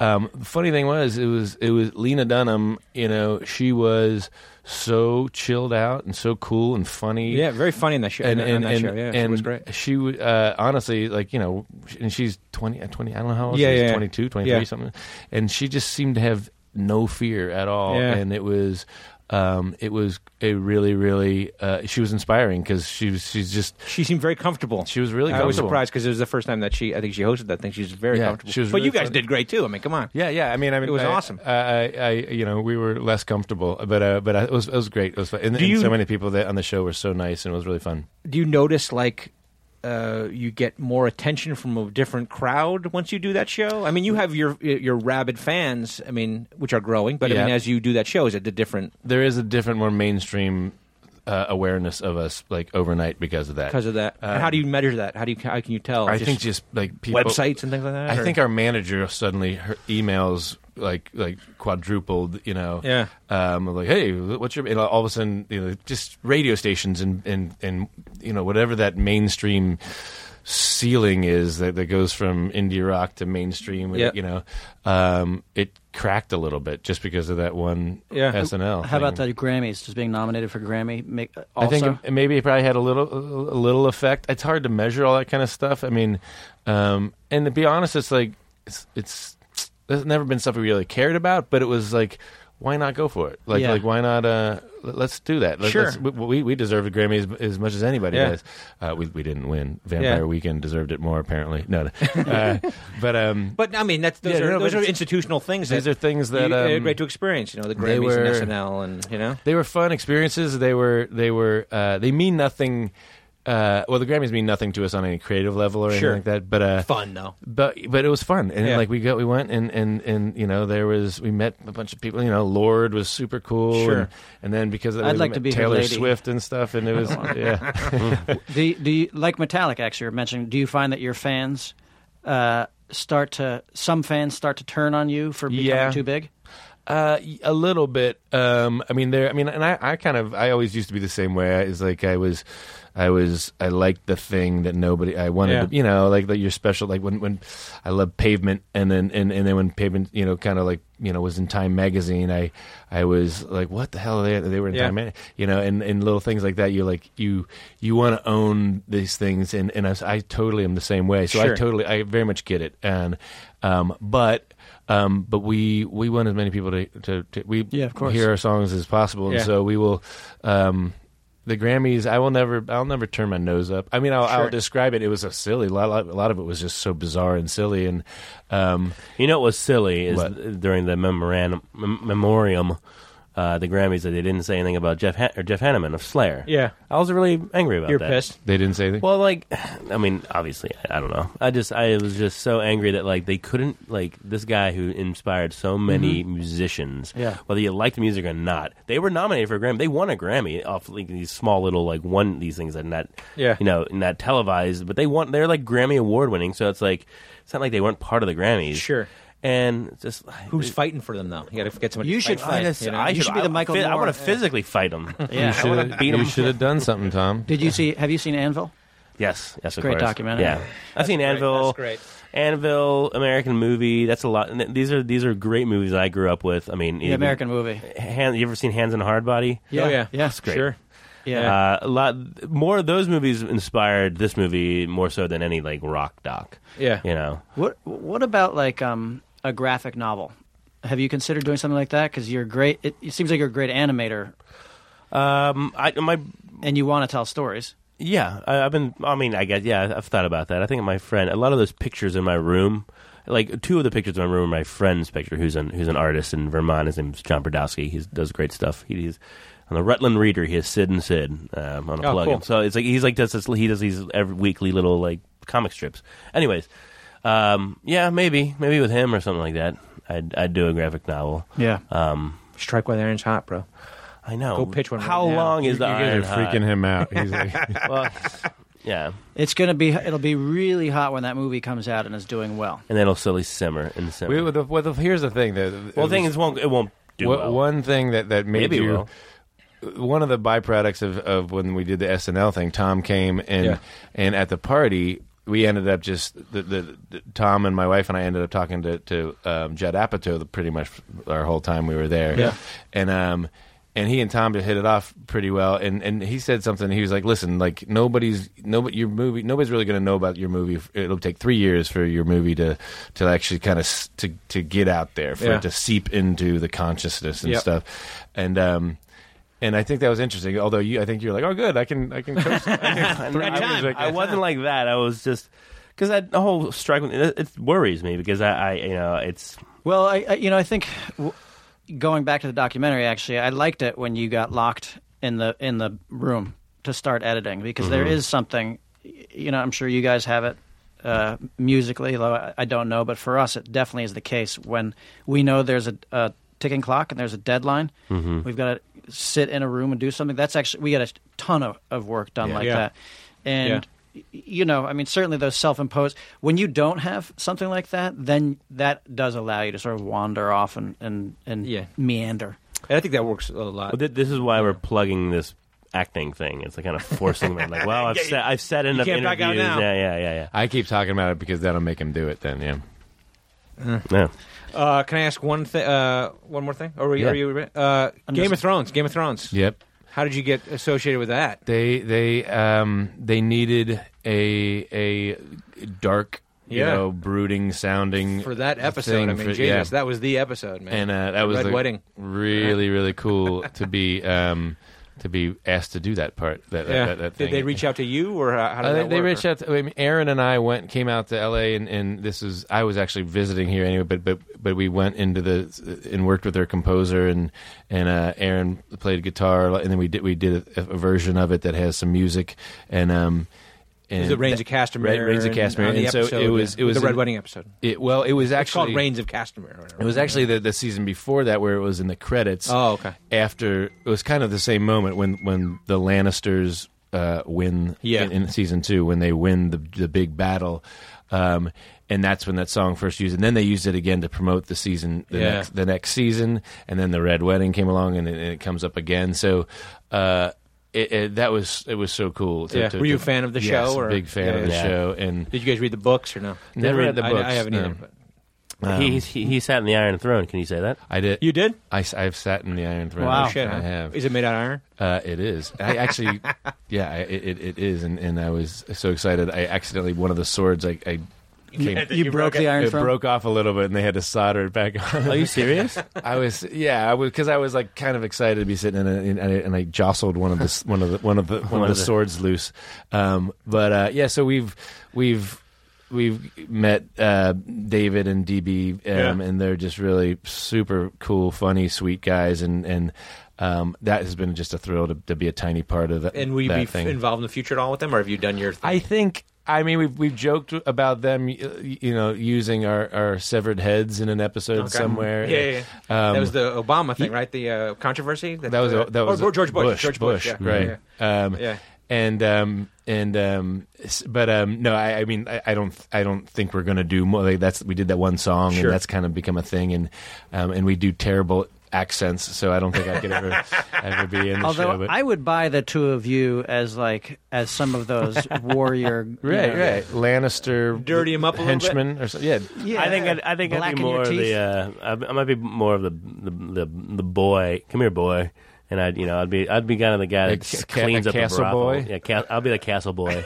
Speaker 6: Um, the funny thing was it was it was Lena Dunham. You know, she was so chilled out and so cool and funny.
Speaker 9: Yeah, very funny in that show.
Speaker 6: And
Speaker 9: in-
Speaker 6: and
Speaker 9: on that
Speaker 6: and,
Speaker 9: show. Yeah,
Speaker 6: and
Speaker 9: it was great.
Speaker 6: she w- uh, honestly like you know and she's 20, uh, 20 I don't know how old
Speaker 9: Yeah,
Speaker 6: she
Speaker 9: yeah,
Speaker 6: is
Speaker 9: yeah.
Speaker 6: 22 23
Speaker 9: Yeah.
Speaker 6: something and she just seemed to have no fear at all
Speaker 9: Yeah.
Speaker 6: and it was um, it was a really really uh, she was inspiring because she was she's just
Speaker 9: She seemed very comfortable.
Speaker 6: she was really
Speaker 9: I was
Speaker 6: comfortable.
Speaker 9: surprised because it was the first time that she. I think she hosted that thing. She was very
Speaker 6: Yeah,
Speaker 9: comfortable.
Speaker 6: she was
Speaker 9: but
Speaker 6: really
Speaker 9: you guys
Speaker 6: funny.
Speaker 9: did great too. I mean, come on.
Speaker 6: Yeah, yeah. I mean, I mean,
Speaker 9: It was
Speaker 6: I-
Speaker 9: awesome.
Speaker 6: I, I, I, you know, we were less comfortable, but uh, but uh, it was it was great. It was fun. And,
Speaker 9: Do
Speaker 6: and
Speaker 9: you-
Speaker 6: so many people that on the show were so nice, and it was really fun.
Speaker 9: Do you notice like? Uh, you get more attention from a different crowd once you do that show. I mean, you have your your rabid fans. I mean, which are growing. But I
Speaker 6: Yeah.
Speaker 9: mean, as you do that show, is it a different
Speaker 6: There is a different, more mainstream uh, awareness of us like overnight because of that.
Speaker 9: because of that? and how do you measure that? How do you how can you tell?
Speaker 6: Uh, I think just like people,
Speaker 9: websites and things like that.
Speaker 6: I
Speaker 9: Oh, or-
Speaker 6: think our manager suddenly her emails like like quadrupled. You know,
Speaker 9: Yeah.
Speaker 6: Um, like, hey, what's your? And all of a sudden, you know, just radio stations and and and you know whatever that mainstream ceiling is that, that goes from indie rock to mainstream.
Speaker 9: Yeah.
Speaker 6: You know, um, it cracked a little bit just because of that one
Speaker 9: Yeah.
Speaker 6: SNL.
Speaker 4: how about
Speaker 6: thing.
Speaker 4: the grammys just being nominated for grammy make, uh, also
Speaker 6: I think it, maybe it probably had a little a little effect. It's hard to measure all that kind of stuff. I mean, um, and to be honest, it's like it's it's there's never been stuff we really cared about, but it was like why not go for it? Like
Speaker 4: Yeah.
Speaker 6: like why not? Uh, let- let's do that. Let,
Speaker 9: Sure.
Speaker 6: let's- we- we we deserve a Grammy as, as much as anybody
Speaker 9: Yeah.
Speaker 6: does. Uh, we we didn't win. Vampire
Speaker 9: Yeah.
Speaker 6: Weekend deserved it more apparently. No,
Speaker 9: (laughs)
Speaker 6: no. uh, but um,
Speaker 9: But I mean, that's, those
Speaker 6: Yeah,
Speaker 9: are
Speaker 6: no,
Speaker 9: those
Speaker 6: but
Speaker 9: are
Speaker 6: it's-
Speaker 9: institutional things.
Speaker 6: these
Speaker 9: that
Speaker 6: are things that
Speaker 9: you, uh,
Speaker 6: um,
Speaker 9: great to experience. You know, the
Speaker 6: they
Speaker 9: Grammys
Speaker 6: were-
Speaker 9: and SNL, and you know,
Speaker 6: They were fun experiences. They were they were uh, they mean nothing. Uh, well, the Grammys mean nothing to us on any creative level or
Speaker 9: Sure.
Speaker 6: anything like that. But uh,
Speaker 9: fun though.
Speaker 6: but but it was fun, and
Speaker 9: Yeah.
Speaker 6: like we got we went and and and you know there was we met a bunch of people. You know, Lord was super cool.
Speaker 9: Sure.
Speaker 6: And, and then because of,
Speaker 4: I'd
Speaker 6: we
Speaker 4: like
Speaker 6: met
Speaker 4: to be her
Speaker 6: Taylor
Speaker 4: lady.
Speaker 6: Swift and
Speaker 4: (laughs)
Speaker 6: stuff, and it was yeah.
Speaker 4: Do you, do you like Metallic? Actually, you mentioning. Do you find that your fans uh, start to some fans start to turn on you for becoming
Speaker 6: Yeah.
Speaker 4: too big?
Speaker 6: Uh, y- a little bit. Um, I mean, there. I mean, and I, I kind of, I always used to be the same way. I, it's like I was, I was, I liked the thing that nobody. I wanted,
Speaker 9: Yeah.
Speaker 6: to, you know, like that you're special. Like when, when I love Pavement, and then, and, and then when Pavement, you know, kind of like, you know, was in Time magazine. I, I was like, what the hell? They, they were in
Speaker 9: Yeah.
Speaker 6: Time, ma- you know, and, and little things like that. You're like, you, you want to own these things, and and I, was- I totally am the same way. So I
Speaker 9: Sure.
Speaker 6: totally, I very much get it, and, um, but. Um, but we we want as many people to, to, to we
Speaker 4: Yeah, of course.
Speaker 6: hear our songs as possible,
Speaker 9: Yeah.
Speaker 6: and so we will. Um, the Grammys, I will never, I'll never turn my nose up. I mean, I'll, I'll
Speaker 9: Sure.
Speaker 6: describe it. It was a silly. A lot, lot- a lot of it was just so bizarre and silly, and um,
Speaker 7: You know what was silly is
Speaker 6: What?
Speaker 7: during the memorandum, mem- memoriam. uh, the Grammys that they didn't say anything about Jeff Han- or Jeff Hanneman of Slayer.
Speaker 9: Yeah.
Speaker 7: I was really angry about
Speaker 9: You're
Speaker 7: that.
Speaker 9: pissed.
Speaker 6: They didn't say anything.
Speaker 7: Well, like, (sighs) I mean, obviously, I, I don't know. I just, I was just so angry that like they couldn't like this guy who inspired so many musicians.
Speaker 4: Mm-hmm. Yeah.
Speaker 7: Whether you liked the music or not, they were nominated for a Grammy. They won a Grammy off like these small little like one these things that not,
Speaker 9: Yeah.
Speaker 7: you know, not televised, but they won. They're like Grammy award winning, so it's like it's not like they weren't part of the Grammys.
Speaker 9: Sure.
Speaker 7: And it's just
Speaker 9: Who's fighting for them though? You got to get someone.
Speaker 4: You
Speaker 9: to
Speaker 4: should
Speaker 9: fight.
Speaker 4: fight.
Speaker 9: for, you know?
Speaker 7: I
Speaker 4: You should be the
Speaker 7: I-
Speaker 4: Michael
Speaker 7: I,
Speaker 4: Moore.
Speaker 7: want to physically fight him.
Speaker 4: (laughs) Yeah.
Speaker 6: Uh, you should have
Speaker 7: beat him.
Speaker 6: done something, Tom.
Speaker 4: Did you see? Have you seen Anvil?
Speaker 7: Yes, yes, of
Speaker 4: Great
Speaker 7: course.
Speaker 4: documentary.
Speaker 7: Yeah, I've seen Anvil.
Speaker 9: that's great.
Speaker 7: Anvil, American movie. That's a lot. and th- These are these are great movies I grew up with. I mean,
Speaker 4: The American movie.
Speaker 7: Hand, you ever seen Hands on Hard Body?
Speaker 4: Yeah,
Speaker 9: Oh, yeah.
Speaker 4: yeah.
Speaker 9: That's
Speaker 7: Oh, great.
Speaker 9: Sure.
Speaker 4: Yeah.
Speaker 7: Uh, a lot more of those movies inspired this movie more so than any like rock doc.
Speaker 9: Yeah.
Speaker 7: you know.
Speaker 4: What What about like um, a graphic novel? Have you considered doing something like that? Because you're great. It, it seems like you're a great animator,
Speaker 7: Um, I my
Speaker 4: and you want to tell stories.
Speaker 7: Yeah, I, I've been. I mean, I guess. Yeah, I've thought about that. I think my friend. A lot of those pictures in my room, like two of the pictures in my room, are my friend's picture, who's an who's an artist in Vermont. His name's John Brodowski. He does great stuff. He, he's on the Rutland Reader. He has Sid and Sid um, on a
Speaker 9: Oh,
Speaker 7: plug.
Speaker 9: cool.
Speaker 7: So it's like he's like does this. He does these every weekly little like comic strips. Anyways, um, yeah, maybe maybe with him or something like that. I'd I'd do a graphic novel.
Speaker 4: Yeah.
Speaker 7: Um,
Speaker 9: Strike while the iron's hot, bro.
Speaker 7: I know.
Speaker 9: Go pitch one right
Speaker 7: How
Speaker 9: now.
Speaker 7: long is
Speaker 6: you
Speaker 7: (laughs) the
Speaker 6: guys
Speaker 7: iron
Speaker 6: are
Speaker 7: hot?
Speaker 6: freaking him out. He's like,
Speaker 7: Well, yeah.
Speaker 4: It's gonna be. It'll be really hot when that movie comes out and is doing well.
Speaker 7: And then it'll slowly simmer and simmer.
Speaker 6: we, (laughs) well, the, well, the, here's the thing. That, it
Speaker 7: Well,
Speaker 6: was-
Speaker 7: the thing is, it won't it won't do
Speaker 6: Wha-
Speaker 7: well.
Speaker 6: One thing that that made
Speaker 7: Maybe it
Speaker 6: you Uh,
Speaker 7: will.
Speaker 6: one of the byproducts of, of when we did the SNL thing. Tom came and
Speaker 9: Yeah.
Speaker 6: and at the party we ended up just the, the, the Tom and my wife and I ended up talking to to um, Judd Apatow the, pretty much our whole time we were there.
Speaker 9: Yeah.
Speaker 6: and um. And he and Tom just hit it off pretty well, and, and he said something. He was like, "Listen, like nobody's nobody your movie nobody's really going to know about your movie. It'll take three years for your movie to to actually kind of s- to to get out there for
Speaker 9: Yeah.
Speaker 6: it to seep into the consciousness and
Speaker 9: Yep.
Speaker 6: stuff. And um and I think that was interesting. Although you, I think you're like, oh, good, I can, I can coach.
Speaker 9: (laughs)
Speaker 6: I can three
Speaker 7: I,
Speaker 6: years,
Speaker 7: was-
Speaker 6: I uh, can-
Speaker 7: I wasn't like that. I was just because that whole strike it, it worries me because I, I you know it's
Speaker 4: Well, I, I you know I think w- going back to the documentary, actually, I liked it when you got locked in the in the room to start editing because there is something, y- you know, I'm sure you guys have it uh, musically. Though I- I don't know, but for us, it definitely is the case when we know there's a, a ticking clock and there's a deadline. We've got to sit in a room and do something. That's actually we got a ton of, of work done like
Speaker 9: Yeah.
Speaker 4: that, and
Speaker 9: Yeah.
Speaker 4: y- you know, I mean, certainly those self-imposed. When you don't have something like that, then that does allow you to sort of wander off and and and
Speaker 9: Yeah.
Speaker 4: meander.
Speaker 9: And I think that works a lot.
Speaker 7: but thi- this is why we're plugging this acting thing. It's like kind of forcing me. Like, well, I've said I've said enough
Speaker 9: can't back
Speaker 7: interviews.
Speaker 9: out now.
Speaker 7: Yeah, yeah, yeah,
Speaker 6: I keep talking about it because that'll make him do it. Then, yeah.
Speaker 7: yeah. yeah.
Speaker 9: Uh, can I ask one thing? Uh, one more thing? Are we?
Speaker 6: Yeah.
Speaker 9: Are you? re- Uh, Game
Speaker 4: just-
Speaker 9: of Thrones. Game of Thrones.
Speaker 6: Yep.
Speaker 9: How did you get associated with that?
Speaker 6: They they um they needed a a dark, you
Speaker 9: Yeah.
Speaker 6: know, brooding sounding
Speaker 9: For that episode,
Speaker 6: thing
Speaker 9: I mean,
Speaker 6: for-
Speaker 9: Jesus,
Speaker 6: yeah.
Speaker 9: that was the episode, man.
Speaker 6: and uh, that was
Speaker 9: Red
Speaker 6: the-
Speaker 9: Wedding.
Speaker 6: Really, really cool to be um to be asked to do that part. That, that-
Speaker 9: yeah.
Speaker 6: that, that
Speaker 9: did
Speaker 6: thing.
Speaker 9: they reach out to you, or how, how did
Speaker 6: Uh,
Speaker 9: that
Speaker 6: they, they
Speaker 9: work?
Speaker 6: reached out. To, I mean, Aaron and I went, came out to L.A. and, and this is I was actually visiting here anyway, but but but we went into the and worked with their composer and and uh, Aaron played guitar and then we did we did a, a version of it that has some music and um and
Speaker 9: Is it Reigns of Castamere?
Speaker 6: Ra- Reigns of
Speaker 9: and-
Speaker 6: Castamere
Speaker 9: on the
Speaker 6: and so
Speaker 9: episode,
Speaker 6: it was
Speaker 9: yeah,
Speaker 6: it was
Speaker 9: the Red
Speaker 6: in-
Speaker 9: Wedding episode.
Speaker 6: It, well, it was
Speaker 9: It's called
Speaker 6: actually
Speaker 9: Reigns of Castamere. or whatever.
Speaker 6: it was actually the, the season before that where it was in the credits.
Speaker 9: Oh, okay.
Speaker 6: After it was kind of the same moment when when the Lannisters uh, win
Speaker 9: Yeah.
Speaker 6: in, in season two when they win the the big battle. Um, and that's when that song first used, and then they used it again to promote the season, the,
Speaker 9: Yeah.
Speaker 6: next, the next season, and then the Red Wedding came along, and it, and it comes up again. So uh, it, it, that was it was so cool. To,
Speaker 9: Yeah.
Speaker 6: to-
Speaker 9: Were you a
Speaker 6: to-
Speaker 9: fan of the
Speaker 6: yes,
Speaker 9: show, or-
Speaker 6: big fan
Speaker 9: Yeah,
Speaker 6: of the
Speaker 7: yeah.
Speaker 6: show, and
Speaker 9: Did you guys read the books or no?
Speaker 6: Never read the
Speaker 9: I- I,
Speaker 6: books,
Speaker 9: haven't
Speaker 6: no.
Speaker 9: either. But
Speaker 7: he, he he sat in the Iron Throne. Can you say that?
Speaker 6: I did.
Speaker 9: you did?
Speaker 6: I, have sat in the Iron Throne.
Speaker 4: Wow.
Speaker 9: Oh, shit,
Speaker 6: I
Speaker 9: huh?
Speaker 6: have.
Speaker 9: Is it made out of iron?
Speaker 6: Uh, it is. I actually, yeah, I- it, it, it is, and, and I was so excited. I accidentally one of the swords. I, I came,
Speaker 4: You, broke, the Iron
Speaker 6: it
Speaker 4: Throne.
Speaker 6: broke off a little bit, and they had to solder it back on.
Speaker 7: Are
Speaker 6: (laughs)
Speaker 7: you serious?
Speaker 6: I was, yeah, I was because I was like kind of excited to be sitting in, a, in and I- and I jostled one of the s- one of the one of the one, of the swords loose. Um, but uh, yeah, so we've we've we've met uh, David and DB, um,
Speaker 2: Yeah.
Speaker 6: and they're just really super cool, funny, sweet guys, and and um, that has been just a thrill to, to be a tiny part of that.
Speaker 2: And will you
Speaker 6: that
Speaker 2: be f-
Speaker 6: thing.
Speaker 2: involved in the future at all with them, or have you done your? Thing?
Speaker 6: I think. I mean, we've we've joked about them, y- you know, using our, our severed heads in an episode somewhere.
Speaker 2: Yeah, yeah,
Speaker 6: Um,
Speaker 9: that was the Obama thing, right? The uh, controversy.
Speaker 6: that was a, that was
Speaker 9: or
Speaker 6: a-
Speaker 9: George Bush. George Bush, yeah.
Speaker 6: right?
Speaker 9: Yeah.
Speaker 6: Um,
Speaker 9: Yeah.
Speaker 6: And um, and um, s- but um, no, I, I mean, I, I don't, I don't think we're gonna do more. Like that's we did that one song,
Speaker 9: Sure.
Speaker 6: and that's kind of become a thing, and um, and we do terrible accents, so I don't think I could
Speaker 9: (laughs)
Speaker 6: ever ever be in the
Speaker 4: Although
Speaker 6: show. But,
Speaker 4: I would buy the two of you as like as some of
Speaker 6: (laughs)
Speaker 4: those warrior. you
Speaker 6: right,
Speaker 4: know,
Speaker 6: right, Lannister,
Speaker 2: Dirty 'em up a little bit.
Speaker 6: henchman, or something. Yeah,
Speaker 4: Yeah.
Speaker 7: I think I'd, I think I'd
Speaker 4: Blacken
Speaker 7: be
Speaker 4: your
Speaker 7: more of the
Speaker 4: teeth.
Speaker 7: uh, I, I might be more of the the, the the boy. Come here, boy. And I'd you know I'd be I'd be kind of the guy that
Speaker 6: Like a
Speaker 7: just
Speaker 6: ca-
Speaker 7: cleans
Speaker 6: a
Speaker 7: up the
Speaker 6: castle
Speaker 7: brothel.
Speaker 6: boy?
Speaker 7: Yeah, ca- I'll be the
Speaker 6: (laughs)
Speaker 7: castle boy.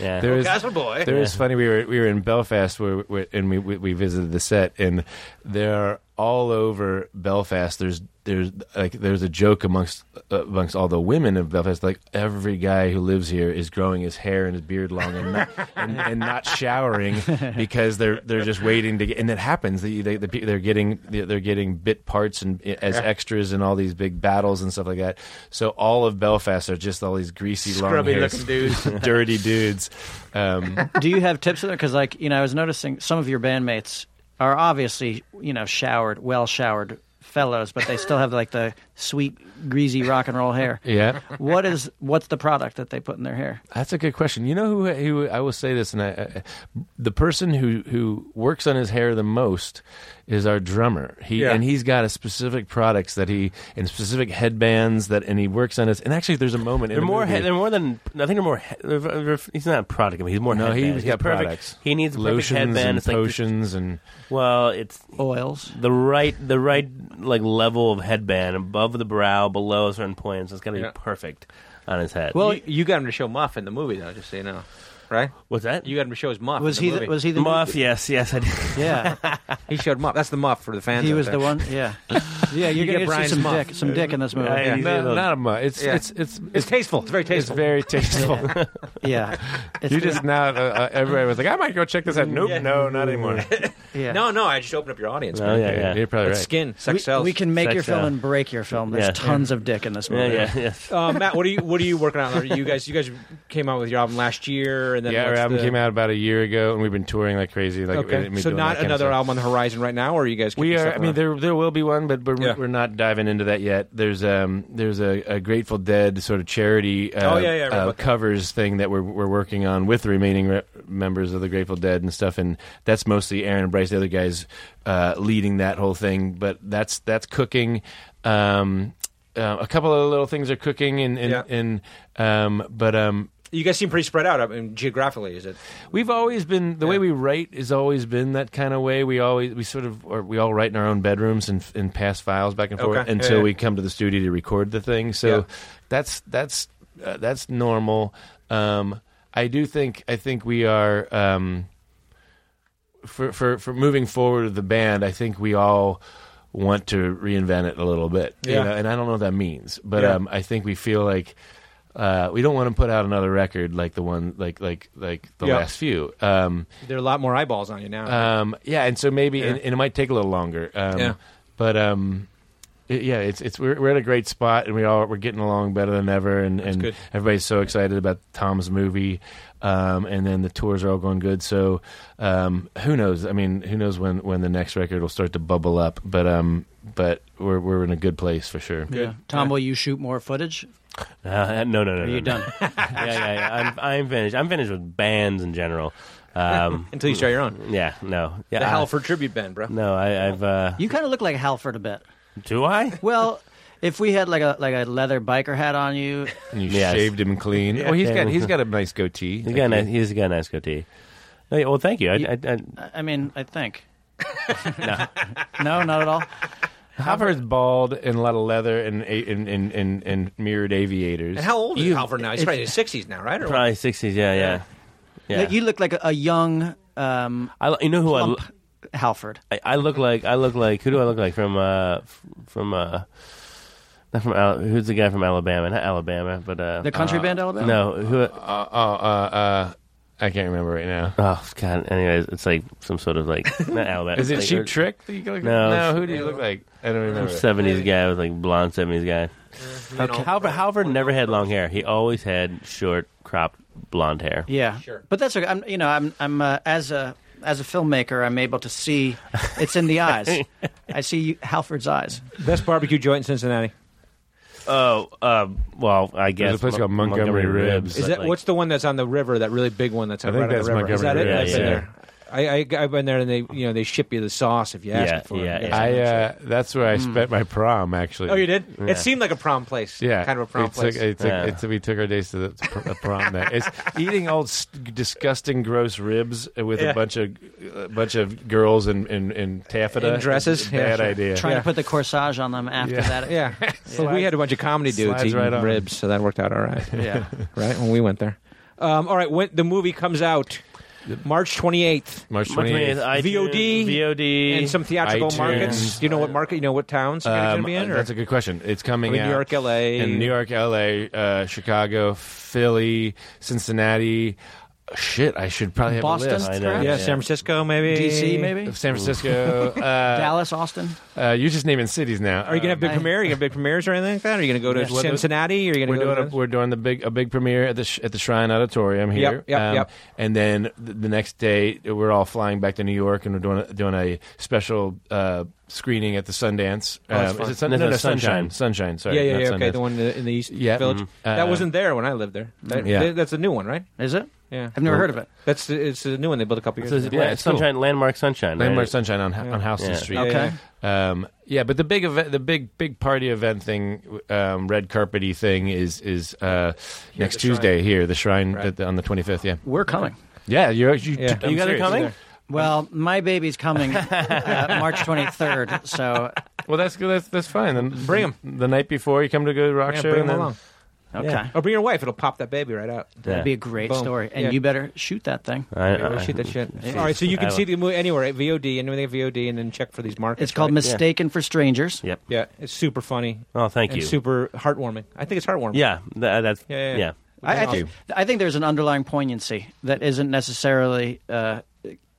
Speaker 7: yeah.
Speaker 6: There is-
Speaker 2: Oh, Castle Boy.
Speaker 6: There is funny. We were we were in Belfast where, where and we, we we visited the set and there are all over Belfast. There's there's like there's a joke amongst uh, amongst all the women of Belfast. Like every guy who lives here is growing his hair and his beard long
Speaker 2: (laughs)
Speaker 6: and not, and, and not showering because they're they're just waiting to get. And it happens. They, they, the pe they're getting they're getting bit parts and as extras in all these big battles and stuff like that. So all of Belfast are just all these greasy long
Speaker 2: Scrubby
Speaker 6: hair,
Speaker 2: looking dudes.
Speaker 6: (laughs) dirty dudes. Um,
Speaker 4: Do you have tips in there? Because like you know, I was noticing some of your bandmates are obviously you know showered, well showered fellows, but they still have like the sweet, greasy rock and roll hair.
Speaker 6: Yeah,
Speaker 4: What is what's the product that they put in their hair?
Speaker 6: that's a good question. You know who? Who I will say this, and I, I, the person who who works on his hair the most is our drummer. He
Speaker 2: Yeah.
Speaker 6: and he's got a specific products that he and specific headbands that, and he works on his. And actually, there's a moment.
Speaker 7: They're
Speaker 6: in the
Speaker 7: more.
Speaker 6: movie-
Speaker 7: He- they're more than. I think they're more. He- they're- they're- he's not a product. I mean, he's more.
Speaker 6: no,
Speaker 7: headband.
Speaker 6: he's got
Speaker 7: perfect.
Speaker 6: products.
Speaker 7: He needs a perfect
Speaker 6: lotions
Speaker 7: headband.
Speaker 6: and
Speaker 7: it's like this-
Speaker 6: potions and
Speaker 7: well, it's
Speaker 4: Oils.
Speaker 7: the right, the right like level of headband above the brow, below a certain point. So it's got to
Speaker 9: Yeah.
Speaker 7: be perfect on his head.
Speaker 9: Well, you, you got him to show Muff in the movie, though. Just so you know, right?
Speaker 7: what's that?
Speaker 9: You got him to show his Muff.
Speaker 4: Was
Speaker 9: in the
Speaker 4: he? The,
Speaker 9: movie.
Speaker 4: was he the
Speaker 7: muff? Yes, yes, I did.
Speaker 4: Yeah,
Speaker 9: He showed Muff. That's the Muff for the fans.
Speaker 4: he
Speaker 9: out
Speaker 4: was
Speaker 9: there.
Speaker 4: the one. Yeah, yeah. You're
Speaker 9: get
Speaker 4: gonna get to see
Speaker 9: Brian's
Speaker 4: some
Speaker 9: muff.
Speaker 4: dick, some dick in this movie.
Speaker 7: Yeah,
Speaker 4: Yeah,
Speaker 7: he's a
Speaker 6: no,
Speaker 7: little-
Speaker 6: not a much. It's,
Speaker 9: Yeah.
Speaker 6: it's it's
Speaker 9: It's tasteful. It's very
Speaker 6: it's
Speaker 9: tasteful.
Speaker 6: very tasteful.
Speaker 4: yeah. It's
Speaker 6: you
Speaker 4: gonna-
Speaker 6: just now, uh, uh, everybody was like, "I might go check this out." Nope,
Speaker 9: Yeah.
Speaker 6: no, not
Speaker 9: (laughs)
Speaker 6: anymore.
Speaker 4: yeah.
Speaker 9: No, no. I just opened up your audience.
Speaker 7: Oh
Speaker 9: man.
Speaker 7: yeah, yeah.
Speaker 6: You're probably
Speaker 9: That's
Speaker 6: right.
Speaker 9: skin. Sex
Speaker 4: we,
Speaker 9: sells.
Speaker 4: we can make
Speaker 7: Sex
Speaker 4: your film
Speaker 7: sells.
Speaker 4: and break your film. There's
Speaker 7: Yeah.
Speaker 4: tons of dick in this
Speaker 7: Yeah,
Speaker 4: movie.
Speaker 7: yeah, yeah.
Speaker 9: Uh, Matt, what are you what are you working on?
Speaker 6: (laughs)
Speaker 9: You guys, you guys came out with your album last year, and then
Speaker 6: yeah, our
Speaker 9: what's
Speaker 6: album
Speaker 9: the-
Speaker 6: came out about a year ago, and we've been touring like crazy. Like,
Speaker 9: Okay,
Speaker 6: we've been
Speaker 9: so
Speaker 6: doing that
Speaker 9: not
Speaker 6: kind of
Speaker 9: another
Speaker 6: stuff.
Speaker 9: album on the horizon right now, or are you guys?
Speaker 6: We
Speaker 9: kicking
Speaker 6: are.
Speaker 9: stuff
Speaker 6: I mean,
Speaker 9: around?
Speaker 6: there there will be one, but we're,
Speaker 9: Yeah.
Speaker 6: we're not diving into that yet. There's um there's a, a Grateful Dead sort of charity uh,
Speaker 9: Oh, yeah, yeah, I read
Speaker 6: uh,
Speaker 9: about that.
Speaker 6: covers thing that we're we're working on with the remaining re- members of the Grateful Dead and stuff, and that's mostly Aaron and Bryce, the other guys, uh, leading that whole thing. But that's that's cooking. Um, uh, a couple of little things are cooking, and and,
Speaker 9: Yeah.
Speaker 6: and um, but um,
Speaker 9: you guys seem pretty spread out. I mean, geographically, is it?
Speaker 6: We've always been the way we write has always been that kind of way. We always we sort of or we all write in our own bedrooms and and pass files back and forth
Speaker 9: Okay.
Speaker 6: until
Speaker 9: Yeah, yeah.
Speaker 6: we come to the studio to record the thing. So
Speaker 9: Yeah.
Speaker 6: that's that's uh, that's normal. Um, I do think I think we are um, for for for moving forward with the band. I think we all want to reinvent it a little bit. you
Speaker 9: Yeah.
Speaker 6: know, and I don't know what that means, but
Speaker 9: Yeah.
Speaker 6: um, I think we feel like. Uh, we don't want to put out another record like the one like like like the
Speaker 9: Yeah.
Speaker 6: last few. Um,
Speaker 9: There are a lot more eyeballs on you now.
Speaker 6: um, yeah, and so maybe
Speaker 9: Yeah.
Speaker 6: and, and it might take a little longer. Um,
Speaker 9: Yeah.
Speaker 6: but um, it- yeah, it's it's we're, we're at a great spot, and we all we're getting along better than ever, and and
Speaker 9: good.
Speaker 6: everybody's so excited about Tom's movie, um, and then the tours are all going good. So um, who knows? I mean, who knows when when the next record will start to bubble up? But um, but we're we're in a good place for sure.
Speaker 4: Yeah. Tom, will you shoot more footage?
Speaker 7: Uh, no, no, no.
Speaker 4: Are
Speaker 7: no,
Speaker 4: you
Speaker 7: no. (laughs)
Speaker 4: done?
Speaker 7: yeah, yeah, yeah. I'm, I'm finished. I'm finished with bands in general. Um,
Speaker 9: Until you start your own,
Speaker 7: yeah, no, yeah.
Speaker 9: the
Speaker 7: I-
Speaker 9: Halford tribute band, bro.
Speaker 7: No, I, I've. Uh,
Speaker 4: You kind of look like Halford a bit.
Speaker 7: do I?
Speaker 4: Well, if we had like a like a leather biker hat on you,
Speaker 6: And you
Speaker 7: Yes.
Speaker 6: shaved him clean. Oh, he's
Speaker 7: Yeah.
Speaker 6: got he's got a nice goatee.
Speaker 7: He's
Speaker 6: Thank
Speaker 7: got a
Speaker 6: you.
Speaker 7: nice, he's got a nice goatee. Oh, yeah, Well, thank you. I,
Speaker 4: You-
Speaker 7: I, I,
Speaker 4: I I mean, I think. no. not at all.
Speaker 6: Halford's bald and a lot of leather and a- and and and, and mirrored aviators.
Speaker 9: And how old is Halford now? He's probably in his sixties now, right? Or what?
Speaker 7: probably sixties. Yeah, yeah, yeah.
Speaker 4: You look like a, a young um,
Speaker 7: I, you know who I,
Speaker 4: plump
Speaker 7: lo-
Speaker 4: Halford.
Speaker 7: I? I look like. I look like. Who do I look like from? Uh, f- from. Uh, not from. Al- who's the guy from Alabama? Not Alabama, but uh,
Speaker 4: The country band Alabama.
Speaker 7: no. Who?
Speaker 6: Uh, uh, uh, I can't remember right now.
Speaker 7: Oh God! Anyways, it's like some sort of like not
Speaker 6: (laughs)
Speaker 7: Alabama.
Speaker 6: Is it
Speaker 7: like,
Speaker 6: Cheap Trick that you look
Speaker 7: No.
Speaker 6: no, who do you look like? I don't remember.
Speaker 7: Seventies guy with like blonde seventies guy.
Speaker 4: Okay.
Speaker 7: Halvard, Halvard never had long hair. He always had short, cropped, blonde hair.
Speaker 4: Yeah, sure. But that's okay. I'm, you know, I'm, I'm uh, as a as a filmmaker, I'm able to see it's
Speaker 9: (laughs)
Speaker 4: in the eyes. I see you, Halford's eyes.
Speaker 9: Best barbecue joint in Cincinnati.
Speaker 7: Oh, uh, well, I guess
Speaker 6: a place
Speaker 7: Mon-
Speaker 6: called Montgomery Ribs.
Speaker 9: Is
Speaker 7: but,
Speaker 9: that
Speaker 7: like,
Speaker 9: what's the one that's on the river? That really big one that's
Speaker 6: I
Speaker 9: on
Speaker 6: think
Speaker 9: right on
Speaker 6: that's
Speaker 9: the river. Is that
Speaker 6: Montgomery
Speaker 9: it?
Speaker 7: Ribs,
Speaker 9: I've been
Speaker 7: yeah.
Speaker 9: there. I, I, I've been there, and they you know they ship you the sauce if you ask
Speaker 7: Yeah,
Speaker 9: for it.
Speaker 7: yeah, yeah.
Speaker 6: I uh, that's where I spent my prom actually.
Speaker 9: oh, you did. It seemed like a prom place.
Speaker 6: Yeah,
Speaker 9: kind of a prom
Speaker 6: it
Speaker 9: place.
Speaker 6: Took, it took,
Speaker 7: Yeah.
Speaker 6: it took- we took our days to the to pr- a prom that it's eating old s- disgusting gross ribs with
Speaker 9: Yeah.
Speaker 6: a bunch of a bunch of girls in in, in taffeta
Speaker 9: In dresses?
Speaker 6: It's a
Speaker 9: Yeah,
Speaker 6: Bad
Speaker 9: sure.
Speaker 6: idea.
Speaker 4: Trying
Speaker 9: Yeah.
Speaker 4: to put the corsage on them after
Speaker 6: Yeah.
Speaker 4: that.
Speaker 6: (laughs)
Speaker 9: yeah, so we had a bunch of comedy dudes
Speaker 6: Slides
Speaker 9: eating
Speaker 6: right on.
Speaker 9: ribs, so that worked out all
Speaker 6: (laughs)
Speaker 9: right.
Speaker 4: Yeah.
Speaker 9: (laughs) right when we went there. Um, all right, when the movie comes out, March twenty eighth,
Speaker 6: March
Speaker 7: March 28th,
Speaker 6: 28th.
Speaker 7: iTunes,
Speaker 9: VOD,
Speaker 7: VOD,
Speaker 9: in some theatrical
Speaker 6: iTunes.
Speaker 9: markets. Do you know what market? You know what towns you're going to
Speaker 6: Um,
Speaker 9: be in? Or?
Speaker 6: that's a good question. It's coming
Speaker 9: I mean,
Speaker 6: out
Speaker 9: New York, LA.
Speaker 6: in New York, LA, uh, Chicago, Philly, Cincinnati. Shit, I should probably have
Speaker 4: Boston?
Speaker 6: a list.
Speaker 7: I know.
Speaker 9: yeah, San Francisco, maybe
Speaker 4: DC maybe
Speaker 6: San
Speaker 9: (laughs)
Speaker 6: Francisco, uh,
Speaker 4: Dallas, Austin.
Speaker 6: uh, you're just naming cities now. Uh,
Speaker 9: Are you gonna have big
Speaker 4: I-
Speaker 9: premiere? Are you gonna have big premieres or anything like that? Are you gonna go to
Speaker 6: Yeah. Well, those-
Speaker 9: Cincinnati? Are you gonna
Speaker 6: we're
Speaker 9: go
Speaker 6: doing a,
Speaker 9: to
Speaker 6: we're doing the big a big premiere at the sh- at the Shrine Auditorium here. Um,
Speaker 9: Yep, yep, yep.
Speaker 6: And then th- the next day we're all flying back to New York and we're doing a, doing a special uh, screening at the Sundance. Um,
Speaker 7: that's fun.
Speaker 6: is it Sun-
Speaker 7: No,
Speaker 6: no,
Speaker 7: no,
Speaker 6: no,
Speaker 7: Sunshine.
Speaker 6: Sunshine. Sunshine. Sorry.
Speaker 9: Oh, yeah, yeah,
Speaker 6: not
Speaker 9: yeah. Okay,
Speaker 6: Sundance.
Speaker 9: the one in the- in the East
Speaker 6: Yeah,
Speaker 9: Village.
Speaker 6: mhm.
Speaker 9: that
Speaker 6: Uh,
Speaker 9: wasn't there when I lived there. That-
Speaker 6: Yeah.
Speaker 9: th- that's a new one, right?
Speaker 4: Is it?
Speaker 9: Yeah,
Speaker 4: I've never heard of it.
Speaker 9: That's the- it's a new one they built a couple
Speaker 7: So
Speaker 9: years
Speaker 7: it's
Speaker 9: ago.
Speaker 6: Yeah,
Speaker 7: Lan-
Speaker 6: it's cool.
Speaker 7: sunshine, landmark sunshine.
Speaker 6: Landmark
Speaker 7: right?
Speaker 6: Sunshine on on Houston
Speaker 7: Yeah.
Speaker 6: Street.
Speaker 9: Yeah,
Speaker 4: Okay.
Speaker 9: yeah.
Speaker 6: Um, yeah, but the big event, the big big party event thing, um, red carpety thing is is uh, next Tuesday here, the Shrine at the, on the 25th. Yeah,
Speaker 4: We're coming.
Speaker 6: yeah, you're, you,
Speaker 9: Yeah.
Speaker 6: I'm
Speaker 7: You guys are
Speaker 6: serious.
Speaker 7: coming?
Speaker 4: Well, my baby's coming
Speaker 9: (laughs)
Speaker 4: uh, March 23rd, so
Speaker 6: Well, that's good. That's that's fine. Then
Speaker 9: Bring 'em.
Speaker 6: the night before you come to go to rock
Speaker 9: Yeah,
Speaker 6: show.
Speaker 9: bring
Speaker 6: and
Speaker 9: them
Speaker 6: then-
Speaker 9: along.
Speaker 4: okay.
Speaker 9: Yeah. Or bring your wife. It'll pop that baby right out.
Speaker 4: That'd be a great
Speaker 9: Boom.
Speaker 4: story, and
Speaker 9: Yeah.
Speaker 4: you better shoot that thing.
Speaker 7: I-
Speaker 9: Yeah, we'll
Speaker 7: I-
Speaker 9: shoot that shit.
Speaker 7: Jeez.
Speaker 9: All right, so you
Speaker 7: Uh-uh. I
Speaker 9: can see
Speaker 7: love-
Speaker 9: the movie anywhere at VOD, anything at VOD, and then check for these markets.
Speaker 4: It's called
Speaker 9: right?
Speaker 4: Mistaken for Strangers.
Speaker 7: Yep.
Speaker 9: Yeah, it's super funny.
Speaker 7: Oh, thank
Speaker 9: and
Speaker 7: you.
Speaker 9: Super heartwarming. I think it's heartwarming.
Speaker 7: Yeah, tha- that's
Speaker 9: Yeah, yeah,
Speaker 7: yeah.
Speaker 9: yeah.
Speaker 4: I, I,
Speaker 9: Thank
Speaker 4: think, I think there's an underlying poignancy that isn't necessarily uh,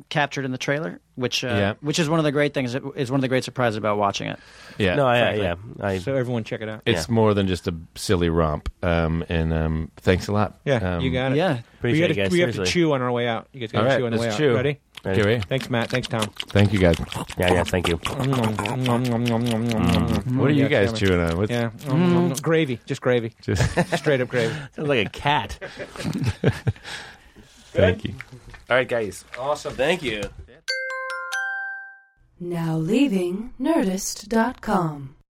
Speaker 4: captured in the trailer, which uh,
Speaker 6: Yeah.
Speaker 4: which is one of the great things. That is one of the great surprises about watching it.
Speaker 6: Yeah,
Speaker 7: No, I, I-
Speaker 6: frankly.
Speaker 7: yeah, I,
Speaker 9: So everyone check it out.
Speaker 6: It's
Speaker 7: Yeah.
Speaker 6: more than just a silly romp. Um, and um, thanks a lot.
Speaker 9: Yeah,
Speaker 6: um,
Speaker 9: you got it.
Speaker 4: Yeah,
Speaker 9: we,
Speaker 7: appreciate
Speaker 9: gotta-
Speaker 7: you guys.
Speaker 9: we have to
Speaker 7: seriously.
Speaker 9: chew on our way out. You guys got
Speaker 6: All
Speaker 9: to
Speaker 6: right,
Speaker 9: chew on the way
Speaker 6: let's
Speaker 9: out.
Speaker 6: chew.
Speaker 9: Ready?
Speaker 6: Okay, wait.
Speaker 9: Thanks, Matt. Thanks, Tom.
Speaker 6: Thank you guys.
Speaker 7: Yeah, yeah. Thank you.
Speaker 6: What are you
Speaker 9: Yeah,
Speaker 6: guys
Speaker 9: yummy.
Speaker 6: chewing on? What's,
Speaker 9: Yeah, mm, gravy, just gravy,
Speaker 6: Just- (laughs)
Speaker 9: straight up gravy.
Speaker 7: Sounds like a cat.
Speaker 6: thank you.
Speaker 7: All right, guys. Awesome. Thank you.
Speaker 10: Now leaving Nerdist.com.